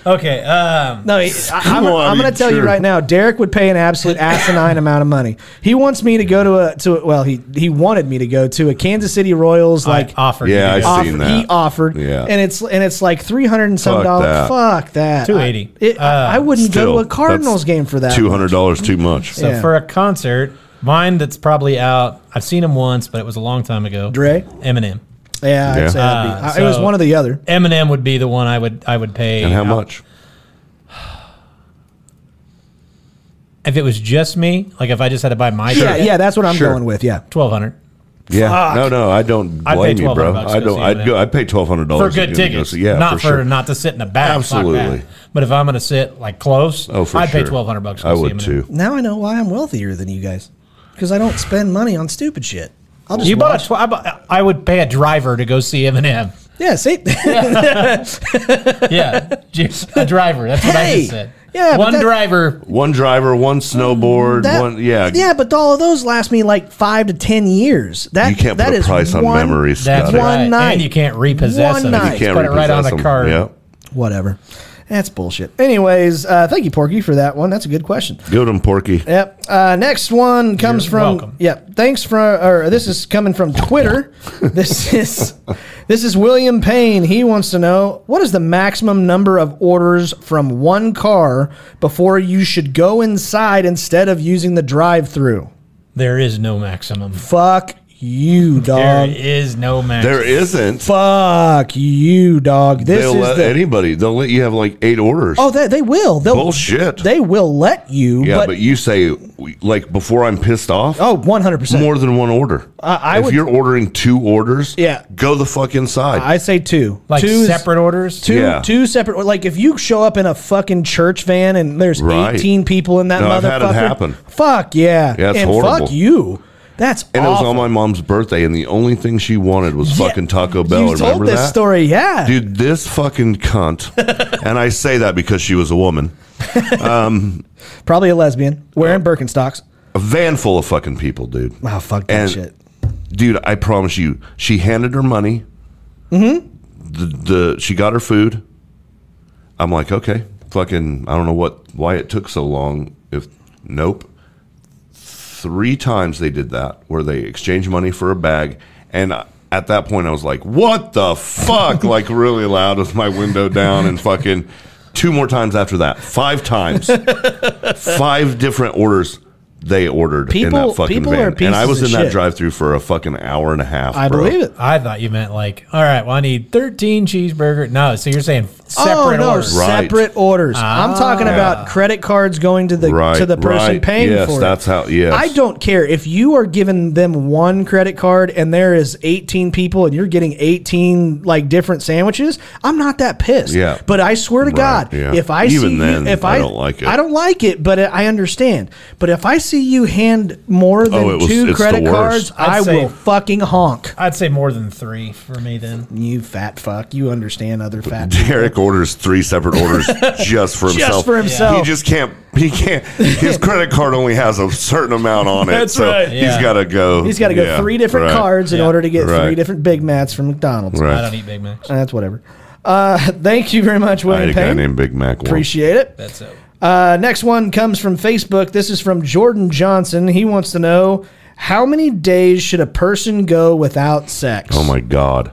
[SPEAKER 3] Okay. Um,
[SPEAKER 1] No, I, I'm,
[SPEAKER 2] on,
[SPEAKER 1] I'm going to
[SPEAKER 2] you
[SPEAKER 1] tell you
[SPEAKER 2] jerk.
[SPEAKER 1] right now. Derek would pay an absolute asinine amount of money. He wants me to go to a to a, well, he he wanted me to go to a Kansas City Royals
[SPEAKER 3] like
[SPEAKER 1] like
[SPEAKER 3] offered. you
[SPEAKER 2] Yeah, I
[SPEAKER 3] to-
[SPEAKER 2] see.
[SPEAKER 1] offer,
[SPEAKER 2] seen that.
[SPEAKER 1] he offered.
[SPEAKER 2] Yeah.
[SPEAKER 1] and it's and it's like three hundred and some
[SPEAKER 2] Fuck
[SPEAKER 1] dollars.
[SPEAKER 2] that.
[SPEAKER 1] Fuck that.
[SPEAKER 3] 280.
[SPEAKER 1] I, it, I I wouldn't go to a Cardinals game for that.
[SPEAKER 2] Two hundred dollars too much.
[SPEAKER 3] So
[SPEAKER 1] Yeah.
[SPEAKER 3] for a concert, mine that's probably out. I've seen him once, but it was a long time ago.
[SPEAKER 1] Dre?
[SPEAKER 3] Eminem.
[SPEAKER 1] Yeah, I'd
[SPEAKER 2] Yeah.
[SPEAKER 1] say that'd be-
[SPEAKER 3] Uh,
[SPEAKER 1] I- it was
[SPEAKER 3] so-
[SPEAKER 1] one or the other.
[SPEAKER 3] Eminem would be the one I would I would pay.
[SPEAKER 2] and how
[SPEAKER 3] out.
[SPEAKER 2] much?
[SPEAKER 3] If it was just me, like if I just had to buy my
[SPEAKER 1] Yeah, yeah, that's what I'm
[SPEAKER 2] Sure.
[SPEAKER 1] going with. Yeah,
[SPEAKER 3] twelve hundred.
[SPEAKER 2] Yeah. No, no, I don't
[SPEAKER 3] I'd pay
[SPEAKER 2] blame you,
[SPEAKER 3] $1,200
[SPEAKER 2] bro.
[SPEAKER 3] bucks
[SPEAKER 2] I
[SPEAKER 3] to
[SPEAKER 2] don't.
[SPEAKER 3] see
[SPEAKER 2] I'd
[SPEAKER 3] it.
[SPEAKER 2] go. I'd pay twelve hundred
[SPEAKER 3] for
[SPEAKER 2] dollars
[SPEAKER 3] good tickets.
[SPEAKER 2] Yeah,
[SPEAKER 3] not
[SPEAKER 2] for, sure.
[SPEAKER 3] not to sit in the back. Absolutely.
[SPEAKER 2] Absolutely.
[SPEAKER 3] But if I'm going to sit like close,
[SPEAKER 2] oh, for
[SPEAKER 3] I'd
[SPEAKER 2] sure.
[SPEAKER 3] pay twelve hundred bucks. to
[SPEAKER 2] I
[SPEAKER 3] go see
[SPEAKER 2] would
[SPEAKER 3] Eminem.
[SPEAKER 2] too.
[SPEAKER 1] now I know why I'm wealthier than you guys because I don't spend money on stupid shit. I'll just
[SPEAKER 3] You
[SPEAKER 1] watch.
[SPEAKER 3] bought a tw- I, bought, I would pay a driver to go see Eminem.
[SPEAKER 1] yeah, see,
[SPEAKER 3] Yeah, just a driver. That's what I
[SPEAKER 1] Hey!
[SPEAKER 3] just said.
[SPEAKER 1] Yeah, but
[SPEAKER 3] one
[SPEAKER 1] that-
[SPEAKER 3] driver.
[SPEAKER 2] One driver, one
[SPEAKER 3] Mm.
[SPEAKER 2] snowboard,
[SPEAKER 1] That-
[SPEAKER 2] one. Yeah.
[SPEAKER 1] but all of those last me like five to ten years. That
[SPEAKER 2] You can't
[SPEAKER 1] that
[SPEAKER 2] put a
[SPEAKER 1] is
[SPEAKER 2] price on
[SPEAKER 1] one-
[SPEAKER 2] memories.
[SPEAKER 3] That's
[SPEAKER 2] Scotty.
[SPEAKER 1] One
[SPEAKER 3] right.
[SPEAKER 1] night.
[SPEAKER 3] and you can't repossess
[SPEAKER 1] One
[SPEAKER 3] them.
[SPEAKER 1] night.
[SPEAKER 2] You
[SPEAKER 1] You
[SPEAKER 2] can't
[SPEAKER 3] put it right on
[SPEAKER 2] repossess
[SPEAKER 3] the
[SPEAKER 2] them.
[SPEAKER 3] card.
[SPEAKER 2] Yeah.
[SPEAKER 1] Whatever, that's bullshit. Anyways, uh, thank you, Porky, for that one. That's a good question.
[SPEAKER 2] Go to him, Porky.
[SPEAKER 1] Yep. Uh, next one comes
[SPEAKER 3] You're
[SPEAKER 1] from.
[SPEAKER 3] welcome.
[SPEAKER 1] Yep. Thanks from. Or this is coming from Twitter. this is this is William Payne. He wants to know what is the maximum number of orders from one car before you should go inside instead of using the drive-through.
[SPEAKER 3] There is no maximum.
[SPEAKER 1] Fuck you,
[SPEAKER 3] There
[SPEAKER 1] dog.
[SPEAKER 3] is no maximum.
[SPEAKER 2] Um, There isn't.
[SPEAKER 1] Fuck you, dog. This
[SPEAKER 2] They'll
[SPEAKER 1] is
[SPEAKER 2] let
[SPEAKER 1] the.
[SPEAKER 2] anybody. They'll let you have like eight orders.
[SPEAKER 1] oh, they, they will. They'll,
[SPEAKER 2] Bullshit.
[SPEAKER 1] They will let you.
[SPEAKER 2] yeah,
[SPEAKER 1] but,
[SPEAKER 2] but, you say we- like before I'm pissed off.
[SPEAKER 1] oh, one hundred percent.
[SPEAKER 2] more than one order.
[SPEAKER 1] I
[SPEAKER 2] if
[SPEAKER 1] would-
[SPEAKER 2] you're ordering two orders,
[SPEAKER 1] Yeah.
[SPEAKER 2] go the fuck inside.
[SPEAKER 1] I say two.
[SPEAKER 3] like
[SPEAKER 1] two is-
[SPEAKER 3] separate orders.
[SPEAKER 1] Two
[SPEAKER 2] Yeah.
[SPEAKER 1] two separate like if you show up in a fucking church van and there's
[SPEAKER 2] Right.
[SPEAKER 1] 18 people in that
[SPEAKER 2] No,
[SPEAKER 1] motherfucker.
[SPEAKER 2] I've had it happen.
[SPEAKER 1] Fuck yeah.
[SPEAKER 2] Yeah, it's
[SPEAKER 1] and
[SPEAKER 2] horrible.
[SPEAKER 1] fuck you. That's
[SPEAKER 2] and it was
[SPEAKER 1] awful.
[SPEAKER 2] on my mom's birthday, and the only thing she wanted was
[SPEAKER 1] Yeah.
[SPEAKER 2] fucking Taco Bell.
[SPEAKER 1] You
[SPEAKER 2] Remember
[SPEAKER 1] told this
[SPEAKER 2] that?
[SPEAKER 1] story, yeah.
[SPEAKER 2] Dude, this fucking cunt. and I say that because she was a woman.
[SPEAKER 1] Probably a lesbian wearing
[SPEAKER 2] Uh,
[SPEAKER 1] Birkenstocks.
[SPEAKER 2] A van full of fucking people, dude.
[SPEAKER 1] Oh fuck that
[SPEAKER 2] And-
[SPEAKER 1] shit.
[SPEAKER 2] Dude, I promise you, she handed her money. Mm-hmm. The, the she got her food. I'm like, okay, fucking, I don't know what why it took so long. If nope, three times they did that where they exchanged money for a bag, and I- at that point I was like, what the fuck, like really loud with my window down, and fucking two more times after that, five times, five different orders. They ordered in
[SPEAKER 1] People-
[SPEAKER 2] that fucking
[SPEAKER 1] people are
[SPEAKER 2] van, and I
[SPEAKER 1] pieces
[SPEAKER 2] was
[SPEAKER 1] of
[SPEAKER 2] in that
[SPEAKER 1] shit.
[SPEAKER 2] drive-through for a fucking hour and a half.
[SPEAKER 1] I
[SPEAKER 2] bro.
[SPEAKER 1] believe it.
[SPEAKER 3] I thought you meant like, all right, well, I need 13 cheeseburger. No, so you're saying separate
[SPEAKER 1] oh no,
[SPEAKER 3] orders.
[SPEAKER 2] Right. Ah.
[SPEAKER 1] separate orders. I'm talking about credit cards going to the
[SPEAKER 2] Right,
[SPEAKER 1] to the person
[SPEAKER 2] right.
[SPEAKER 1] paying
[SPEAKER 2] Yes,
[SPEAKER 1] for
[SPEAKER 2] that's
[SPEAKER 1] it.
[SPEAKER 2] how- yes.
[SPEAKER 1] I don't care if you are giving them one credit card and there is 18 people and you're getting 18 like different sandwiches. I'm not that pissed.
[SPEAKER 2] Yeah.
[SPEAKER 1] But I swear to
[SPEAKER 2] Right,
[SPEAKER 1] God,
[SPEAKER 2] yeah.
[SPEAKER 1] if I
[SPEAKER 2] Even
[SPEAKER 1] see you-
[SPEAKER 2] then,
[SPEAKER 1] if
[SPEAKER 2] I don't like it.
[SPEAKER 1] I don't like it, but I understand. But if I see see you hand more than
[SPEAKER 2] Oh, it was-
[SPEAKER 1] two
[SPEAKER 2] it's the
[SPEAKER 1] credit cards,
[SPEAKER 2] worst.
[SPEAKER 1] I
[SPEAKER 3] I'd say-
[SPEAKER 1] will fucking honk.
[SPEAKER 3] I'd say more than three for me then.
[SPEAKER 1] You fat fuck. You understand other fat.
[SPEAKER 2] Derek orders three separate orders just for himself.
[SPEAKER 1] for himself.
[SPEAKER 2] He just can't. He can't. His credit card only has a certain amount on it.
[SPEAKER 1] That's
[SPEAKER 2] so
[SPEAKER 1] right.
[SPEAKER 3] Yeah.
[SPEAKER 2] He's got to go.
[SPEAKER 1] He's got to go
[SPEAKER 2] yeah,
[SPEAKER 1] three different
[SPEAKER 2] right,
[SPEAKER 1] cards in
[SPEAKER 3] Yeah.
[SPEAKER 1] order to get three
[SPEAKER 2] Right.
[SPEAKER 1] different Big Mats from McDonald's.
[SPEAKER 2] Right.
[SPEAKER 3] I don't eat Big Macs.
[SPEAKER 1] Uh, That's whatever. Uh, thank you very much,
[SPEAKER 2] I had
[SPEAKER 1] William
[SPEAKER 2] a guy
[SPEAKER 1] Payne.
[SPEAKER 2] named Big Mac. once.
[SPEAKER 1] Appreciate it.
[SPEAKER 3] That's it.
[SPEAKER 1] Uh, next one comes from Facebook. This is from Jordan Johnson. He wants to know how many days should a person go without sex?
[SPEAKER 2] Oh my God.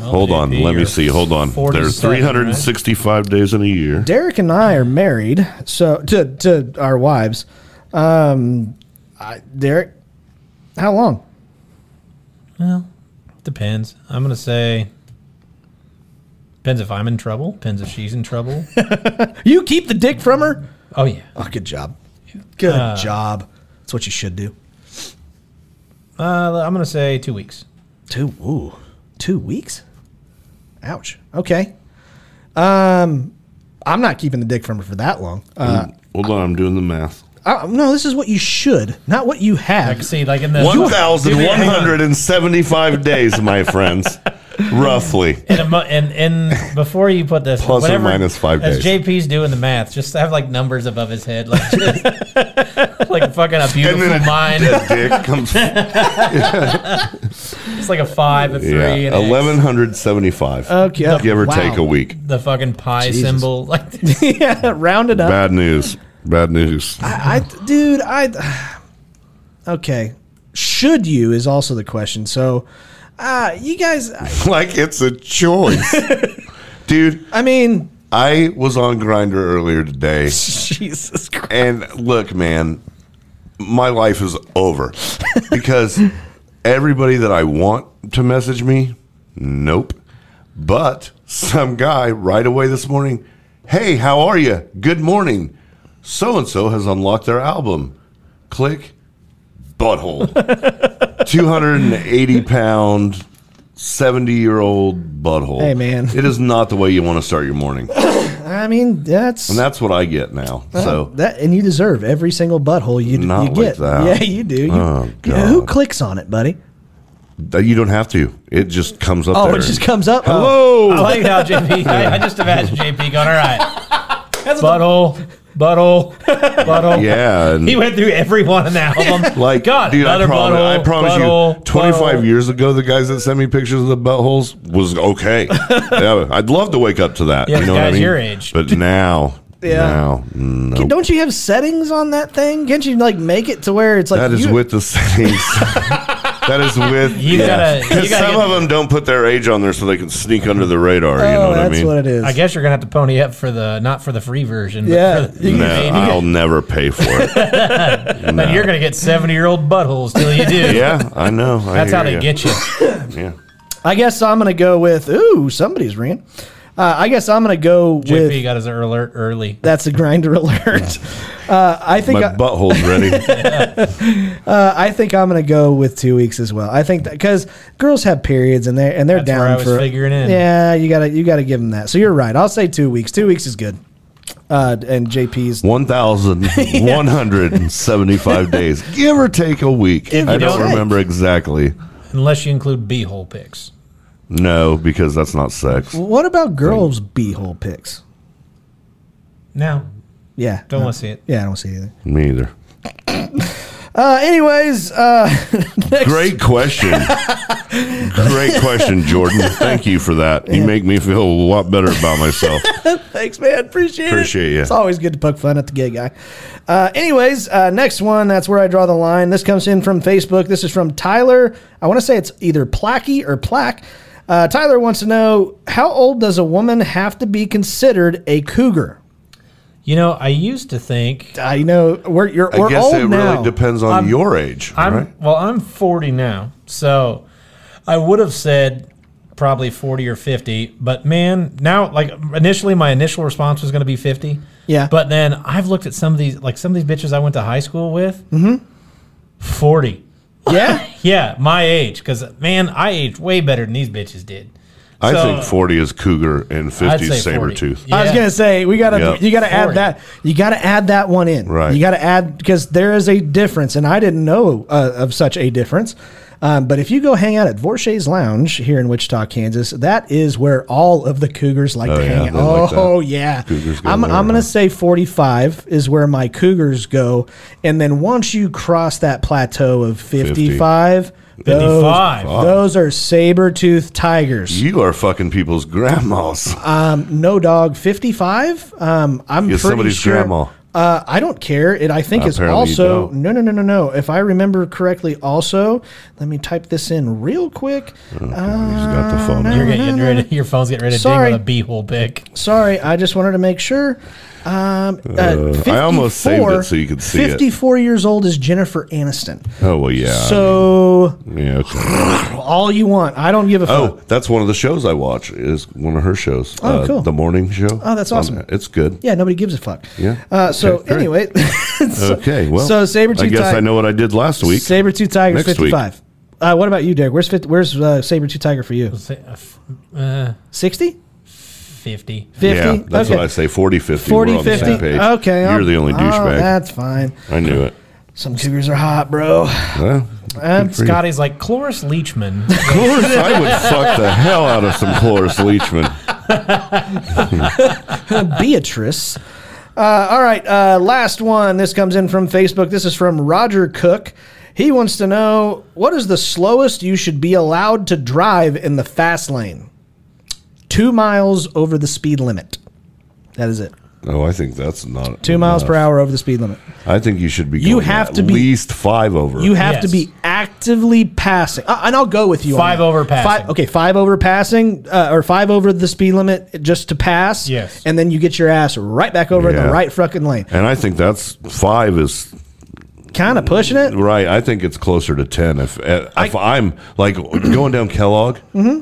[SPEAKER 2] Hold on.
[SPEAKER 3] JP,
[SPEAKER 2] Let me
[SPEAKER 3] you're
[SPEAKER 2] see. Hold on.
[SPEAKER 3] 47,
[SPEAKER 2] There's 365 days in a year.
[SPEAKER 1] Derek and I are married, so to to our wives. Um, I, Derek, how long?
[SPEAKER 3] Depends. I'm gonna say depends if I'm in trouble. Depends if she's in trouble.
[SPEAKER 1] You keep the dick from her?
[SPEAKER 3] oh yeah.
[SPEAKER 1] Oh, good job. Uh, Good job. That's what you should do.
[SPEAKER 3] Uh, I'm gonna say two weeks.
[SPEAKER 1] Two ooh, two weeks. Ouch. Okay. Um, I'm not keeping the dick from her for that long. Uh,
[SPEAKER 2] Hold on. I'm doing the math.
[SPEAKER 1] I- no, this is what you should, not what you
[SPEAKER 3] I
[SPEAKER 1] have.
[SPEAKER 3] can see like in the Hang on.
[SPEAKER 2] 1,175 days, my friends. Roughly.
[SPEAKER 3] in a mo- and and before you put this
[SPEAKER 2] Plus or minus five
[SPEAKER 3] as
[SPEAKER 2] days.
[SPEAKER 3] JP's doing the math, just have like numbers above his head, like just, like fucking a
[SPEAKER 2] And
[SPEAKER 3] beautiful
[SPEAKER 2] then a
[SPEAKER 3] mind.
[SPEAKER 2] dead dick comes. Yeah,
[SPEAKER 3] It's like a five, a three, and an X.
[SPEAKER 2] 1,175.
[SPEAKER 1] Okay.
[SPEAKER 2] Give or
[SPEAKER 1] Wow.
[SPEAKER 2] take a week.
[SPEAKER 3] The fucking pie symbol, like
[SPEAKER 1] yeah, round it up.
[SPEAKER 2] Bad news. Bad news.
[SPEAKER 1] I, dude, I. Okay, should you is also the question. So, uh, you guys, I,
[SPEAKER 2] like it's a choice. Dude,
[SPEAKER 1] I mean,
[SPEAKER 2] I was on Grinder earlier today.
[SPEAKER 1] Jesus Christ.
[SPEAKER 2] And look, man, my life is over because everybody that I want to message me, nope. But some guy right away this morning, hey, how are you? Good morning. So and so has unlocked their album. Click, butthole. 280 pound, 70 year old butthole.
[SPEAKER 1] Hey, man.
[SPEAKER 2] It is not the way you want to start your morning.
[SPEAKER 1] I mean, that's
[SPEAKER 2] And that's what I get now. So.
[SPEAKER 1] that, and you deserve every single butthole you,
[SPEAKER 2] Not
[SPEAKER 1] you
[SPEAKER 2] like
[SPEAKER 1] get.
[SPEAKER 2] that.
[SPEAKER 1] Yeah, you do. You,
[SPEAKER 2] Oh,
[SPEAKER 1] you know, who
[SPEAKER 2] God.
[SPEAKER 1] clicks on it, buddy?
[SPEAKER 2] Uh, You don't have to. It just comes up.
[SPEAKER 1] Oh,
[SPEAKER 2] there.
[SPEAKER 1] it just comes up. Oh.
[SPEAKER 2] Hello.
[SPEAKER 3] I like how JP. I, I just imagine JP going, all right, butthole, butthole, butthole.
[SPEAKER 2] Yeah. and
[SPEAKER 3] He went through every one in that album.
[SPEAKER 2] like,
[SPEAKER 3] God,
[SPEAKER 2] dude, I
[SPEAKER 3] another
[SPEAKER 2] promise,
[SPEAKER 3] butthole,
[SPEAKER 2] I promise you,
[SPEAKER 3] butthole,
[SPEAKER 2] 25
[SPEAKER 3] butthole.
[SPEAKER 2] years ago, the guys that sent me pictures of the buttholes was okay. yeah, I'd love to wake up to that.
[SPEAKER 3] Yeah,
[SPEAKER 2] you know what I
[SPEAKER 3] guys
[SPEAKER 2] mean?
[SPEAKER 3] your age.
[SPEAKER 2] But now,
[SPEAKER 1] Yeah.
[SPEAKER 2] now, mm, no.
[SPEAKER 1] Don't you have settings on that thing? Can't you like make it to where it's like
[SPEAKER 2] that is
[SPEAKER 1] you-
[SPEAKER 2] with the settings. that is with.
[SPEAKER 3] You gotta- you
[SPEAKER 2] 'Cause
[SPEAKER 3] gotta
[SPEAKER 2] some
[SPEAKER 3] get-
[SPEAKER 2] of them don't put their age on there so they can sneak under the radar. you know
[SPEAKER 1] Oh,
[SPEAKER 2] what
[SPEAKER 1] that's
[SPEAKER 2] I mean?
[SPEAKER 1] what it is.
[SPEAKER 3] I guess you're gonna have to pony up for the not for the free version.
[SPEAKER 1] Yeah.
[SPEAKER 3] but for the,
[SPEAKER 2] no, I'll never pay for it.
[SPEAKER 3] but you're gonna get seventy year old buttholes till you do.
[SPEAKER 2] yeah, I know. I
[SPEAKER 3] That's how
[SPEAKER 2] hear
[SPEAKER 3] they
[SPEAKER 2] ya.
[SPEAKER 3] get you.
[SPEAKER 2] Yeah.
[SPEAKER 1] I guess I'm gonna go with ooh, somebody's ringing. Uh, I guess I'm gonna go with
[SPEAKER 3] JP got his alert early.
[SPEAKER 1] that's a grinder alert. Uh, I think
[SPEAKER 2] My
[SPEAKER 1] I, uh,
[SPEAKER 2] butthole's ready.
[SPEAKER 1] I think I'm gonna go with two weeks as well. I think that because girls have periods and they and they're
[SPEAKER 3] That's
[SPEAKER 1] down
[SPEAKER 3] where I was
[SPEAKER 1] for
[SPEAKER 3] figuring in.
[SPEAKER 1] Yeah, you gotta you gotta give them that. So you're right. I'll say two weeks. Two weeks is good. Uh, and JP's
[SPEAKER 2] 1,175 days, give or take a week. I
[SPEAKER 1] or
[SPEAKER 2] don't
[SPEAKER 1] take.
[SPEAKER 2] remember exactly.
[SPEAKER 3] Unless you include B hole picks.
[SPEAKER 2] No, because that's not sex.
[SPEAKER 1] what about girls' beehole pics?
[SPEAKER 3] No,
[SPEAKER 1] Yeah,
[SPEAKER 3] don't
[SPEAKER 1] no.
[SPEAKER 3] want to see it.
[SPEAKER 1] Yeah, I don't see it either.
[SPEAKER 2] Me either.
[SPEAKER 1] Uh, anyways, uh, next-
[SPEAKER 2] Great question. Great question, Jordan. Thank you for that. You make me feel a lot better about myself.
[SPEAKER 1] Thanks, man. Appreciate it.
[SPEAKER 2] Appreciate ya.
[SPEAKER 1] It's always good to poke fun at the gay guy. Uh, anyways, uh, next one. That's where I draw the line. This comes in from Facebook. This is from Tyler. I want to say it's either Placky or Plack. Uh, Tyler wants to know how old does a woman have to be considered a cougar?
[SPEAKER 3] You know, I used to think
[SPEAKER 1] I know we're you're,
[SPEAKER 2] I
[SPEAKER 1] we're
[SPEAKER 2] guess
[SPEAKER 1] old
[SPEAKER 2] it
[SPEAKER 1] now.
[SPEAKER 2] really depends on your age,
[SPEAKER 3] I'm
[SPEAKER 2] right?
[SPEAKER 3] well, I'm 40 now, so I would have said probably 40 or 50. But man, now like initially my initial response was going to be 50.
[SPEAKER 1] Yeah.
[SPEAKER 3] But then I've looked at some of these like some of these bitches I went to high school with. Mm-hmm. 40.
[SPEAKER 1] yeah,
[SPEAKER 3] Yeah, my age, because man, I aged way better than these bitches did.
[SPEAKER 2] I
[SPEAKER 3] So-
[SPEAKER 2] think 40 is Cougar and 50 is
[SPEAKER 3] say 40.
[SPEAKER 2] Sabretooth.
[SPEAKER 3] Yeah.
[SPEAKER 1] I was gonna say we gotta
[SPEAKER 2] Yep.
[SPEAKER 1] you gotta
[SPEAKER 3] Forty.
[SPEAKER 1] add that you gotta add that one in.
[SPEAKER 2] Right.
[SPEAKER 1] You gotta add because there is a difference, and I didn't know uh, of such a difference. Um, but if you go hang out at Vorshay's Lounge here in Wichita, Kansas, that is where all of the Cougars like
[SPEAKER 2] Oh,
[SPEAKER 1] to
[SPEAKER 2] yeah,
[SPEAKER 1] hang
[SPEAKER 2] they
[SPEAKER 1] out.
[SPEAKER 2] like that.
[SPEAKER 1] oh yeah,
[SPEAKER 2] Cougars go
[SPEAKER 1] I'm,
[SPEAKER 2] there,
[SPEAKER 1] I'm gonna
[SPEAKER 2] huh?
[SPEAKER 1] say 45 is where my Cougars go, and then once you cross that plateau of 55, those-
[SPEAKER 3] 55.
[SPEAKER 1] Those, are saber-toothed tigers.
[SPEAKER 2] You are fucking people's grandmas.
[SPEAKER 1] No dog, fifty-five. Um, I'm
[SPEAKER 2] You're
[SPEAKER 1] pretty
[SPEAKER 2] somebody's
[SPEAKER 1] sure.
[SPEAKER 2] grandma.
[SPEAKER 1] Uh, I don't care. It I think is
[SPEAKER 2] Apparently you
[SPEAKER 1] also
[SPEAKER 2] don't.
[SPEAKER 1] no no no no no. If I remember correctly, also let me type this in real quick. Uh,
[SPEAKER 2] He's got the phone.
[SPEAKER 3] You're getting ready. Your phone's getting ready to ding
[SPEAKER 1] Sorry.
[SPEAKER 3] with a b-hole pick.
[SPEAKER 1] Sorry, I just wanted to make sure. Um, uh,
[SPEAKER 2] I almost saved
[SPEAKER 1] 54
[SPEAKER 2] it so you could see it.
[SPEAKER 1] Fifty-four years old is Jennifer Aniston.
[SPEAKER 2] Oh, well, yeah.
[SPEAKER 1] So
[SPEAKER 2] yeah, okay.
[SPEAKER 1] all you want, I don't give a
[SPEAKER 2] Oh,
[SPEAKER 1] fuck.
[SPEAKER 2] that's one of the shows I watch. Is one of her shows. uh,
[SPEAKER 1] Oh, cool.
[SPEAKER 2] The morning show.
[SPEAKER 1] Oh, that's
[SPEAKER 2] Um,
[SPEAKER 1] awesome.
[SPEAKER 2] it's good.
[SPEAKER 1] Yeah, nobody gives a fuck.
[SPEAKER 2] Yeah.
[SPEAKER 1] Uh, so
[SPEAKER 2] Okay, Uh, great.
[SPEAKER 1] anyway, so,
[SPEAKER 2] Okay. Well,
[SPEAKER 1] so saber
[SPEAKER 2] I guess I know what I did last week.
[SPEAKER 1] Saber tooth tiger
[SPEAKER 2] Next
[SPEAKER 1] fifty
[SPEAKER 2] week.
[SPEAKER 1] five. Uh, what about you, Derek? Where's 50, where's uh, saber tooth tiger for you?
[SPEAKER 3] Say, uh, f- uh,
[SPEAKER 1] Sixty?
[SPEAKER 3] 50.
[SPEAKER 1] Fifty?
[SPEAKER 2] Yeah, that's
[SPEAKER 1] okay.
[SPEAKER 2] what I say. 40, 50.
[SPEAKER 1] 40,
[SPEAKER 2] We're on
[SPEAKER 1] 50.
[SPEAKER 2] The same page.
[SPEAKER 1] Okay.
[SPEAKER 2] You're
[SPEAKER 1] I'll-
[SPEAKER 2] the only
[SPEAKER 1] oh,
[SPEAKER 2] douchebag.
[SPEAKER 1] That's fine.
[SPEAKER 2] I knew it.
[SPEAKER 1] Some cougars are hot, bro.
[SPEAKER 2] Well, good for you.
[SPEAKER 3] Scotty's like Cloris Leachman.
[SPEAKER 2] Cloris, I would fuck the hell out of some Cloris Leachman.
[SPEAKER 1] Beatrice. Uh, all right, uh, last one. This comes in from Facebook. This is from Roger Cook. He wants to know what is the slowest you should be allowed to drive in the fast lane? Two miles over the speed limit. That is it.
[SPEAKER 2] Oh, I think that's not
[SPEAKER 1] Two miles per
[SPEAKER 2] enough.
[SPEAKER 1] hour over the speed limit.
[SPEAKER 2] I think you should be.
[SPEAKER 1] You
[SPEAKER 2] going
[SPEAKER 1] have
[SPEAKER 2] at
[SPEAKER 1] to be-
[SPEAKER 2] least five over.
[SPEAKER 1] You have to
[SPEAKER 3] Yes.
[SPEAKER 1] be actively passing, Uh, and I'll go with you. on
[SPEAKER 3] Five
[SPEAKER 1] that.
[SPEAKER 3] over passing.
[SPEAKER 1] Five, okay, five over passing, uh, or five over the speed limit just to pass.
[SPEAKER 3] Yes.
[SPEAKER 1] and then you get your ass right back over in
[SPEAKER 2] Yeah.
[SPEAKER 1] the right fucking lane.
[SPEAKER 2] and I think that's five is
[SPEAKER 1] Kind of pushing it.
[SPEAKER 2] right. I think it's closer to ten. If eh, if I, am like going down Kellogg,
[SPEAKER 1] Mm-hmm.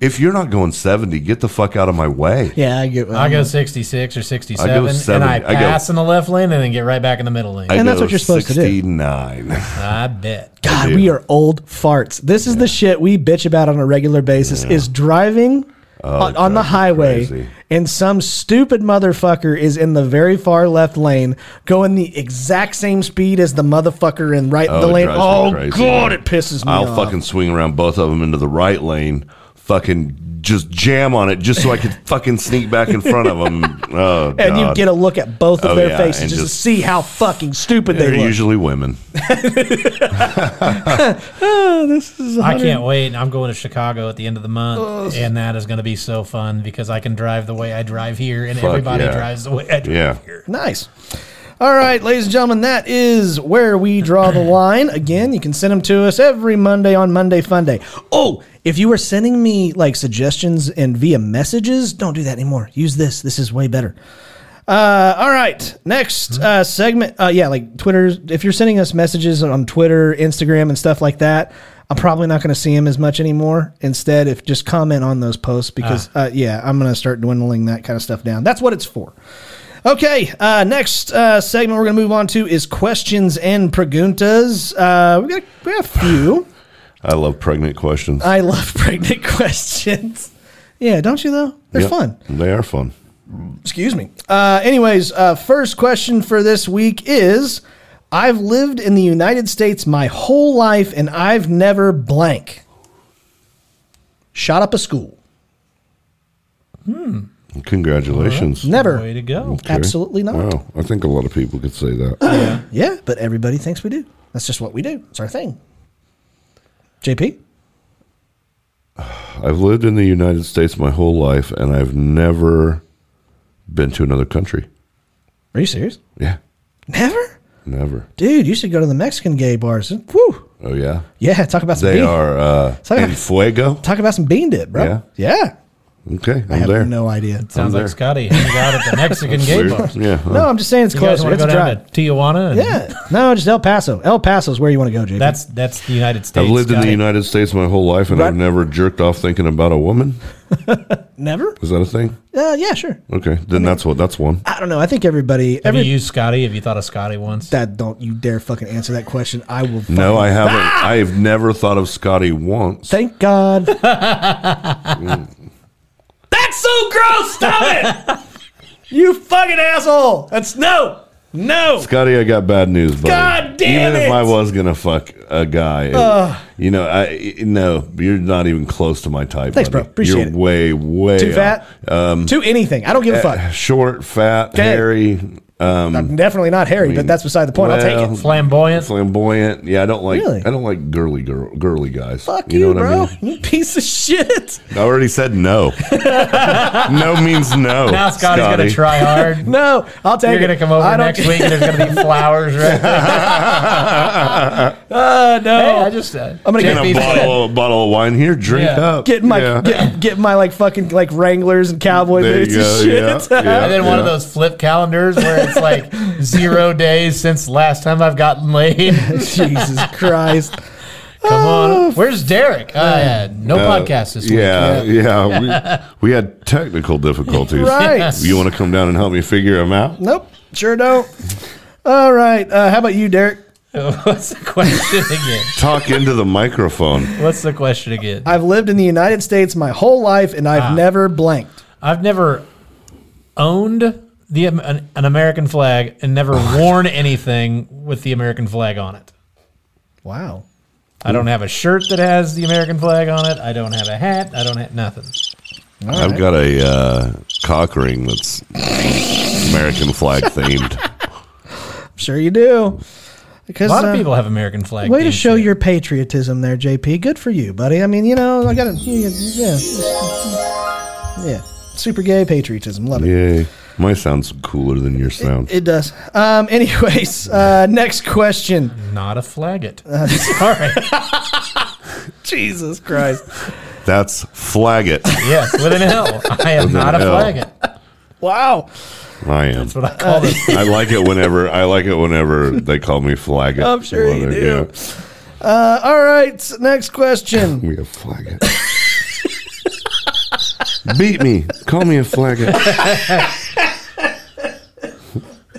[SPEAKER 2] if you're not going seventy, get the fuck out of my way.
[SPEAKER 1] Yeah, I get.
[SPEAKER 3] I
[SPEAKER 2] Um,
[SPEAKER 3] go 66 or 67, and
[SPEAKER 2] 70.
[SPEAKER 3] I
[SPEAKER 2] I go-
[SPEAKER 3] pass in the left lane and then get right back in the middle lane.
[SPEAKER 2] I
[SPEAKER 1] And that's
[SPEAKER 2] go
[SPEAKER 1] what you're supposed to do.
[SPEAKER 2] 69.
[SPEAKER 3] I bet.
[SPEAKER 1] God,
[SPEAKER 2] do.
[SPEAKER 1] we are old farts. This is the shit we bitch about on a regular basis. Is driving. on, on the
[SPEAKER 2] drives me
[SPEAKER 1] highway,
[SPEAKER 2] Oh, crazy.
[SPEAKER 1] and some stupid motherfucker is in the very far left lane, going the exact same speed as the motherfucker in right
[SPEAKER 2] Oh,
[SPEAKER 1] the
[SPEAKER 2] it
[SPEAKER 1] lane.
[SPEAKER 2] drives me
[SPEAKER 1] Oh
[SPEAKER 2] crazy,
[SPEAKER 1] god,
[SPEAKER 2] man.
[SPEAKER 1] it pisses me
[SPEAKER 2] I'll
[SPEAKER 1] off.
[SPEAKER 2] fucking swing around both of them into the right lane. Fucking just jam on it, just so I could fucking sneak back in front of them. Oh,
[SPEAKER 1] and you get a look at both of
[SPEAKER 2] Oh,
[SPEAKER 1] their
[SPEAKER 2] yeah,
[SPEAKER 1] faces
[SPEAKER 2] and
[SPEAKER 1] just, to
[SPEAKER 2] just-
[SPEAKER 1] see how fucking stupid
[SPEAKER 2] They're
[SPEAKER 1] they look.
[SPEAKER 2] usually women.
[SPEAKER 3] I can't wait. I'm going to Chicago at the end of the month, and that is going to be so fun because I can drive the way I drive here, and everybody
[SPEAKER 2] yeah.
[SPEAKER 3] drives the way I drive
[SPEAKER 2] Yeah.
[SPEAKER 3] here.
[SPEAKER 1] Nice. All right, ladies and gentlemen, that is where we draw the line. Again, you can send them to us every Monday on Monday Fun Day. Oh, if you are sending me like suggestions and via messages, don't do that anymore. Use this. This is way better. Uh, all right, next uh, segment. Uh, yeah, like Twitter. If you're sending us messages on Twitter, Instagram, and stuff like that, I'm probably not going to see them as much anymore. Instead, if just comment on those posts because uh, yeah, I'm going to start dwindling that kind of stuff down. That's what it's for. Okay, uh, next uh, segment we're going to move on to is questions and preguntas. Uh, we got we got a few.
[SPEAKER 2] I love pregnant questions.
[SPEAKER 1] I love pregnant questions. Yeah, don't you though? They're
[SPEAKER 2] Yep.
[SPEAKER 1] fun.
[SPEAKER 2] They are fun.
[SPEAKER 1] Excuse me. Uh, anyways, uh, first question for this week is: I've lived in the United States my whole life, and I've never blank shot up a school.
[SPEAKER 2] Congratulations.
[SPEAKER 1] Never.
[SPEAKER 3] Way to go.
[SPEAKER 2] Okay.
[SPEAKER 1] Absolutely not.
[SPEAKER 2] Wow, I think a lot of people could say that.
[SPEAKER 1] Yeah, but everybody thinks we do. That's just what we do. It's our thing. JP.
[SPEAKER 2] I've lived in the United States my whole life, and I've never been to another country.
[SPEAKER 1] Are you serious?
[SPEAKER 2] Yeah,
[SPEAKER 1] Never?
[SPEAKER 2] never.
[SPEAKER 1] Dude, you should go to the Mexican gay bars. Woo.
[SPEAKER 2] Oh yeah,
[SPEAKER 1] Yeah, talk about some
[SPEAKER 2] they
[SPEAKER 1] bean.
[SPEAKER 2] are uh,
[SPEAKER 1] Sorry.
[SPEAKER 2] in Fuego.
[SPEAKER 1] Talk about some bean dip, bro. Yeah.
[SPEAKER 2] Okay,
[SPEAKER 1] I
[SPEAKER 2] I'm
[SPEAKER 1] have
[SPEAKER 2] there.
[SPEAKER 1] no idea.
[SPEAKER 3] Sounds
[SPEAKER 2] there.
[SPEAKER 3] like Scotty hanging out at the Mexican gay
[SPEAKER 2] Weird.
[SPEAKER 3] bar.
[SPEAKER 2] Yeah,
[SPEAKER 1] No, I'm just saying it's
[SPEAKER 3] You guys
[SPEAKER 1] closer.
[SPEAKER 3] want
[SPEAKER 1] It's
[SPEAKER 3] to
[SPEAKER 1] a
[SPEAKER 3] go down
[SPEAKER 1] drive.
[SPEAKER 3] to Tijuana? and-
[SPEAKER 1] Yeah. No, just El Paso. El Paso is where you want to go, JP.
[SPEAKER 3] That's that's the United States.
[SPEAKER 2] I've lived in the
[SPEAKER 3] Scotty.
[SPEAKER 2] United States my whole life, and I've
[SPEAKER 1] Right.
[SPEAKER 2] never jerked off thinking about a woman.
[SPEAKER 1] never.
[SPEAKER 2] Is that a thing?
[SPEAKER 1] Uh, yeah, sure.
[SPEAKER 2] Okay, then that's what that's one.
[SPEAKER 1] I don't know. I think everybody.
[SPEAKER 3] Have
[SPEAKER 1] Every
[SPEAKER 3] you used Scotty? Have you thought of Scotty once?
[SPEAKER 1] that don't you dare fucking answer that question. I will.
[SPEAKER 2] No,
[SPEAKER 1] fucking-
[SPEAKER 2] I haven't. I've never thought of Scotty once.
[SPEAKER 1] Thank God.
[SPEAKER 2] Mm.
[SPEAKER 3] so gross. Stop it.
[SPEAKER 1] You fucking asshole! That's no, no.
[SPEAKER 2] Scotty, I got bad news, buddy.
[SPEAKER 1] God damn
[SPEAKER 2] Even if
[SPEAKER 1] it!
[SPEAKER 2] I was gonna fuck a guy, it- you know, I no, you're not even close to my type.
[SPEAKER 1] Thanks,
[SPEAKER 2] buddy.
[SPEAKER 1] bro. Appreciate
[SPEAKER 2] you're
[SPEAKER 1] it.
[SPEAKER 2] way, way
[SPEAKER 1] Too fat.
[SPEAKER 2] Um,
[SPEAKER 1] Too anything. I don't give a fuck.
[SPEAKER 2] eh, short, fat,
[SPEAKER 1] Okay.
[SPEAKER 2] hairy, um,
[SPEAKER 1] I'm definitely not hairy, but that's beside the point. I'll take
[SPEAKER 2] well,
[SPEAKER 1] it.
[SPEAKER 3] Flamboyant.
[SPEAKER 2] flamboyant. Yeah, I don't like.
[SPEAKER 1] Really?
[SPEAKER 2] I don't like girly girl, girly guys.
[SPEAKER 1] Fuck you, bro. You piece of shit.
[SPEAKER 2] I already said no. no means no.
[SPEAKER 3] Now Scotty's going to try hard.
[SPEAKER 1] No, I'll take
[SPEAKER 3] You're
[SPEAKER 1] it.
[SPEAKER 3] going to come over
[SPEAKER 1] I don't
[SPEAKER 3] next
[SPEAKER 1] ca-
[SPEAKER 3] week and there's going to be flowers. Right? there.
[SPEAKER 1] Uh, no.
[SPEAKER 3] Hey, I just. Uh,
[SPEAKER 1] I'm gonna
[SPEAKER 3] Jeff
[SPEAKER 1] get
[SPEAKER 2] And
[SPEAKER 3] Bezos-
[SPEAKER 2] a bottle, a bottle of wine here. Drink
[SPEAKER 3] Yeah.
[SPEAKER 2] up.
[SPEAKER 1] get my
[SPEAKER 2] Yeah.
[SPEAKER 1] get, get my like fucking like Wranglers and cowboy
[SPEAKER 2] There you
[SPEAKER 1] boots and
[SPEAKER 2] go,
[SPEAKER 1] shit.
[SPEAKER 2] yeah, yeah.
[SPEAKER 3] And then one of those flip calendars where it's like zero days since last time I've gotten laid.
[SPEAKER 1] Jesus Christ.
[SPEAKER 3] Come on. Where's Derek? Uh, yeah, no
[SPEAKER 2] Uh,
[SPEAKER 3] podcast this week.
[SPEAKER 2] Yeah, yeah. We, we had technical difficulties.
[SPEAKER 1] Right.
[SPEAKER 2] You want to come down and help me figure them out?
[SPEAKER 1] Nope. Sure don't. All right. Uh, how about you, Derek?
[SPEAKER 3] What's the question again?
[SPEAKER 2] Talk into the microphone.
[SPEAKER 3] What's the question again?
[SPEAKER 1] I've lived in the United States my whole life and
[SPEAKER 3] Ah.
[SPEAKER 1] I've never blanked.
[SPEAKER 3] I've never owned the um, an, an American flag and never worn anything with the American flag on it.
[SPEAKER 1] Wow.
[SPEAKER 3] I don't have a shirt that has the American flag on it. I don't have a hat. I don't have nothing.
[SPEAKER 2] I've got a uh, cock ring that's American flag themed.
[SPEAKER 1] Sure you do. Because
[SPEAKER 3] A lot
[SPEAKER 1] uh,
[SPEAKER 3] of people have American flag.
[SPEAKER 1] way to
[SPEAKER 3] themed
[SPEAKER 1] show
[SPEAKER 3] shit.
[SPEAKER 1] your patriotism there, JP. Good for you, buddy. I mean, you know, I got to yeah. Yeah. Super gay patriotism. Love it.
[SPEAKER 2] Yay. My sounds cooler than your sound.
[SPEAKER 1] It does. Um, anyways, uh, next question.
[SPEAKER 3] not a flagget. Sorry.
[SPEAKER 1] Jesus Christ.
[SPEAKER 2] That's flag it.
[SPEAKER 3] Yes, with an L. I am
[SPEAKER 2] With
[SPEAKER 3] not a
[SPEAKER 2] an L.
[SPEAKER 3] flagget.
[SPEAKER 1] Wow.
[SPEAKER 2] I am.
[SPEAKER 3] What I call it.
[SPEAKER 2] I like it whenever I like it whenever they call me flag it.
[SPEAKER 1] I'm sure you
[SPEAKER 2] Well,
[SPEAKER 1] do. Uh, all right. so Next question.
[SPEAKER 2] yeah. We have flag it. Beat me. Call me a flag it. I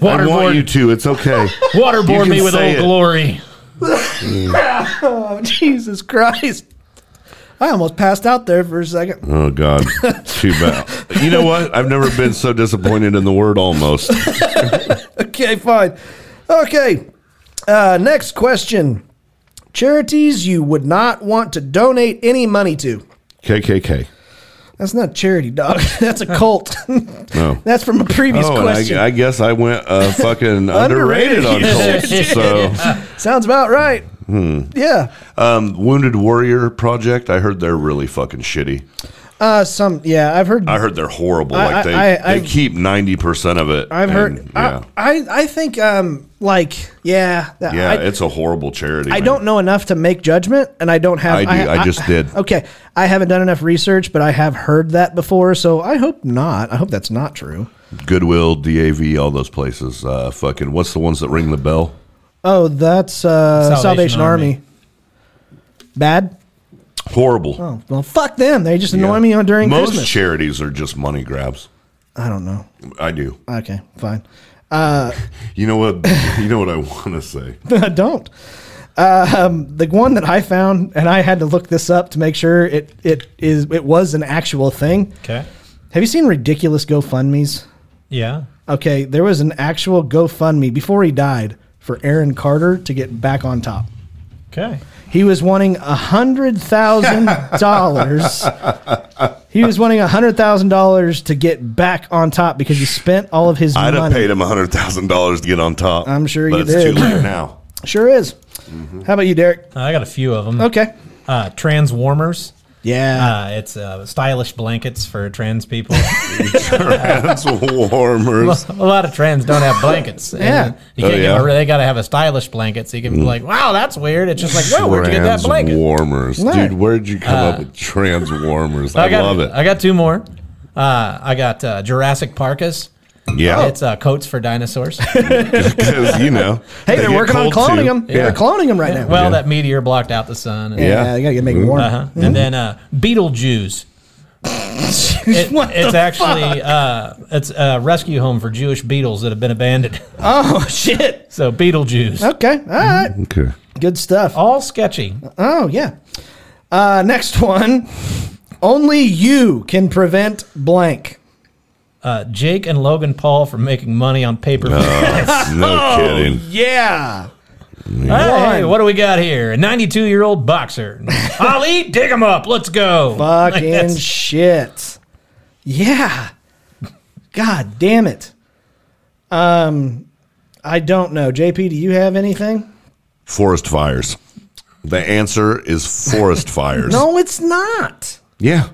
[SPEAKER 2] want you
[SPEAKER 3] Waterboard,
[SPEAKER 2] to. It's okay. you
[SPEAKER 3] waterboard
[SPEAKER 2] can
[SPEAKER 3] me with
[SPEAKER 2] say
[SPEAKER 3] old
[SPEAKER 2] it.
[SPEAKER 3] glory.
[SPEAKER 1] Oh, Jesus Christ. I almost passed out there for a second.
[SPEAKER 2] Oh God, too bad. You know what? I've never been so disappointed in the word almost.
[SPEAKER 1] Okay, fine. Okay. Uh, next question. Charities you would not want to donate any money to.
[SPEAKER 2] KKK.
[SPEAKER 1] That's not charity, dog. That's a cult.
[SPEAKER 2] No.
[SPEAKER 1] That's from a previous
[SPEAKER 2] Oh, and
[SPEAKER 1] question.
[SPEAKER 2] I, I guess I went uh, fucking
[SPEAKER 1] Underrated.
[SPEAKER 2] underrated, on
[SPEAKER 3] Yes, you
[SPEAKER 2] Colts. So,
[SPEAKER 1] Sounds about right.
[SPEAKER 2] Hmm.
[SPEAKER 1] Yeah.
[SPEAKER 2] um, Wounded Warrior Project. I heard they're really fucking shitty.
[SPEAKER 1] Uh, some. Yeah, I've heard.
[SPEAKER 2] I heard they're horrible.
[SPEAKER 1] I-
[SPEAKER 2] like they,
[SPEAKER 1] I- I-
[SPEAKER 2] they keep ninety percent of it.
[SPEAKER 1] I've heard.
[SPEAKER 2] and,
[SPEAKER 1] I,
[SPEAKER 2] Yeah,
[SPEAKER 1] I I think um like yeah that-
[SPEAKER 2] yeah.
[SPEAKER 1] I,
[SPEAKER 2] it's a horrible charity.
[SPEAKER 1] I
[SPEAKER 2] man.
[SPEAKER 1] don't know enough to make judgment, and I don't have.
[SPEAKER 2] I do. I just did.
[SPEAKER 1] Okay, I haven't done enough research, but I have heard that before, so I hope not. I hope that's not true.
[SPEAKER 2] Goodwill, DAV, all those places. Uh, fucking. What's the ones that ring the bell?
[SPEAKER 1] Oh, that's uh, Salvation,
[SPEAKER 3] Salvation
[SPEAKER 1] Army.
[SPEAKER 3] Army.
[SPEAKER 1] Bad.
[SPEAKER 2] Horrible.
[SPEAKER 1] Oh, well, fuck them. They just annoy
[SPEAKER 2] Yeah.
[SPEAKER 1] me on during
[SPEAKER 2] Most
[SPEAKER 1] Christmas.
[SPEAKER 2] charities are just money grabs.
[SPEAKER 1] I don't know.
[SPEAKER 2] I do.
[SPEAKER 1] Okay, fine.
[SPEAKER 2] You know what? You know what I want to say.
[SPEAKER 1] don't. Um, the one that I found, and I had to look this up to make sure it it is it was an actual thing.
[SPEAKER 3] Okay.
[SPEAKER 1] Have you seen ridiculous GoFundmes?
[SPEAKER 3] Yeah.
[SPEAKER 1] Okay, there was an actual GoFundMe before he died for Aaron Carter to get back on top.
[SPEAKER 3] Okay.
[SPEAKER 1] He was wanting a hundred thousand dollars. He was wanting a hundred thousand dollars to get back on top because he spent all of his
[SPEAKER 2] I'd have
[SPEAKER 1] money.
[SPEAKER 2] paid him hundred thousand dollars to get on top.
[SPEAKER 1] I'm sure
[SPEAKER 2] but
[SPEAKER 1] you
[SPEAKER 2] it's
[SPEAKER 1] did.
[SPEAKER 2] too late now.
[SPEAKER 1] Sure is.
[SPEAKER 2] Mm-hmm.
[SPEAKER 1] How about you, Derek?
[SPEAKER 3] I got a few of them.
[SPEAKER 1] Okay.
[SPEAKER 3] Uh, trans warmers.
[SPEAKER 1] Yeah.
[SPEAKER 3] Uh, it's uh, stylish blankets for trans people.
[SPEAKER 2] That's warmers.
[SPEAKER 3] a lot of trans don't have blankets.
[SPEAKER 1] Yeah.
[SPEAKER 3] And you can't
[SPEAKER 2] Oh,
[SPEAKER 3] give
[SPEAKER 2] yeah. Mm.
[SPEAKER 3] a, they got to have a stylish blanket so you can be like, wow, that's weird. It's just like, whoa, where'd you get that
[SPEAKER 2] Trans
[SPEAKER 3] blanket?
[SPEAKER 2] warmers,
[SPEAKER 1] Right. Uh,
[SPEAKER 2] dude. Where'd you come up with trans warmers? I,
[SPEAKER 3] I got,
[SPEAKER 2] love it.
[SPEAKER 3] I got two more. Uh, I got uh, Jurassic Parkas.
[SPEAKER 1] Oh.
[SPEAKER 2] yeah,
[SPEAKER 3] It's uh, coats for dinosaurs.
[SPEAKER 2] because you know.
[SPEAKER 1] uh, hey, they're
[SPEAKER 2] get
[SPEAKER 1] working on
[SPEAKER 2] cold, too.
[SPEAKER 1] cloning them.
[SPEAKER 2] Yeah.
[SPEAKER 1] They're cloning them right now.
[SPEAKER 3] well, that meteor blocked out the sun. And,
[SPEAKER 1] yeah,
[SPEAKER 2] Yeah.
[SPEAKER 1] they gotta get make it warm.
[SPEAKER 3] Uh-huh. And then uh, Beetlejuice. It-
[SPEAKER 1] What
[SPEAKER 3] it's
[SPEAKER 1] the
[SPEAKER 3] actually uh, it's a rescue home for Jewish beetles that have been abandoned.
[SPEAKER 1] Oh shit.
[SPEAKER 3] So Beetlejuice,
[SPEAKER 1] Okay. All right.
[SPEAKER 2] Okay. Oh.
[SPEAKER 1] Good stuff.
[SPEAKER 3] all sketchy.
[SPEAKER 1] Oh yeah. Uh, next one. Only you can prevent blank.
[SPEAKER 3] Uh, Jake and Logan Paul for making money on paper.
[SPEAKER 2] No kidding.
[SPEAKER 1] Oh, Yeah.
[SPEAKER 3] Hey, what do we got here? A 92 year old boxer. Ali, dig him up. Let's go. Like,
[SPEAKER 1] Fucking
[SPEAKER 3] that's-
[SPEAKER 1] shit. Yeah. God damn it. Um, I don't know. JP, do you have anything?
[SPEAKER 2] Forest fires. The answer is forest fires.
[SPEAKER 1] No, it's not.
[SPEAKER 2] Yeah.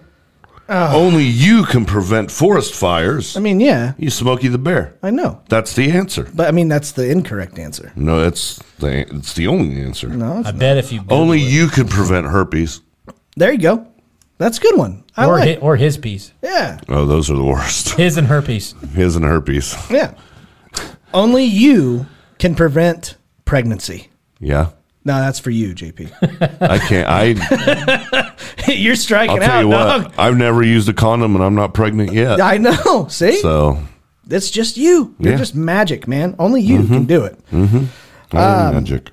[SPEAKER 2] Only you can prevent forest fires.
[SPEAKER 1] I mean, yeah,
[SPEAKER 2] you Smokey the Bear.
[SPEAKER 1] I know.
[SPEAKER 2] That's the answer.
[SPEAKER 1] But I mean, that's the incorrect answer.
[SPEAKER 2] No, that's the it's the only answer.
[SPEAKER 1] No,
[SPEAKER 3] I
[SPEAKER 1] it's-
[SPEAKER 3] bet if you
[SPEAKER 2] Only you can prevent herpes.
[SPEAKER 1] there you go. That's a good one. I
[SPEAKER 3] or,
[SPEAKER 1] like.
[SPEAKER 3] hi- or his piece,
[SPEAKER 1] Yeah,
[SPEAKER 2] Oh, those are the worst.
[SPEAKER 3] his and her piece.
[SPEAKER 2] His and herpes.
[SPEAKER 1] yeah. Only you can prevent pregnancy.
[SPEAKER 2] Yeah.
[SPEAKER 1] No, that's for you, JP.
[SPEAKER 2] I can't. I
[SPEAKER 1] You're
[SPEAKER 2] I'll
[SPEAKER 1] striking
[SPEAKER 2] tell
[SPEAKER 1] out,
[SPEAKER 2] you what.
[SPEAKER 1] dog.
[SPEAKER 2] I've never used a condom and I'm not pregnant yet.
[SPEAKER 1] I know. See,
[SPEAKER 2] So
[SPEAKER 1] it's just you. You're
[SPEAKER 2] Yeah. Mm-hmm.
[SPEAKER 1] just magic, man. Only you can do it. Um,
[SPEAKER 2] I'm magic.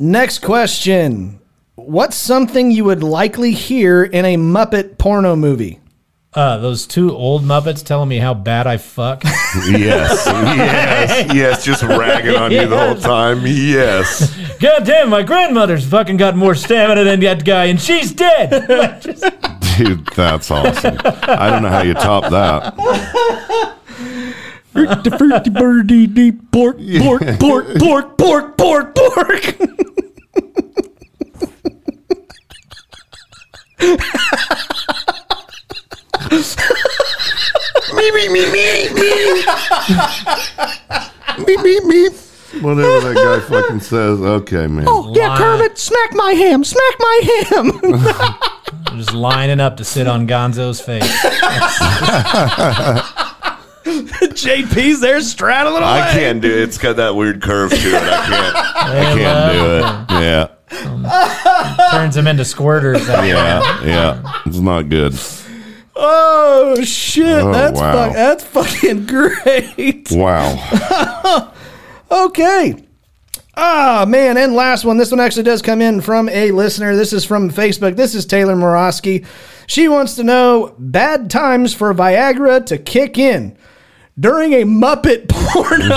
[SPEAKER 1] Next question. What's something you would likely hear in a Muppet porno movie?
[SPEAKER 3] Uh, those two old Muppets telling me how bad I fuck.
[SPEAKER 2] Yes. yes. Yes. Just ragging on you the whole time. Yes.
[SPEAKER 3] God damn, my grandmother's fucking got more stamina than that guy, and she's dead.
[SPEAKER 2] Dude, that's awesome. I don't know how you top that.
[SPEAKER 1] The fruity birdie deep pork, pork, pork, pork, pork, pork, pork.
[SPEAKER 2] Beep, beep, beep. Whatever that guy fucking says. Okay, man.
[SPEAKER 1] Yeah,
[SPEAKER 3] Why?
[SPEAKER 1] Kermit, smack my ham, smack my ham.
[SPEAKER 3] I'm just lining up to sit on Gonzo's face.
[SPEAKER 1] JP's there straddling away.
[SPEAKER 2] I can't do it. It's got that weird curve to it. I can't. I can't do it. Yeah.
[SPEAKER 3] Turns him into squirters. That
[SPEAKER 2] Yeah. Yeah. It's not good.
[SPEAKER 1] Oh shit,
[SPEAKER 2] Oh,
[SPEAKER 1] that's
[SPEAKER 2] wow.
[SPEAKER 1] fuck, that's fucking great.
[SPEAKER 2] Wow.
[SPEAKER 1] Okay. Ah, man. And last one. This one actually does come in from a listener. This is from Facebook. This is Taylor Morosky. She wants to know bad times for Viagra to kick in during a Muppet porno.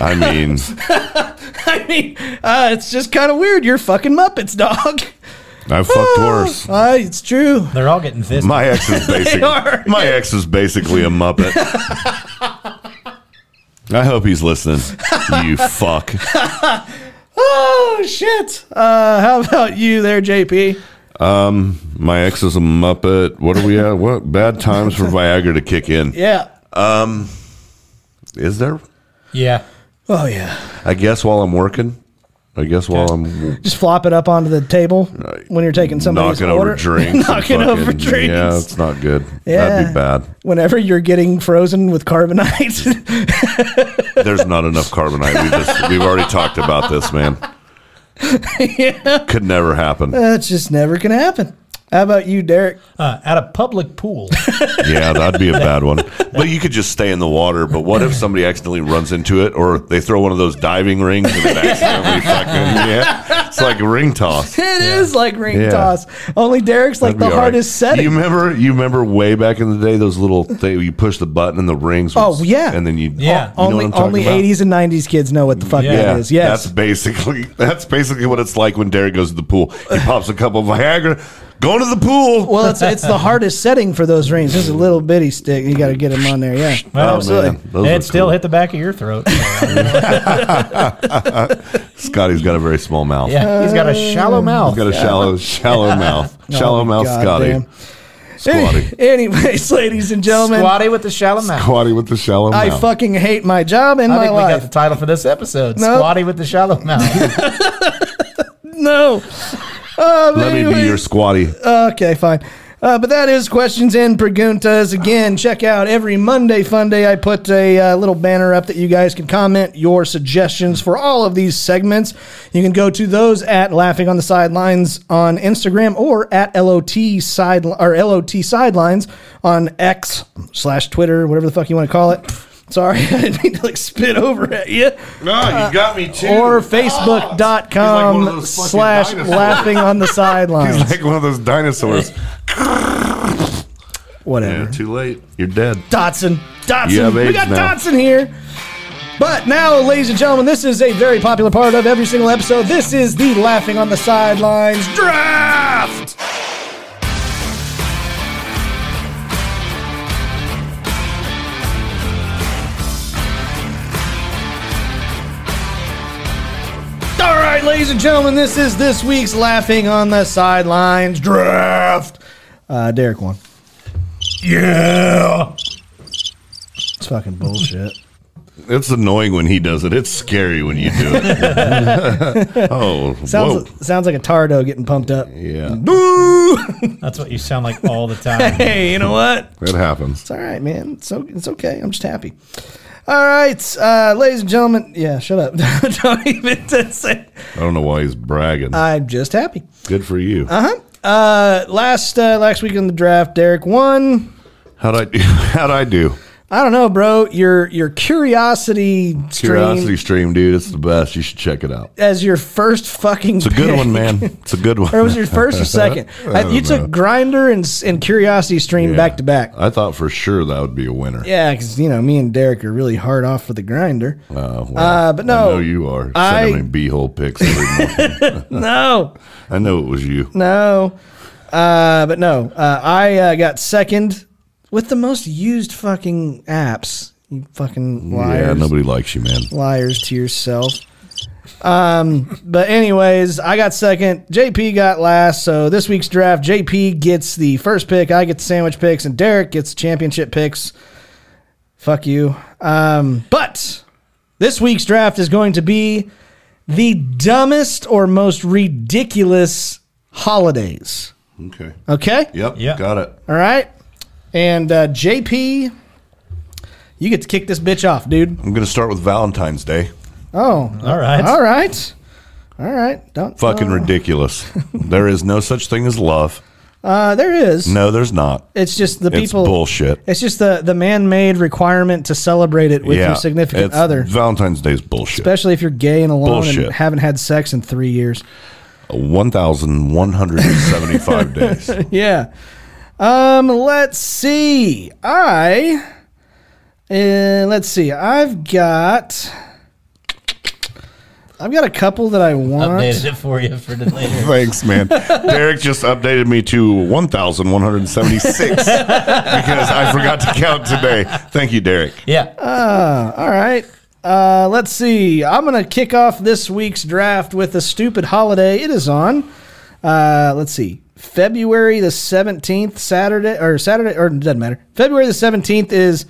[SPEAKER 2] I mean,
[SPEAKER 1] I mean, uh, it's just kind of weird. You're fucking Muppets, dog.
[SPEAKER 2] I fucked worse.
[SPEAKER 1] Uh, it's true.
[SPEAKER 3] They're all getting fisted.
[SPEAKER 2] My ex is basically
[SPEAKER 1] are.
[SPEAKER 2] my ex is basically a muppet. I hope he's listening. You fuck.
[SPEAKER 1] Oh, shit. Uh, how about you there, JP?
[SPEAKER 2] My ex is a muppet. What are we at? What bad times for Viagra to kick in?
[SPEAKER 1] Yeah.
[SPEAKER 2] Is there?
[SPEAKER 3] yeah.
[SPEAKER 1] Oh, yeah.
[SPEAKER 2] I guess while I'm working. I guess while I'm
[SPEAKER 1] Just flop it up onto the table when you're taking somebody's
[SPEAKER 2] knocking
[SPEAKER 1] order.
[SPEAKER 2] over drinks, and
[SPEAKER 1] knocking over
[SPEAKER 2] fucking-
[SPEAKER 1] drinks.
[SPEAKER 2] Yeah, it's not good. That'd
[SPEAKER 1] Yeah.
[SPEAKER 2] be bad.
[SPEAKER 1] whenever you're getting frozen with carbonite.
[SPEAKER 2] There's not enough carbonite. We just we've already talked about this, man. Could never happen.
[SPEAKER 1] that just never can happen. How about you, Derek?
[SPEAKER 3] Uh, at a public pool.
[SPEAKER 2] Yeah, that'd be a bad one. But you could just stay in the water. But what if somebody accidentally runs into it, or they throw one of those diving rings and it accidentally fucking yeah? It's like a ring toss.
[SPEAKER 1] It is like ring
[SPEAKER 2] Yeah.
[SPEAKER 1] toss. Only Derek's like
[SPEAKER 2] That'd be
[SPEAKER 1] the
[SPEAKER 2] all right.
[SPEAKER 1] hardest
[SPEAKER 2] You
[SPEAKER 1] setting.
[SPEAKER 2] remember? You remember way back in the day those little thing you push the button and the rings. would
[SPEAKER 1] Oh,
[SPEAKER 2] s-
[SPEAKER 1] yeah.
[SPEAKER 2] and then you
[SPEAKER 3] Yeah.
[SPEAKER 2] you know
[SPEAKER 1] only
[SPEAKER 2] what I'm talking
[SPEAKER 1] only
[SPEAKER 2] about?
[SPEAKER 1] 80s and 90s kids know what the fuck
[SPEAKER 3] Yeah.
[SPEAKER 1] that is. Yes.
[SPEAKER 2] That's basically that's basically what it's like when Derek goes to the pool. He pops a couple of Viagra, going to the pool.
[SPEAKER 1] well, it's it's the hardest setting for those rings. This is a little bitty stick. You got to get them on there. Yeah.
[SPEAKER 3] Well,
[SPEAKER 2] Oh, man, those are
[SPEAKER 3] it still
[SPEAKER 2] cool.
[SPEAKER 3] hit the back of your throat. uh,
[SPEAKER 2] Scotty's got a very small mouth.
[SPEAKER 3] yeah, he's got a shallow mouth.
[SPEAKER 2] He's got a shallow, shallow mouth. Shallow mouth
[SPEAKER 1] Oh, God
[SPEAKER 2] Scotty.
[SPEAKER 1] damn.
[SPEAKER 2] Squatty.
[SPEAKER 1] Anyways, ladies and gentlemen,
[SPEAKER 3] Squatty with the shallow mouth.
[SPEAKER 2] Squatty with the shallow
[SPEAKER 1] I
[SPEAKER 2] mouth.
[SPEAKER 1] fucking hate my job and
[SPEAKER 3] I
[SPEAKER 1] my
[SPEAKER 3] think we got the
[SPEAKER 1] life.
[SPEAKER 3] title for this episode.
[SPEAKER 1] Nope.
[SPEAKER 3] Squatty with the shallow mouth.
[SPEAKER 1] no. Uh, but
[SPEAKER 2] Let me be
[SPEAKER 1] anyways-
[SPEAKER 2] your squatty.
[SPEAKER 1] Okay, fine. Uh, but that is questions and preguntas. Again, check out every Monday Fun Day. I put a uh, little banner up that you guys can comment your suggestions for all of these segments. You can go to those at Laughing on the Sidelines on Instagram or at LOT side or LOT Sidelines on X slash Twitter, whatever the fuck you want to call it. Sorry, I didn't mean to like spit over at you.
[SPEAKER 2] No, you got me too.
[SPEAKER 1] uh, Or
[SPEAKER 2] He's like one
[SPEAKER 1] facebook.com
[SPEAKER 2] of those fucking
[SPEAKER 1] slash
[SPEAKER 2] dinosaurs.
[SPEAKER 1] laughing on the sidelines.
[SPEAKER 2] He's like one of those dinosaurs.
[SPEAKER 1] Whatever.
[SPEAKER 2] Yeah, too late. You're dead.
[SPEAKER 1] Dotson. Dotson.
[SPEAKER 2] You have
[SPEAKER 1] we
[SPEAKER 2] AIDS
[SPEAKER 1] got
[SPEAKER 2] now.
[SPEAKER 1] Dotson here. But now, ladies and gentlemen, this is a very popular part of every single episode. This is the Laughing on the Sidelines Draft. All right, ladies and gentlemen, this is this week's Laughing on the Sidelines Draft. Uh, Derek won.
[SPEAKER 3] Yeah.
[SPEAKER 1] It's fucking bullshit.
[SPEAKER 2] It's annoying when he does it. It's scary when you do it. oh,
[SPEAKER 1] Sounds
[SPEAKER 2] whoa.
[SPEAKER 1] sounds like a tardo getting pumped up.
[SPEAKER 2] Yeah,
[SPEAKER 3] That's what you sound like all the time.
[SPEAKER 1] Hey, you know what?
[SPEAKER 2] that happens.
[SPEAKER 1] It's all right, man. So it's okay. I'm just happy. All right, uh, ladies and gentlemen. Yeah, shut up. Don't even say.
[SPEAKER 2] I don't know why he's bragging.
[SPEAKER 1] I'm just happy.
[SPEAKER 2] Good for you.
[SPEAKER 1] uh-huh. Uh, last uh, last week in the draft, Derek won.
[SPEAKER 2] How'd I do? How'd I do?
[SPEAKER 1] I don't know, bro. Your your curiosity stream
[SPEAKER 2] Curiosity stream, dude. It's the best. You should check it out.
[SPEAKER 1] as your first fucking.
[SPEAKER 2] It's a good one, man. It's a good one.
[SPEAKER 1] Or was it your first or second? I, you took grinder and s- and curiosity stream
[SPEAKER 2] Yeah.
[SPEAKER 1] back to back.
[SPEAKER 2] I thought for sure that would be a winner.
[SPEAKER 1] Yeah, because you know me and Derek are really hard off for the grinder.
[SPEAKER 2] Uh, well,
[SPEAKER 1] Uh, but
[SPEAKER 2] I
[SPEAKER 1] no,
[SPEAKER 2] know you are.
[SPEAKER 1] I-
[SPEAKER 2] Sending me b-hole pics every morning.
[SPEAKER 1] No,
[SPEAKER 2] I know it was you.
[SPEAKER 1] no, uh, but no. Uh, I uh, got second with the most used fucking apps. You fucking liars,
[SPEAKER 2] Yeah, nobody likes you, man.
[SPEAKER 1] liars to yourself. Um, but anyways, I got second. JP got last. So this week's draft, JP gets the first pick. I get the sandwich picks, and Derek gets championship picks. Fuck you. Um, but this week's draft is going to be the dumbest or most ridiculous holidays.
[SPEAKER 2] Okay.
[SPEAKER 1] Okay.
[SPEAKER 2] Yep.
[SPEAKER 3] Yeah.
[SPEAKER 2] Got it.
[SPEAKER 1] All right. And uh, JP, you get to kick this bitch off, dude.
[SPEAKER 2] I'm gonna start with Valentine's Day.
[SPEAKER 1] Oh,
[SPEAKER 3] All right.
[SPEAKER 1] all right. All right. Don't
[SPEAKER 2] Fucking ridiculous. there is no such thing as love.
[SPEAKER 1] Uh, there is.
[SPEAKER 2] No, there's not.
[SPEAKER 1] It's just the
[SPEAKER 2] It's
[SPEAKER 1] people.
[SPEAKER 2] bullshit.
[SPEAKER 1] It's just the, the man made requirement to celebrate it with your significant
[SPEAKER 2] it's-
[SPEAKER 1] other,
[SPEAKER 2] Valentine's Day is bullshit.
[SPEAKER 1] especially if you're gay and alone
[SPEAKER 2] Bullshit.
[SPEAKER 1] and haven't had sex in three years.
[SPEAKER 2] 1,175 days.
[SPEAKER 1] Yeah. Um. Let's see. I. Uh, let's see. I've got. I've got a couple that I want.
[SPEAKER 3] Updated it for you for the later.
[SPEAKER 2] Thanks, man. Derek just updated me to 1,176 because I forgot to count today. Thank you, Derek.
[SPEAKER 3] Yeah.
[SPEAKER 1] All right. Uh, let's see. I'm going to kick off this week's draft with a stupid holiday. It is on. Uh, let's see. February the 17th, Saturday, or Saturday, or it doesn't matter. February the 17th is,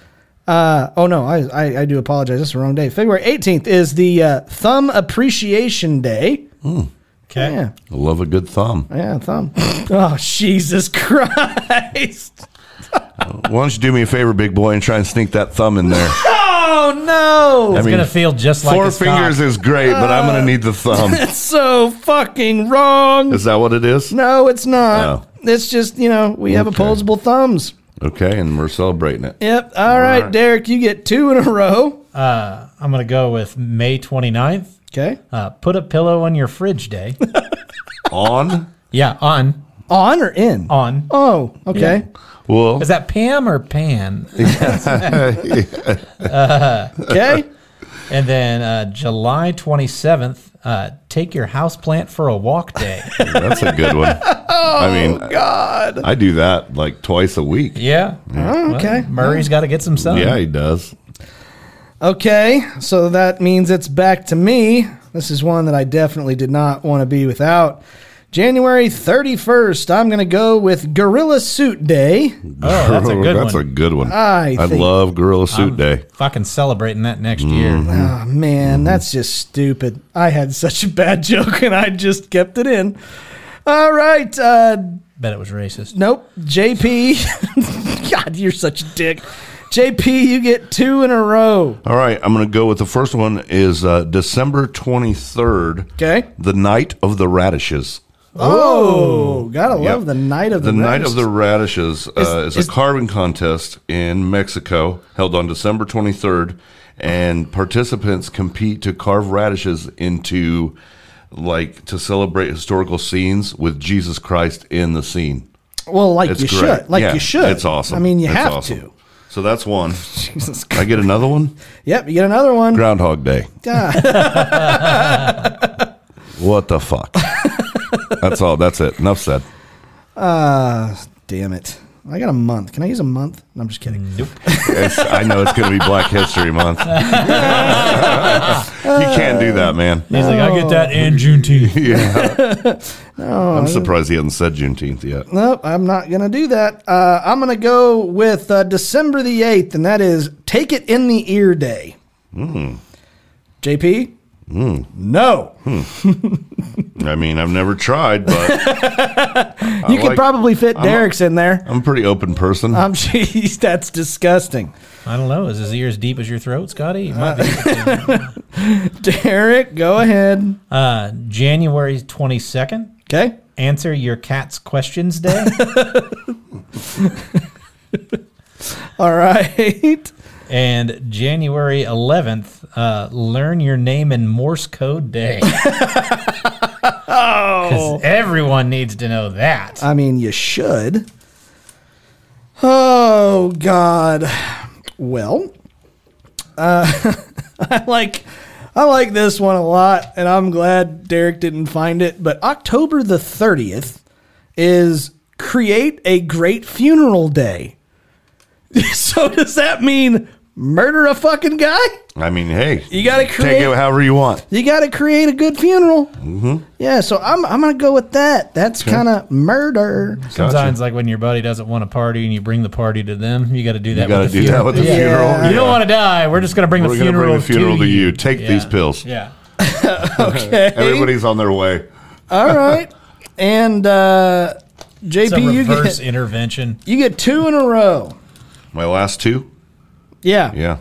[SPEAKER 1] uh, oh no, I, I, I do apologize. That's the wrong day. February 18th is the uh, Thumb Appreciation Day.
[SPEAKER 3] Okay.
[SPEAKER 1] Yeah,
[SPEAKER 2] I love a good thumb.
[SPEAKER 1] yeah, thumb. oh, Jesus Christ.
[SPEAKER 2] Why don't you do me a favor, big boy, and try and sneak that thumb in there?
[SPEAKER 1] Oh, no.
[SPEAKER 2] I
[SPEAKER 3] It's gonna feel just like
[SPEAKER 2] four
[SPEAKER 3] his cock.
[SPEAKER 2] fingers is great, but I'm gonna need the thumb.
[SPEAKER 1] That's so fucking wrong.
[SPEAKER 2] Is that what it is?
[SPEAKER 1] No, it's not. It's just, you know, we have
[SPEAKER 2] Okay.
[SPEAKER 1] opposable thumbs.
[SPEAKER 2] Okay, and we're celebrating it.
[SPEAKER 1] Yep. All right,
[SPEAKER 2] right.
[SPEAKER 1] Derek, you get two in a row.
[SPEAKER 3] Uh, I'm gonna go with May 29th.
[SPEAKER 1] Okay.
[SPEAKER 3] Uh, put a pillow on your fridge day.
[SPEAKER 2] On?
[SPEAKER 3] yeah. On.
[SPEAKER 1] On or in?
[SPEAKER 3] On.
[SPEAKER 1] Oh, okay.
[SPEAKER 2] Well,
[SPEAKER 3] Is that Pam or Pan?
[SPEAKER 1] Okay.
[SPEAKER 3] And then uh, July 27th, uh, take your houseplant for a walk day.
[SPEAKER 2] that's a good one.
[SPEAKER 3] Oh,
[SPEAKER 2] I mean, God. I do that like twice a week.
[SPEAKER 3] yeah. Uh,
[SPEAKER 1] okay.
[SPEAKER 3] Murray's got to get some sun.
[SPEAKER 2] Yeah, he does.
[SPEAKER 1] Okay. So that means it's back to me. This is one that I definitely did not want to be without. January 31st, I'm going to go with Gorilla Suit Day.
[SPEAKER 3] Oh, that's a good
[SPEAKER 2] That's
[SPEAKER 3] one.
[SPEAKER 2] a good one.
[SPEAKER 1] I
[SPEAKER 2] I,
[SPEAKER 1] think-
[SPEAKER 2] love Gorilla Suit Day.
[SPEAKER 3] Fucking celebrating that next year.
[SPEAKER 1] Oh, man, that's just stupid. I had such a bad joke and I just kept it in. All right. Uh,
[SPEAKER 3] Bet it was racist.
[SPEAKER 1] Nope. JP. God, you're such a dick. JP, you get two in a row.
[SPEAKER 2] All right, I'm gonna go with the first one is uh, December 23rd,
[SPEAKER 1] Okay.
[SPEAKER 2] the night of the radishes.
[SPEAKER 1] Oh, gotta love
[SPEAKER 2] Yep.
[SPEAKER 1] the night of the
[SPEAKER 2] The Night of the
[SPEAKER 1] Rest.
[SPEAKER 2] Radishes uh, is,
[SPEAKER 1] is-
[SPEAKER 2] a carving contest in Mexico held on December 23rd, and participants compete to carve radishes into, like, to celebrate historical scenes with Jesus Christ in the scene.
[SPEAKER 1] well, like
[SPEAKER 2] It's
[SPEAKER 1] you
[SPEAKER 2] great.
[SPEAKER 1] should, like
[SPEAKER 2] Yeah,
[SPEAKER 1] you should.
[SPEAKER 2] It's awesome.
[SPEAKER 1] I mean, you
[SPEAKER 2] It's
[SPEAKER 1] have
[SPEAKER 2] awesome.
[SPEAKER 1] to.
[SPEAKER 2] So that's one.
[SPEAKER 1] Jesus.
[SPEAKER 2] I get another one.
[SPEAKER 1] Yep, you get another one.
[SPEAKER 2] Groundhog Day.
[SPEAKER 1] God.
[SPEAKER 2] What the fuck? that's all. That's it. Enough said.
[SPEAKER 1] Uh, damn it. I got a month. Can I use a month? No, I'm just
[SPEAKER 2] Mm.
[SPEAKER 1] kidding.
[SPEAKER 2] It's, I know it's going to be Black History Month. you can't do that, man.
[SPEAKER 3] He's like, I get that and Juneteenth.
[SPEAKER 2] Yeah. I'm surprised he hasn't said Juneteenth yet.
[SPEAKER 1] Nope, I'm not gonna do that. Uh, I'm gonna go with uh, December the eighth, and that is Take It in the Ear Day.
[SPEAKER 2] Mm.
[SPEAKER 1] JP. No,
[SPEAKER 2] I mean, I've never tried, but
[SPEAKER 1] you could
[SPEAKER 2] like-
[SPEAKER 1] probably fit Derek's in there.
[SPEAKER 2] I'm a pretty open person.
[SPEAKER 1] I'm jeez, that's disgusting.
[SPEAKER 3] I don't know. Is his ear as deep as your throat, Scotty? It might be.
[SPEAKER 1] Derek, go ahead.
[SPEAKER 3] Uh, January 22nd,
[SPEAKER 1] Okay.
[SPEAKER 3] Answer Your Cat's Questions Day.
[SPEAKER 1] All right.
[SPEAKER 3] and January 11th, uh, Learn Your Name in Morse Code Day. oh. Everyone needs to know that.
[SPEAKER 1] I mean, you should. Oh God. Well, uh, I like I like this one a lot, and I'm glad Derek didn't find it. But October the 30th is create a great funeral day. so does that mean murder a fucking guy?
[SPEAKER 2] I mean, hey,
[SPEAKER 1] You gotta
[SPEAKER 2] take
[SPEAKER 1] create-
[SPEAKER 2] it however you want.
[SPEAKER 1] You got to create a good funeral. Mm-hmm. Yeah, so I'm I'm gonna go with that. That's kind of murder.
[SPEAKER 3] Sometimes, like when your buddy doesn't want a party and you bring the party to them, you got to do that.
[SPEAKER 2] You got to
[SPEAKER 3] with the
[SPEAKER 2] do that
[SPEAKER 3] funeral.
[SPEAKER 2] with the
[SPEAKER 1] Yeah.
[SPEAKER 2] funeral.
[SPEAKER 1] You
[SPEAKER 3] You don't want to die. We're just going to bring
[SPEAKER 2] We're
[SPEAKER 3] the
[SPEAKER 2] going to
[SPEAKER 3] funeral.
[SPEAKER 2] bring the funeral to you. Take these
[SPEAKER 3] Yeah.
[SPEAKER 2] pills.
[SPEAKER 3] Yeah.
[SPEAKER 2] Everybody's on their way.
[SPEAKER 1] All right. And uh, JP,
[SPEAKER 3] It's a
[SPEAKER 1] you
[SPEAKER 3] reverse
[SPEAKER 1] get
[SPEAKER 3] intervention.
[SPEAKER 1] you get two in a row.
[SPEAKER 2] My last two.
[SPEAKER 1] Yeah.
[SPEAKER 2] Yeah.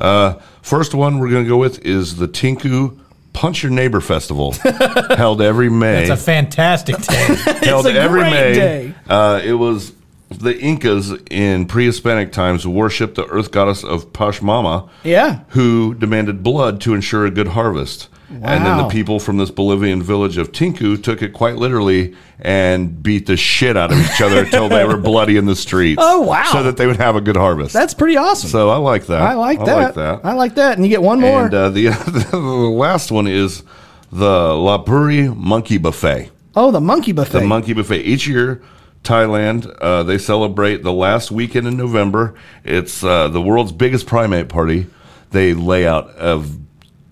[SPEAKER 2] Uh, first one we're going to go with is the Tinku Punch Your Neighbor Festival, held every May.
[SPEAKER 3] It's a fantastic day.
[SPEAKER 2] held
[SPEAKER 1] a
[SPEAKER 2] every
[SPEAKER 1] great
[SPEAKER 2] May.
[SPEAKER 1] day.
[SPEAKER 2] Uh, it was the Incas in pre-Hispanic times worshipped the earth goddess of Pashmama,
[SPEAKER 1] Yeah.
[SPEAKER 2] who demanded blood to ensure a good harvest. And then the
[SPEAKER 1] Wow.
[SPEAKER 2] people from this Bolivian village of Tinku took it quite literally and beat the shit out of each other until they were bloody in the streets.
[SPEAKER 1] Oh, wow.
[SPEAKER 2] So that they would have a good harvest.
[SPEAKER 1] That's pretty awesome.
[SPEAKER 2] so I like that.
[SPEAKER 1] I like that.
[SPEAKER 2] I like that.
[SPEAKER 1] I like that. And you get one more.
[SPEAKER 2] And uh, the, the last one is the Lapuri Monkey Buffet.
[SPEAKER 1] oh, the monkey buffet.
[SPEAKER 2] The Monkey Buffet. Each year, Thailand, uh, they celebrate the last weekend in November. It's uh, the world's biggest primate party. They lay out a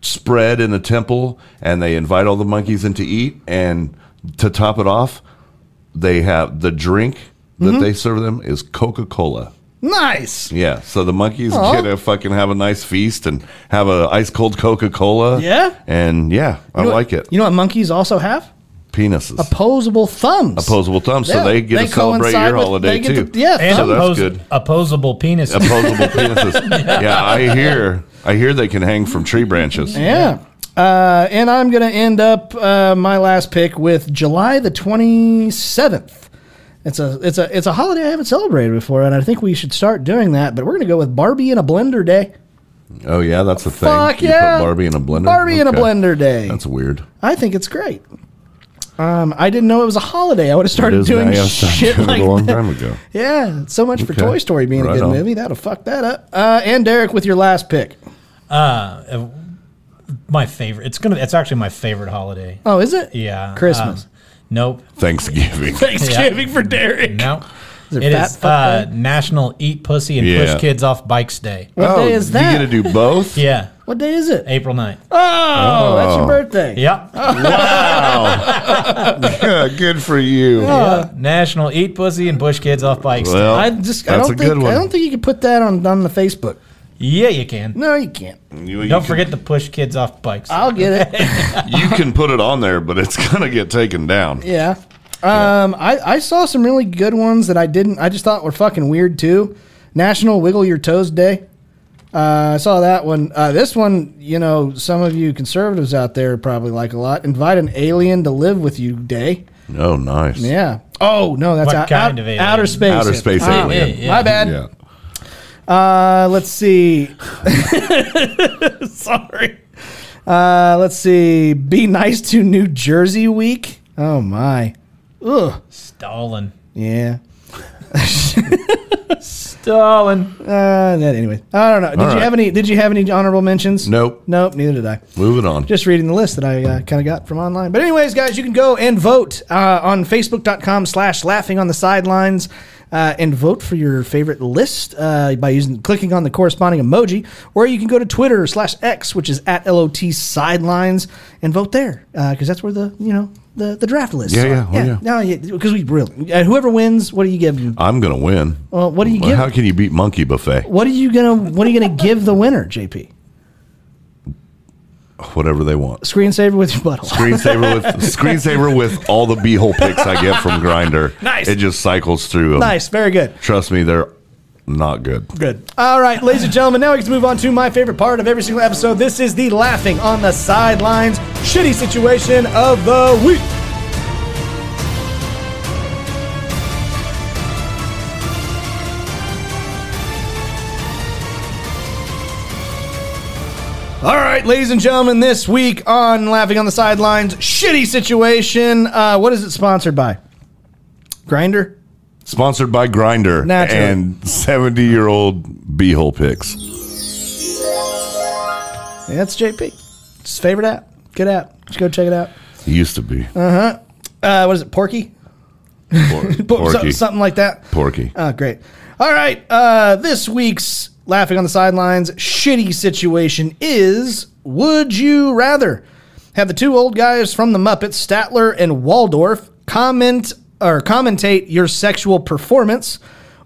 [SPEAKER 2] spread in a temple and they invite all the monkeys in to eat. And to top it off, they have the drink that they serve them is Coca Cola.
[SPEAKER 1] nice.
[SPEAKER 2] Yeah, so the monkeys get to fucking have a nice feast and have a ice cold Coca Cola.
[SPEAKER 1] Yeah?
[SPEAKER 2] and yeah, I
[SPEAKER 1] You know-
[SPEAKER 2] like it.
[SPEAKER 1] You know what monkeys also have?
[SPEAKER 2] Penises,
[SPEAKER 1] Opposable thumbs.
[SPEAKER 2] opposable thumbs,
[SPEAKER 1] Yeah,
[SPEAKER 2] so they get
[SPEAKER 1] they
[SPEAKER 2] to celebrate
[SPEAKER 1] coincide
[SPEAKER 2] your
[SPEAKER 1] with-
[SPEAKER 2] holiday
[SPEAKER 1] they get
[SPEAKER 2] too.
[SPEAKER 1] to- yeah,
[SPEAKER 3] And
[SPEAKER 2] so that's
[SPEAKER 3] oppos-
[SPEAKER 2] good.
[SPEAKER 3] opposable penis.
[SPEAKER 2] Opposable penises. Yeah, I hear. I hear they can hang from tree branches.
[SPEAKER 1] Yeah. Uh, and I'm going to end up uh, my last pick with July the 27th. It's a it's a it's a holiday I haven't celebrated before, and I think we should start doing that. But we're gonna go with Barbie in a blender day.
[SPEAKER 2] Oh yeah, that's a thing.
[SPEAKER 1] Fuck
[SPEAKER 2] you
[SPEAKER 1] yeah!
[SPEAKER 2] put Barbie in a blender.
[SPEAKER 1] Barbie in a
[SPEAKER 2] Okay.
[SPEAKER 1] blender day.
[SPEAKER 2] That's weird.
[SPEAKER 1] I think it's great. Um, I didn't know it was a holiday. I would have
[SPEAKER 2] It
[SPEAKER 1] started
[SPEAKER 2] is
[SPEAKER 1] doing
[SPEAKER 2] now. Yeah, I started
[SPEAKER 1] shit
[SPEAKER 2] doing it
[SPEAKER 1] like
[SPEAKER 2] a long
[SPEAKER 1] that.
[SPEAKER 2] time ago.
[SPEAKER 1] Yeah, so much for
[SPEAKER 2] Okay.
[SPEAKER 1] Toy Story being a
[SPEAKER 2] Right
[SPEAKER 1] good
[SPEAKER 2] on.
[SPEAKER 1] movie. That'll fuck that up. Uh, and Derek with your last pick.
[SPEAKER 3] Uh, my favorite. It's gonna. It's actually my favorite holiday.
[SPEAKER 1] Oh, is it?
[SPEAKER 3] Yeah.
[SPEAKER 1] Christmas.
[SPEAKER 3] um, nope.
[SPEAKER 2] Thanksgiving.
[SPEAKER 1] Thanksgiving for Derek.
[SPEAKER 3] No.
[SPEAKER 1] it
[SPEAKER 3] It
[SPEAKER 1] fat
[SPEAKER 3] is
[SPEAKER 1] fuck
[SPEAKER 3] uh, National Eat Pussy and
[SPEAKER 2] Yeah.
[SPEAKER 3] Push Kids Off Bikes Day.
[SPEAKER 1] What
[SPEAKER 2] oh,
[SPEAKER 1] day is that?
[SPEAKER 2] You get to do both.
[SPEAKER 3] Yeah.
[SPEAKER 1] what day is it?
[SPEAKER 3] April 9th.
[SPEAKER 1] Oh, that's your
[SPEAKER 2] Oh.
[SPEAKER 1] birthday.
[SPEAKER 3] Yep.
[SPEAKER 2] Yeah, good for you.
[SPEAKER 3] National Eat Pussy and Push Kids Off Bikes Day.
[SPEAKER 2] Well,
[SPEAKER 1] Oh. I just I
[SPEAKER 2] that's
[SPEAKER 1] don't
[SPEAKER 2] a
[SPEAKER 1] think
[SPEAKER 2] good one.
[SPEAKER 1] I don't think you can put that on on the Facebook.
[SPEAKER 3] Yeah, you can.
[SPEAKER 1] No, you can't.
[SPEAKER 2] You- you
[SPEAKER 3] Don't
[SPEAKER 2] can-
[SPEAKER 3] forget to push kids off bikes.
[SPEAKER 1] I'll get it.
[SPEAKER 2] you can put it on there, but it's gonna get taken down.
[SPEAKER 1] yeah. Um, I, I saw some really good ones that I didn't. I just thought were fucking weird too. National Wiggle Your Toes Day. Uh, I saw that one. Uh, this one, you know, some of you conservatives out there probably like a lot. Invite an alien to live with you day.
[SPEAKER 2] Oh, nice.
[SPEAKER 1] Yeah. Oh no, that's
[SPEAKER 3] What
[SPEAKER 1] out, out-
[SPEAKER 3] kind of alien?
[SPEAKER 1] outer space.
[SPEAKER 2] Outer space
[SPEAKER 1] Ah,
[SPEAKER 2] alien.
[SPEAKER 3] Yeah, yeah.
[SPEAKER 1] My bad.
[SPEAKER 2] Yeah.
[SPEAKER 1] Uh, let's see. Sorry. Uh, let's see. Be nice to New Jersey week. Oh my. Ugh.
[SPEAKER 3] Stalin.
[SPEAKER 1] Yeah.
[SPEAKER 3] Stalin.
[SPEAKER 1] Uh, that anyway. I don't know. Did
[SPEAKER 2] All
[SPEAKER 1] you
[SPEAKER 2] right.
[SPEAKER 1] have any? Did you have any honorable mentions?
[SPEAKER 2] Nope.
[SPEAKER 1] Nope. Neither did I.
[SPEAKER 2] Moving on.
[SPEAKER 1] Just reading the list that I uh, kind of got from online. But anyways, guys, you can go and vote uh, on facebook.com slash laughing on the sidelines uh, and vote for your favorite list uh, by using clicking on the corresponding emoji. Or you can go to Twitter slash X, which is at LOT sidelines, and vote there because that's where the, you know, the, the draft list.
[SPEAKER 2] Yeah, yeah, oh, yeah.
[SPEAKER 1] No, because we really, uh, whoever wins, what do you give them?
[SPEAKER 2] I'm going to win.
[SPEAKER 1] Well, what do you
[SPEAKER 2] Well,
[SPEAKER 1] give?
[SPEAKER 2] How can you beat Monkey Buffet?
[SPEAKER 1] What are you gonna What are you gonna give the winner, JP?
[SPEAKER 2] Whatever they want.
[SPEAKER 1] Screensaver with your butthole.
[SPEAKER 2] Screensaver with screensaver with all the beehole picks I get from Grinder.
[SPEAKER 1] Nice.
[SPEAKER 2] It just cycles through 'em.
[SPEAKER 1] nice, very good.
[SPEAKER 2] Trust me, they're not good.
[SPEAKER 1] Good. All right, ladies and gentlemen, now we get to move on to my favorite part of every single episode. This is the laughing on the sidelines shitty situation of the week. All right, ladies and gentlemen, this week on Laughing on the Sidelines, shitty situation. Uh, what is it sponsored by? Grinder?
[SPEAKER 2] Sponsored by Grinder
[SPEAKER 1] Naturally.
[SPEAKER 2] and 70 year old beehole picks.
[SPEAKER 1] Yeah, that's JP. It's his favorite app. Good app. Just go check it out.
[SPEAKER 2] Used to be.
[SPEAKER 1] Uh, what is it? Porky?
[SPEAKER 2] Por-
[SPEAKER 1] Por- so-
[SPEAKER 2] porky.
[SPEAKER 1] something like that.
[SPEAKER 2] Porky.
[SPEAKER 1] Oh, great. All right. Uh, this week's Laughing on the Sidelines shitty situation is Would you rather have the two old guys from the Muppets, Statler and Waldorf, comment or commentate your sexual performance?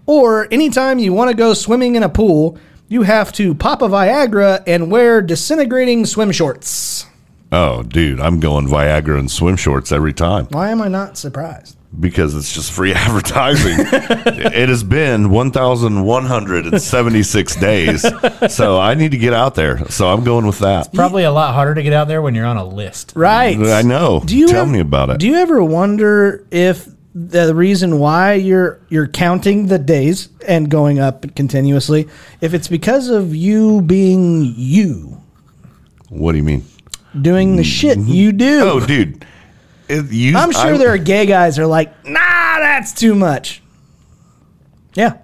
[SPEAKER 1] Or anytime you want to go swimming in a pool, you have to pop a Viagra and wear disintegrating swim shorts.
[SPEAKER 2] oh, dude, I'm going Viagra and swim shorts every time
[SPEAKER 1] Why am I not surprised?
[SPEAKER 2] because it's just free advertising. it has been 1,176 days. So I need to get out there. So I'm going with that.
[SPEAKER 3] Probably a lot harder to get out there when you're on a list.
[SPEAKER 1] Right.
[SPEAKER 2] I know.
[SPEAKER 1] Do you
[SPEAKER 2] Tell
[SPEAKER 1] ev-
[SPEAKER 2] me about it.
[SPEAKER 1] Do you ever wonder if the reason why you're you're counting the days and going up continuously, if it's because of you being you,
[SPEAKER 2] what do you mean?
[SPEAKER 1] doing the shit you do?
[SPEAKER 2] Oh, dude. It- you,
[SPEAKER 1] I'm sure
[SPEAKER 2] I-
[SPEAKER 1] there are gay guys that are like, nah, that's too much. Yeah.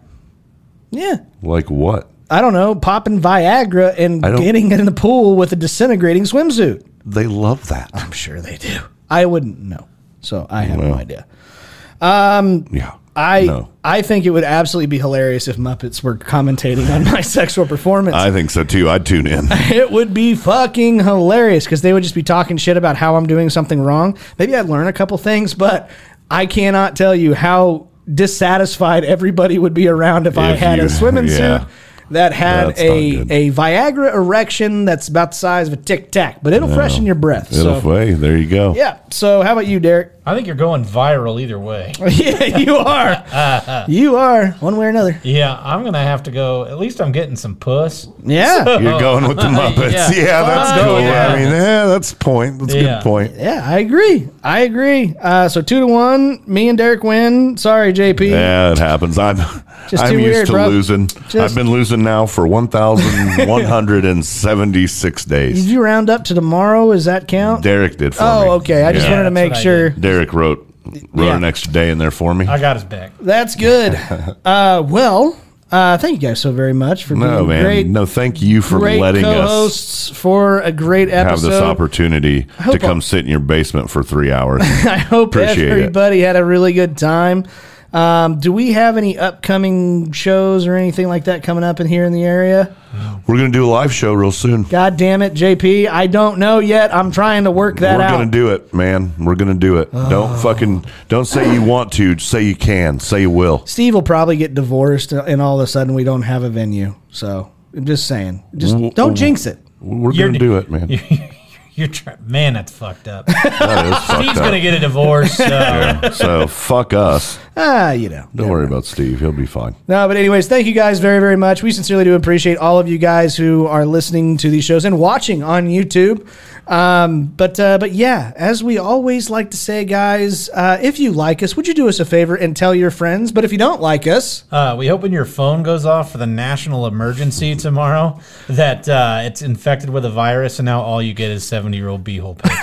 [SPEAKER 1] Yeah.
[SPEAKER 2] Like what?
[SPEAKER 1] I don't know, popping Viagra and
[SPEAKER 2] I don't-
[SPEAKER 1] getting in the pool with a disintegrating swimsuit.
[SPEAKER 2] They love that.
[SPEAKER 1] I'm sure they do. I wouldn't know. So I have no
[SPEAKER 2] Well.
[SPEAKER 1] idea.
[SPEAKER 2] Yeah.
[SPEAKER 1] I
[SPEAKER 2] No.
[SPEAKER 1] I think it would absolutely be hilarious if Muppets were commentating on my sexual performance.
[SPEAKER 2] I think so too. I'd tune in.
[SPEAKER 1] it would be fucking hilarious because they would just be talking shit about how I'm doing something wrong. Maybe I'd learn a couple things, but I cannot tell you how dissatisfied everybody would be around if, I
[SPEAKER 2] If
[SPEAKER 1] had
[SPEAKER 2] you-
[SPEAKER 1] a swimming
[SPEAKER 2] yeah.
[SPEAKER 1] suit that had
[SPEAKER 2] That's not
[SPEAKER 1] a
[SPEAKER 2] good.
[SPEAKER 1] a Viagra erection that's about the size of a Tic Tac, but it'll freshen your breath.
[SPEAKER 2] It'll
[SPEAKER 1] so.
[SPEAKER 2] way. There you go.
[SPEAKER 1] Yeah. So how about you, Derek?
[SPEAKER 3] I think you're going viral either way.
[SPEAKER 1] yeah, you are. you are one way or another.
[SPEAKER 3] Yeah, I'm gonna have to go. At least I'm getting some puss.
[SPEAKER 1] Yeah.
[SPEAKER 2] You're going with the Muppets.
[SPEAKER 3] Yeah.
[SPEAKER 2] yeah. that's
[SPEAKER 3] Fuck
[SPEAKER 2] cool.
[SPEAKER 3] yeah.
[SPEAKER 2] I mean, yeah, that's point. That's a
[SPEAKER 3] Yeah.
[SPEAKER 2] good point.
[SPEAKER 1] Oh, Yeah, I agree. I agree. Uh, so two to one, me and Derek win. Sorry, JP.
[SPEAKER 2] Yeah, it happens. I'm
[SPEAKER 1] Just
[SPEAKER 2] I'm
[SPEAKER 1] too
[SPEAKER 2] used
[SPEAKER 1] weird,
[SPEAKER 2] to
[SPEAKER 1] bro.
[SPEAKER 2] losing.
[SPEAKER 1] Just-
[SPEAKER 2] I've been losing now for 1,176
[SPEAKER 1] Did
[SPEAKER 2] days.
[SPEAKER 1] you round up to tomorrow? Does that count?
[SPEAKER 2] Derek did for me.
[SPEAKER 1] oh, okay. I just
[SPEAKER 2] Yeah.
[SPEAKER 1] wanted to
[SPEAKER 3] That's
[SPEAKER 1] make
[SPEAKER 3] what I
[SPEAKER 1] sure.
[SPEAKER 2] Derek wrote wrote
[SPEAKER 1] Yeah.
[SPEAKER 2] an extra day in there for me.
[SPEAKER 3] I got his back.
[SPEAKER 1] That's good. uh, well, uh, thank you guys so very much for
[SPEAKER 2] no,
[SPEAKER 1] being
[SPEAKER 2] man.
[SPEAKER 1] great,
[SPEAKER 2] no, thank you for
[SPEAKER 1] great
[SPEAKER 2] letting us
[SPEAKER 1] co-hosts for a great episode.
[SPEAKER 2] have this opportunity to
[SPEAKER 1] hope
[SPEAKER 2] come
[SPEAKER 1] I'll-
[SPEAKER 2] sit in your basement for three hours.
[SPEAKER 1] I hope
[SPEAKER 2] Appreciate it.
[SPEAKER 1] everybody had a really good time. Um, do we have any upcoming shows or anything like that coming up in here in the area?
[SPEAKER 2] We're gonna do a live show real soon.
[SPEAKER 1] God damn it, JP. I don't know yet. I'm trying to work that
[SPEAKER 2] We're
[SPEAKER 1] out. Oh.
[SPEAKER 2] gonna do it, man. We're gonna do it. Don't fucking don't say you want to. Say you can. Say you will.
[SPEAKER 1] Steve will probably get divorced, uh, and all of a sudden we don't have a venue. So I'm just saying, just
[SPEAKER 2] W-
[SPEAKER 1] don't
[SPEAKER 2] w-
[SPEAKER 1] jinx it.
[SPEAKER 2] We're
[SPEAKER 3] You're
[SPEAKER 2] gonna
[SPEAKER 3] d-
[SPEAKER 2] do it, man.
[SPEAKER 3] You're try- man, that's fucked up.
[SPEAKER 2] That is fucked
[SPEAKER 3] Steve's
[SPEAKER 2] up.
[SPEAKER 3] gonna get a divorce. uh, So.
[SPEAKER 2] Yeah, so fuck us.
[SPEAKER 1] Ah, you know.
[SPEAKER 2] Don't worry about Steve. He'll be fine.
[SPEAKER 1] No, but anyways, thank you guys very, very much. We sincerely do appreciate all of you guys who are listening to these shows and watching on YouTube. Um, but uh, but yeah, as we always like to say, guys, uh, if you like us, would you do us a favor and tell your friends? But if you don't like us,
[SPEAKER 3] Uh, we hope when your phone goes off for the national emergency tomorrow that uh, it's infected with a virus, and now all you get is seventy-year-old beehole pain.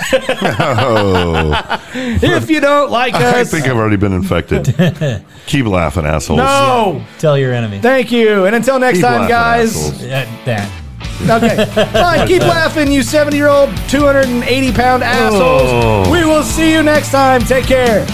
[SPEAKER 1] if you don't like
[SPEAKER 2] I
[SPEAKER 1] us,
[SPEAKER 2] think I've already been infected. Keep laughing, assholes.
[SPEAKER 1] no.
[SPEAKER 3] Tell your enemy
[SPEAKER 1] Thank you, and until next
[SPEAKER 2] Keep
[SPEAKER 1] time,
[SPEAKER 2] laughing,
[SPEAKER 1] guys.
[SPEAKER 2] assholes.
[SPEAKER 3] that. that.
[SPEAKER 1] Okay, fine. Keep laughing, you seventy-year-old, two hundred and eighty-pound assholes.
[SPEAKER 2] Oh.
[SPEAKER 1] We will see you next time. Take care.